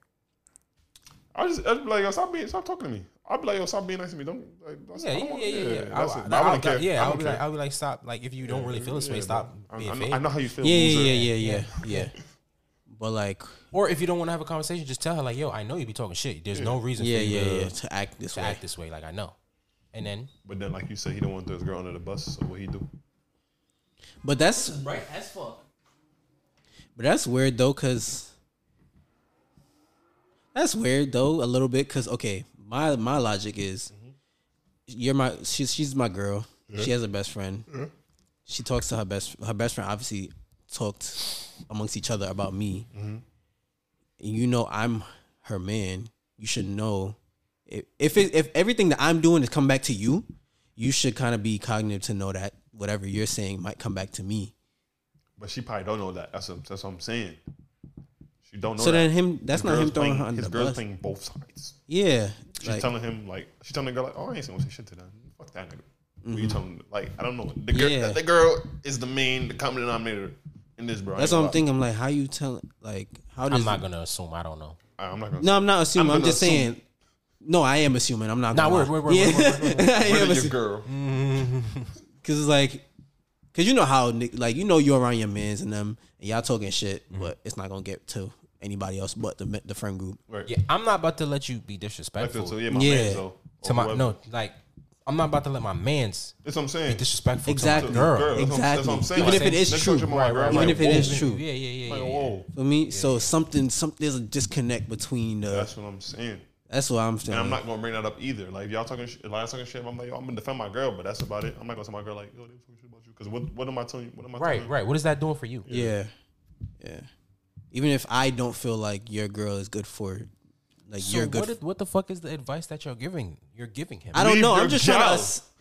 I just I'd be like, yo, stop being, stop talking to me. I'd be like, yo, stop being nice to me. Don't like, that's, Yeah, I yeah, don't- yeah, yeah. yeah. I, that's I, it. I, I would wouldn't care. Yeah, I I don't would be like, I care. would like, stop. Like, if you don't really feel this way, Yeah, stop bro. I- being I, know, fake. I know how you feel. Yeah, loser. yeah, yeah, yeah, yeah, yeah. But like, Or if you don't want to have a conversation, just tell her like, "Yo, I know you be talking shit. There's no reason yeah, for you yeah, to, yeah. To act this to way, act this way. Like, I know." And then, But then, like you said, he don't want to throw his girl under the bus. So what he do? but that's right as fuck. But that's weird though, cause that's weird though a little bit, cause okay, my my logic is you're my she's she's my girl. She has a best friend. She talks to her best her best friend. Obviously, talked amongst each other about me. And you know I'm her man. You should know if if it, if everything that I'm doing is come back to you, you should kind of be cognitive to know that whatever you're saying might come back to me. But she probably don't know that. That's what, that's what I'm saying. She don't know. So that. then him- that's not girl's him throwing playing, her under His the girl's bus. playing both sides. Yeah, She's like, telling him like she's telling the girl like, oh, I ain't gonna say shit to them. Fuck that nigga. What you telling? me? Like I don't know. The girl, Mm-hmm. Yeah. the girl is the main, the common denominator in this, bro. I That's what ain't gonna I'm thinking. I'm like, how you telling? Like, how does? I'm not gonna assume. I don't know. lie. I- I'm not gonna. no, I'm not assuming. I'm I'm, gonna just saying. No, I am assuming. I'm not. Nah, gonna we're- lie. we're- we're- yeah. [LAUGHS] we're- we're- I Where am did your assuming girl? Mm. because it's like, because you know how, ni- like, you know, you're around your mans and them, and y'all talking shit, Mm-hmm. but it's not gonna get to anybody else but the the friend group. Right. Yeah, I'm not about to let you be Like that, disrespectful So yeah, my Yeah. man's though. to Or my whoever. no. Like, I'm not about to let my man's That's what I'm saying. disrespectful Exactly. to my girl. Girl, that's what I'm- that's what I'm Exactly. saying. Even if Like, it is that's true, what you're right, like, Even like, if it whoa. is true. Yeah, yeah, yeah, Like, yeah. yeah. whoa. For me, so something, some there's a disconnect between the. That's, That's what I'm saying. what I'm And feeling. I'm not gonna bring that up either. Like if y'all talking, shit, if y'all talking shit, I'm like, yo, I'm gonna defend my girl, but that's about it. I'm not gonna tell my girl like, yo, they was talking shit about you, because what, what am I telling you? What am I Right, Telling right. What is that doing for you? Yeah. Yeah. Even if I don't feel like your girl is good for like So you're good. what, is- what the fuck is the advice that you're giving? You're giving him. I don't Leave know. your I'm just job. trying to ass- you?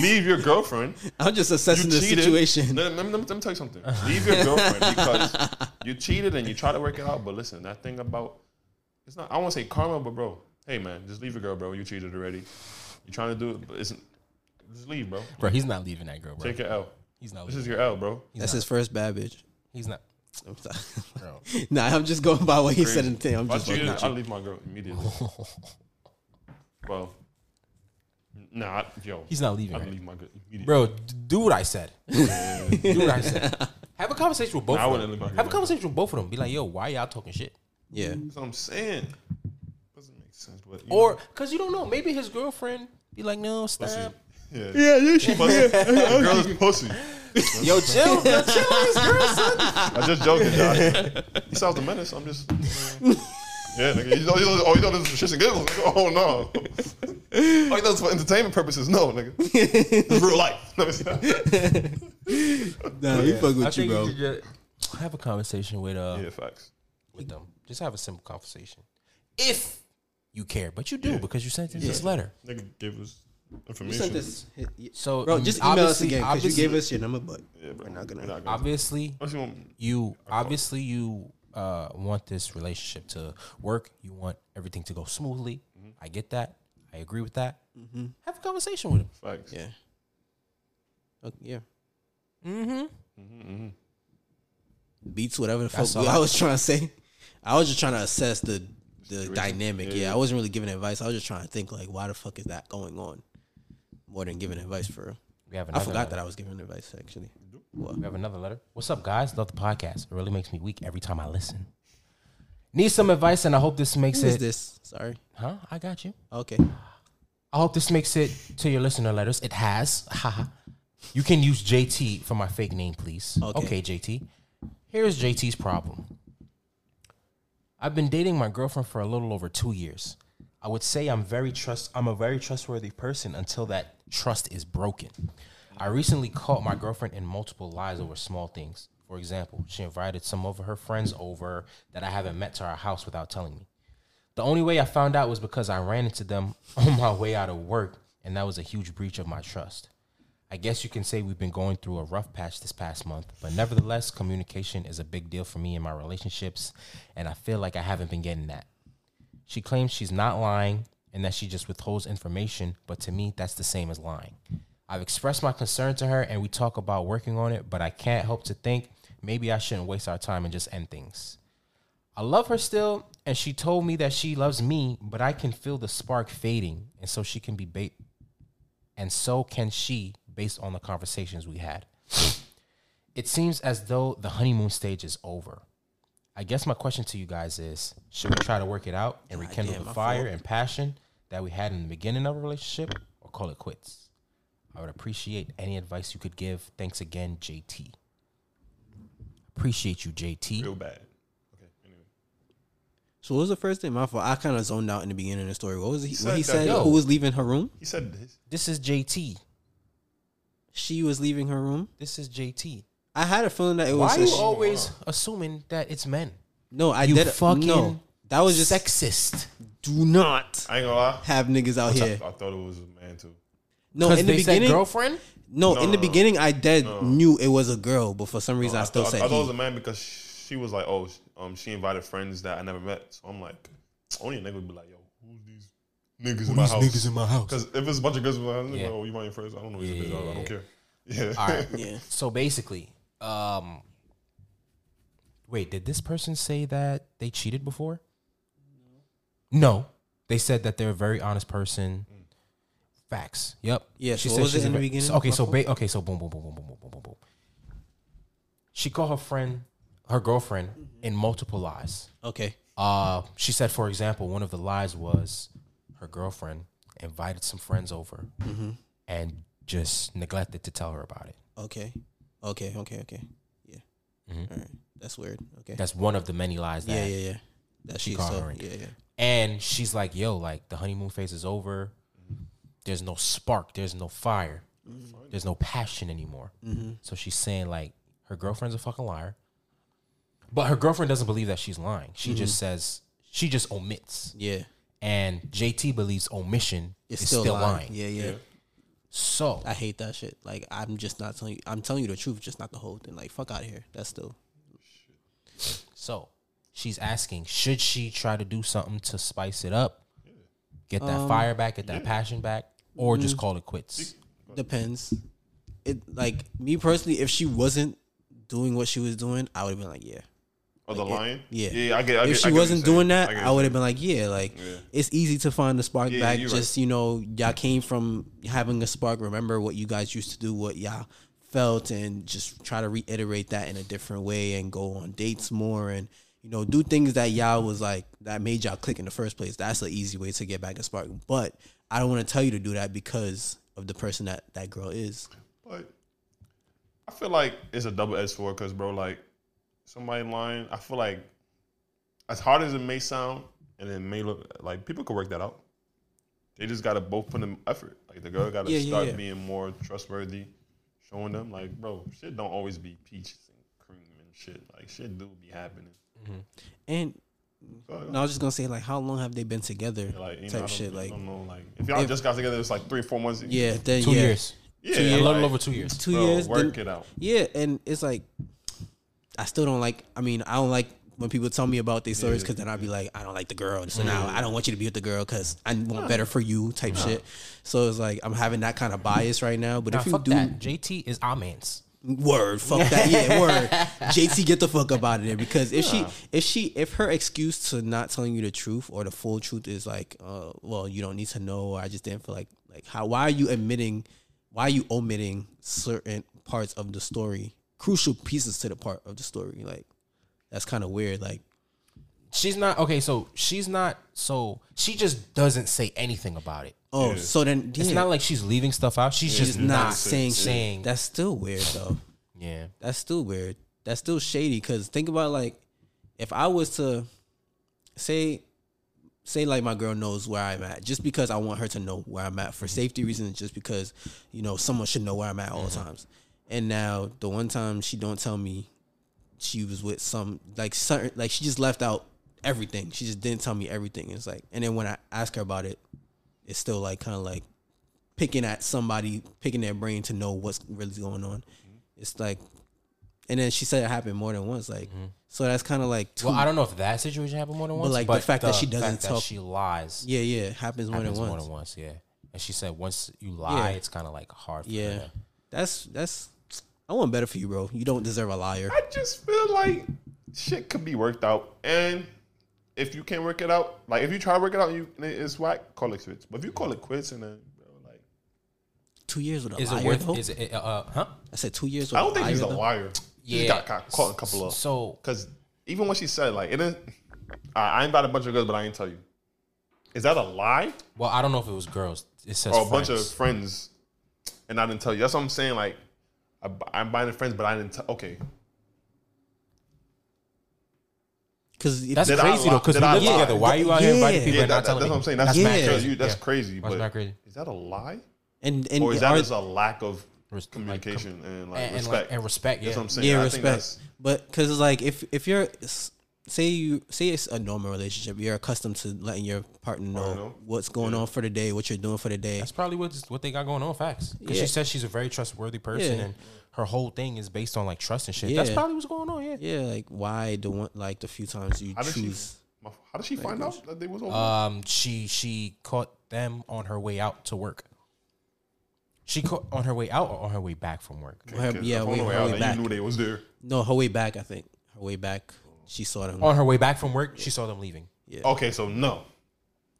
[LAUGHS] Leave your girlfriend. I'm just You assessing the cheated. situation. Let, let me- let me- let me tell you something. Leave your girlfriend because you cheated and you try to work it out. But listen, that thing about it's not. I won't say karma, but bro, hey man, just leave your girl, bro. You cheated already. You're trying to do it, but it's just leave, bro. Bro, he's not leaving that girl, bro. Take your L. He's not This leaving. is your L, bro. That's his first bad bitch. He's [LAUGHS] not. I'm sorry. [LAUGHS] Bro. nah, I'm just going by what he said in thing. I'm If I just fucking cheated, with I you. leave my girl [LAUGHS] immediately. well, nah, I, yo, He's not leaving. I her. leave my girl immediately. Bro, d- do what I said. do what I said. Have a conversation with both. Nah, I of wouldn't them. leave my Have a girl. conversation with both of them. Be like, yo, why y'all talking shit? Yeah. That's what I'm saying. Doesn't make sense, but you Or uh, because you don't know, maybe his girlfriend be like, no, know, pussy. stop. Yeah, Yeah, you should. Pussy. [LAUGHS] The girl is pussy. Yo, chill, [LAUGHS] yo, chill, with his girl, son. I just joking, Josh. He sounds the menace. I'm just. Yeah, nigga. You know, you know, oh, you know this is for shits and giggles. Nigga. [LAUGHS] Oh, no. Oh, you know this is for entertainment purposes. No, nigga. It's [LAUGHS] real life. [LAUGHS] Let me see. Nah, he fuck with you, bro. should just have a conversation with uh Yeah, facts. with them. Just have a simple conversation, if you care, but you do because you sent him this letter. Nigga gave us You information. sent this. So um, Bro, just email us Mm-hmm. obviously- again because you obviously- gave us your number, but Yeah, bro. we're not gonna. We're not gonna. Obviously, Unless you want- you obviously you uh, want this relationship to work. You want everything to go smoothly. Mm-hmm. I get that. I agree with that. Have a conversation with him. Facts. Yeah. Fuck yeah. Mm-hmm. Beats whatever the That's fuck all I I- was trying to say. I was just trying to assess the the dynamic. Yeah, I wasn't really giving advice. I was just trying to think like, why the fuck is that going on? More than giving advice for. real. We have I another. forgot letter. that I was giving advice actually. What? We have another letter. What's up, guys? Love the podcast. It really makes me weak every time I listen. Need some advice, and I hope this makes Who is it. this? Sorry. Huh? I got you. Okay. I hope this makes it to your listener letters. It has. Haha. you can use JT for my fake name, please. Okay. okay, JT. Here's JT's problem. I've been dating my girlfriend for a little over two years. I would say I'm very trust. I'm a very trustworthy person until that trust is broken. I recently caught my girlfriend in multiple lies over small things. For example, she invited some of her friends over that I haven't met to our house without telling me. The only way I found out was because I ran into them [LAUGHS] on my way out of work, and that was a huge breach of my trust. I guess you can say we've been going through a rough patch this past month, but nevertheless, communication is a big deal for me in my relationships, and I feel like I haven't been getting that. She claims she's not lying and that she just withholds information, but to me, that's the same as lying. I've expressed my concern to her and we talk about working on it, but I can't help to think maybe I shouldn't waste our time and just end things. I love her still, and she told me that she loves me, but I can feel the spark fading, and so she can be bait, and so can she, based on the conversations we had. [SNIFFS] It seems as though the honeymoon stage is over. I guess my question to you guys is: Should we try to work it out and rekindle damn, the my fire fault. and passion that we had in the beginning of a relationship, or call it quits? I would appreciate any advice you could give. Thanks again, JT. Appreciate you, JT. Real bad. Okay. Anyway. So what was the first thing? My fault. I kind of zoned out in the beginning of the story. What was he? What he said that- said? Yo. Who was leaving her room? He said this. This is JT. She was leaving her room. This is JT. I had a feeling that it was. Why are a you she- always assuming that it's men? no, I You did. fucking no, that was just. sexist. do not I ain't gonna lie. have niggas out I, here. I thought it was a man too. No, Because in the they said beginning. girlfriend. No, No, in the no, no. beginning, I dead knew it was a girl, but for some reason, I, I still thought, said I thought it was he. a man because she was like, oh, sh- um, she invited friends that I never met. So I'm like, only a nigga would be like, yo, who's these niggas in my house? Niggas in my house. Because if it's a bunch of girls, like, Yeah. oh, you my friends? I don't know who's your Yeah, friends. yeah, I yeah. don't care. [LAUGHS] Yeah. All right. Yeah. So basically, um, wait, did this person say that they cheated before? No, they said that they're a very honest person. Facts. Yep. Yeah, so what said was it she's a in the ve- beginning? so- Okay, so ba- okay, so boom, boom, boom, boom, boom, boom, boom, boom, boom. She called her friend, her girlfriend, Mm-hmm. in multiple lies. Okay. Uh, she said, for example, one of the lies was her girlfriend invited some friends over Mm-hmm. and just neglected to tell her about it. Okay. Okay. Okay. Okay. Yeah. All right. That's weird. Okay. Mm-hmm. That's one of the many lies that. yeah. Yeah. Yeah. That she caught so, her in. Yeah. Yeah. And she's like, yo, like the honeymoon phase is over. There's no spark. There's no fire. Mm-hmm. There's no passion anymore. So she's saying like her girlfriend's a fucking liar. But her girlfriend doesn't believe that she's lying. She just Mm-hmm. says she just omits. Yeah. And JT believes omission It's is still, lying. Yeah, yeah. So I hate that shit. Like I'm just not telling you. I'm telling you the truth, just not the whole thing. Like fuck out of here. That's still. So she's asking, should she try to do something to spice it up, get Um, that fire back, get that passion back, or just Mm. call it quits? Depends. It like me personally, if she wasn't doing what she was doing, I would have been like, yeah. Oh, the lion? Yeah. Yeah, I get I if get, she I get what you're wasn't saying. doing that, get I, what would have been like, yeah, like it's easy to find the spark Yeah, back. you're right. Just you know, y'all came from having a spark. Remember what you guys used to do, what y'all felt, and just try to reiterate that in a different way and go on dates more and you know do things that y'all was like that made y'all click in the first place. That's an easy way to get back a spark. But I don't want to tell you to do that because of the person that that girl is. But I feel like it's a double edged sword because, bro, like somebody lying, I feel like as hard as it may sound, and it may look like people could work that out. They just gotta both put in effort. Like the girl gotta Yeah, yeah, start yeah. being more trustworthy, showing them like, bro, shit don't always be peaches and cream and shit. Like shit do be happening. And So, no, I was just gonna say like, how long have they been together? Like you know, I type don't- shit. I Like, don't know, like if y'all just got together, it's like three or four months. yeah, then Two yeah. years. yeah, A like, little over two years. two bro, years. Work then- it out. Yeah, and it's like I still don't like. I mean, I don't like when people tell me about their stories because then I'll be like, I don't like the girl, so now I don't want you to be with the girl because I want better for you type shit. So it's like I'm having that kind of bias right now. But Nah, if you fuck do that. JT is our man's. word, fuck that, [LAUGHS] yeah, word. JT, get the fuck up out of there because if she, if she, if her excuse to not telling you the truth or the full truth is like, uh, well, you don't need to know, or I just didn't feel like, like how? Why are you admitting? Why are you omitting certain parts of the story, crucial pieces to the part of the story? Like, that's kind of weird. Like, She's not okay. So she's not. So she just doesn't say anything about it. oh, so then It's yeah, not like she's leaving stuff out. She's she's just not, not. saying- saying saying. That's still weird though. Yeah. that's still weird. That's still shady. Cause think about like, if I was to say, say like my girl knows where I'm at, just because I want her to know where I'm at for safety reasons, just because you know someone should know where I'm at all times. And now the one time she don't tell me she was with some like certain like she just left out everything. She just didn't tell me everything. It's like, and then when I ask her about it, it's still like kind of like picking at somebody, picking their brain to know what's really going on. It's like, and then she said it happened more than once. Like, so that's kind of like, two, Well, I don't know if that situation happened more than once, like, the fact that she doesn't fact that tell- she lies yeah, yeah, it happens more than happens more once. than once. Yeah. And she said once you lie, Yeah. it's kind of like hard. For Yeah, yeah. that's that's. I want better for you, bro. You don't deserve a liar. I just feel like shit could be worked out. And if you can't work it out, like if you try to work it out, and you and it- it's whack. Call it quits. But if you call it quits, and then bro, like Two years with a Is liar it worth? though. Is it? Uh, uh, huh? I said two years. With I don't think a liar, he's a though? liar. He just got caught, caught in a couple of So because even when she said like it is, I, I ain't about a bunch of girls, but I ain't tell you. Is that a lie well, I don't know if it was girls. It says or Oh, a bunch friends. of friends? And I didn't tell you. That's what I'm saying. Like I, I'm buying the friends, but I didn't. tell Okay, Cause if- That's Did I crazy though, lie? because we Did I live lie? together. Why you out here inviting Yeah. people yeah, and not that, telling that's me? what I'm saying. That's, That's mad Yeah. crazy. You- That's Yeah. crazy. That's But not crazy. is that a lie? and and Or is that are- just a lack of Res- like, com- communication and like and- and, like, respect? and respect, That's yeah. what I'm saying. yeah I think respect. that's- But because like if if you're s- say you say it's a normal relationship, you're accustomed to letting your partner know, know. what's going on for the day, what you're doing for the day. That's probably what what they got going on. Facts. Because Yeah. she says she's a very trustworthy person, Yeah. and her whole thing is based on like trust and shit. That's Yeah. probably what's going on. Yeah. yeah, like why the one like the few times you How did she? choose. my- How did she find out that they was over? Um. She she caught them on her way out to work. She caught on her way out or on her way back from work. her- Because yeah, if we- on the way her out, way then back. you knew they was there. No, her way back. I think her way back. She saw them. On her way back from work, she saw them leaving. Okay, so no,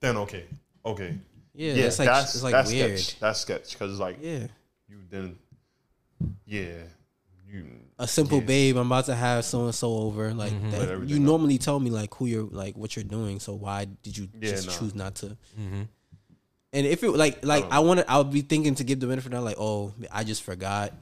then okay, okay. yeah, Yeah, it's like that's it's like that's weird. sketch. That's sketch because like Yeah, you didn't. Yeah, you. a simple Yeah. Mm-hmm. babe. I'm about to have so and so over. Like that- everything you normally tell me like who you're like what you're doing. So why did you Yeah, just nah. Mm-hmm. choose not to? And if it like like I want to, I would be thinking to give the benefit of the doubt, like oh I just forgot.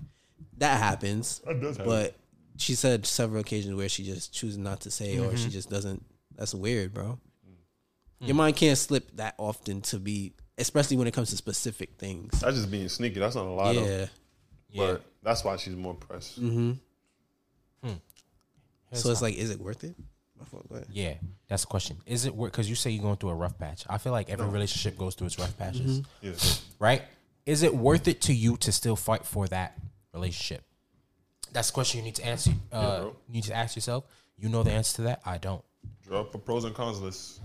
That happens, That does happen. but she said several occasions where she just chooses not to say or Mm-hmm. she just doesn't. That's weird, bro. Mm. Your mind can't slip that often to be, especially when it comes to specific things. That's just being sneaky. That's not a lie. though. Yeah. Yeah. But that's why she's more pressed. So it's like, is it worth it? My fault, go ahead. Yeah, that's the question. Is it worth? Because you say you're going through a rough patch. I feel like every relationship goes through its rough patches, Yeah. right? Is it worth it to you to still fight for that relationship? That's the question you need to answer. Uh, bro. you need to ask yourself. You know the answer to that. I don't. Draw up a pros and cons list,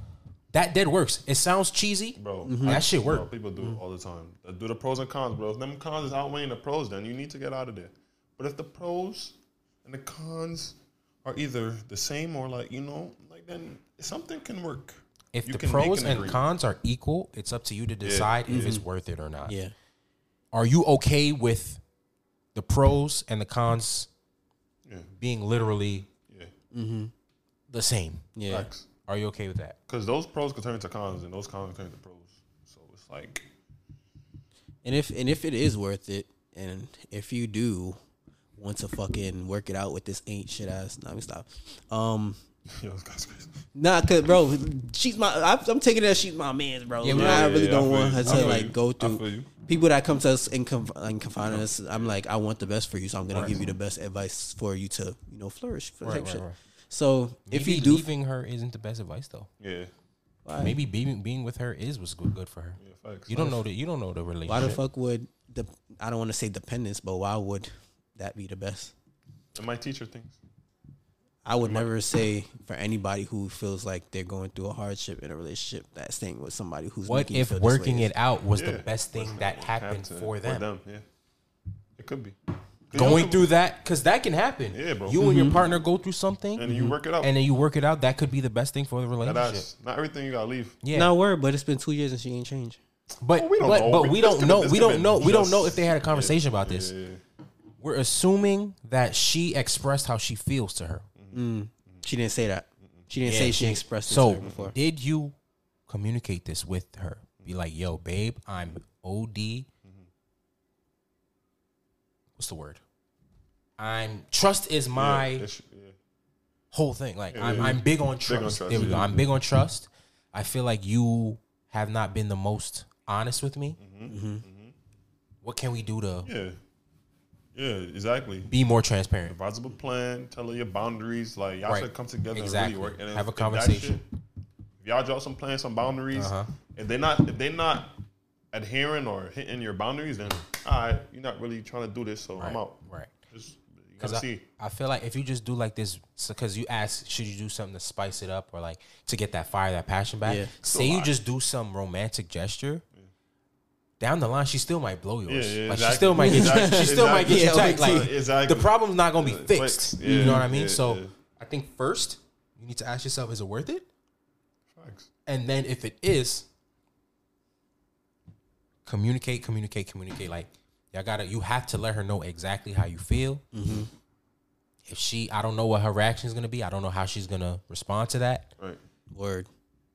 That dead works. It sounds cheesy, bro. That shit Bro, work. people do it all the time. They do the pros and cons, bro. If them cons is outweighing the pros, then you need to get out of there. But if the pros and the cons are either the same or like you know, like then something can work. If You the can make pros an and agreement. cons are equal, it's up to you to decide if it's worth it or not. Yeah. Are you okay with the pros and the cons Yeah. being literally yeah, the same? Yeah. facts. Are you okay with that? Because those pros can turn into cons, and those cons turn into pros. So it's like [LAUGHS] And if and if it is worth it, and if you do want to fucking work it out with this ain't shit ass, nah, let me stop. Um, yo, this guy's crazy. nah, cause bro, she's my. I'm, I'm taking that she's my man's, bro. Yeah, Like, yeah, I really yeah, I don't feel want you. her I to feel like you. go I through. feel you. Uh-huh. People that come to us and, conf- and confide in us, I'm like, I want the best for you, so I'm gonna give you the best advice for you to, you know, flourish. For Right, type right, shit. right. So if Maybe you do, leaving her isn't the best advice though. Yeah, why, Maybe being being with her is what's good, good for her. yeah, facts. You don't know that you don't know the why the relationship. fuck would the? I don't want to say dependence, but why would that be the best? And my teacher thinks. I would never say for anybody who feels like they're going through a hardship in a relationship that staying with somebody who's What making you if feel this working way is- it out was the Yeah. best thing that happened Have to- for them? Yeah, it could be 'Cause you Going also- through that because that can happen. Yeah, bro. You and your partner go through something, and you work it out. and then you work it out. That could be the best thing for the That relationship. ass. Not everything you gotta leave. Yeah, Not worried, but it's been two years and she ain't changed. but we don't but know. but We- we this don't could- know. this We could don't been know. We don't just- know if they had a conversation about this. Yeah, We're assuming that she expressed how she feels to her. She didn't say that. She didn't say she, expressed it So to her before. did you communicate this with her? Be like, yo, babe, I'm OD. What's the word? I'm trust is my yeah, it's- yeah. whole thing. Like I'm, I'm big on trust. on trust, Mm-hmm. There we go. yeah. I'm big on trust. I feel like you have not been the most honest with me. Mm-hmm. What can we do to Yeah. Yeah, exactly. be more transparent? Devise up a plan, tell her your boundaries. Like, y'all all Right. should come together Exactly. and really work. And then Have a if that conversation. Uh-huh. shit- if y'all draw some plans, some boundaries, if they're not if they're not adhering or hitting your boundaries, then all right, you're not really trying to do this, so I'm out. Right. Just, you Because gotta I, see. I feel like if you just do like this, because you ask, should you do something to spice it up or like to get that fire, that passion back? Yeah. Say you just do some romantic gesture. Down the line, she still might blow yours. Yeah, yeah, like she exactly. still might get, Exactly, she still might get you exactly. tight. Like Exactly. the problem's not gonna be Fixed, fixed. yeah, you know what I mean? yeah, so yeah. I I think first you need to ask yourself, is it worth it? Facts. And then if it is, communicate, communicate, communicate. Like y'all gotta, you have to let her know exactly how you feel. Mm-hmm. If she, I don't know what her reaction is gonna be. I don't know how she's gonna respond to that. Right. Word.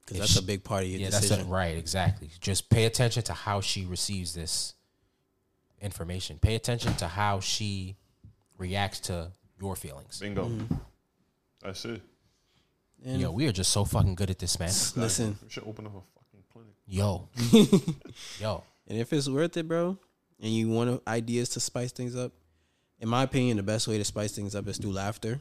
Because that's a big part of your Yeah, that's decision. it. right. Exactly. Just pay attention to how she receives this information. Pay attention to how she reacts to your feelings. Bingo. That's it. And- Yo, we are just so fucking good at this, man. Listen, We should open up a fucking clinic. Yo, yo, and if it's worth it, bro, and you want ideas to spice things up, in my opinion, the best way to spice things up is through laughter.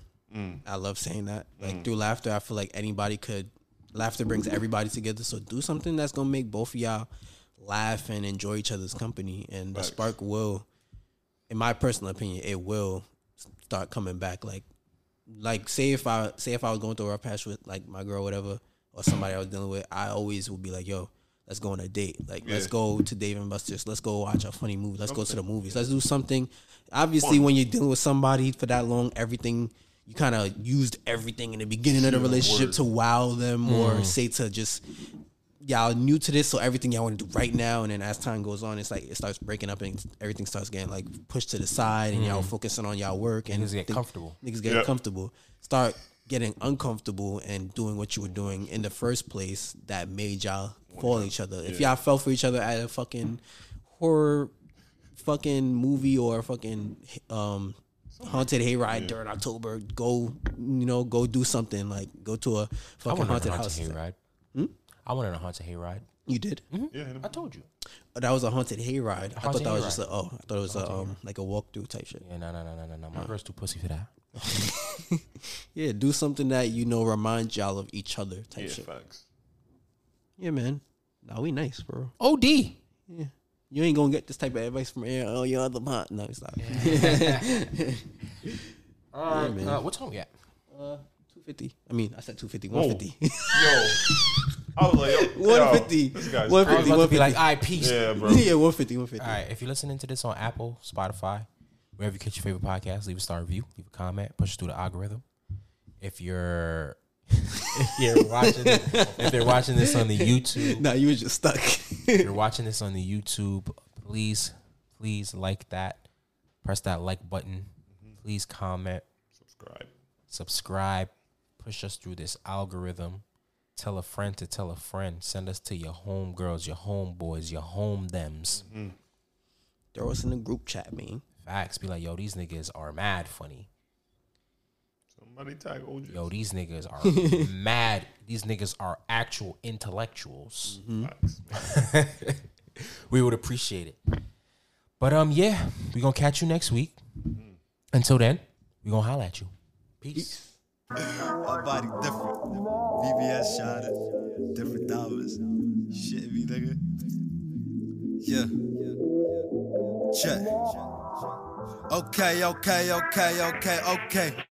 I love saying that. Like through laughter, I feel like anybody could. Laughter brings everybody together. So do something that's gonna make both of y'all laugh and enjoy each other's company, and the Facts. spark will. In my personal opinion, it will start coming back. Like, like say if I say if I was going through a rough patch with like my girl, or whatever, or somebody I was dealing with, I always would be like, "Yo, let's go on a date. Like, let's Yeah. go to Dave and Buster's. Let's go watch a funny movie. Let's go to the movies. Let's do something." Obviously, when you're dealing with somebody for that long, everything you kind of used everything in the beginning of the relationship word. to wow them or say to just y'all new to this, so everything y'all want to do right now, and then as time goes on, it's like it starts breaking up and everything starts getting like pushed to the side, and y'all focusing on y'all work and Mm. Niggas get thi- comfortable. Niggas get Yep. comfortable. Start getting uncomfortable and doing what you were doing in the first place that made y'all fall each other. If y'all fell for each other at a fucking horror fucking movie or fucking um haunted hayride during October, go you know go do something like go to a I fucking went on a haunted, Hmm? haunted house. hayride. I went on a haunted hayride. You did. Yeah, hit him. Mm-hmm. I told you. Oh, that was a haunted hayride. I thought haunted that was hayride. just a oh, I thought it was a, um like a walkthrough type shit. Yeah, no, no, no, no, no, no. My girl's too pussy for that. Yeah, do something that you know reminds y'all of each other type yeah, shit. facts. Yeah, man. Nah, we nice, bro. Od. You ain't gonna get this type of advice from Oh, any- all your other pot. No, stop. Uh, man. uh, what time we at? [LAUGHS] Two fifty. I mean, I said two fifty. One fifty. Yo. I was like, yo, yo, 150. This guy's I was 150. about to be like, I peace. [LAUGHS] Yeah, bro. Yeah, one fifty. One fifty. All right, if you're listening to this on Apple, Spotify, wherever you catch your favorite podcast, leave a star review, leave a comment, push it through the algorithm. If you're [LAUGHS] if you're watching if you're watching this on the YouTube, Nah, you was just stuck. if you're watching this on the YouTube, please, please like that. Press that like button. Please comment. Subscribe. subscribe, push us through this algorithm. Tell a friend to tell a friend. Send us to your homegirls, your homeboys, your home thems. Throw us in the group chat, man. Facts. Be like, yo, these niggas are mad funny. Somebody tag OJ. Yo, these niggas are mad. These niggas are actual intellectuals. Facts. [LAUGHS] We would appreciate it. But um, yeah, we gonna catch you next week. Until then, we gonna holla at you. Peace. My body different. VBS shot it. Different dollars. Shit me, nigga. Yeah. Check. Okay, okay, okay, okay, okay.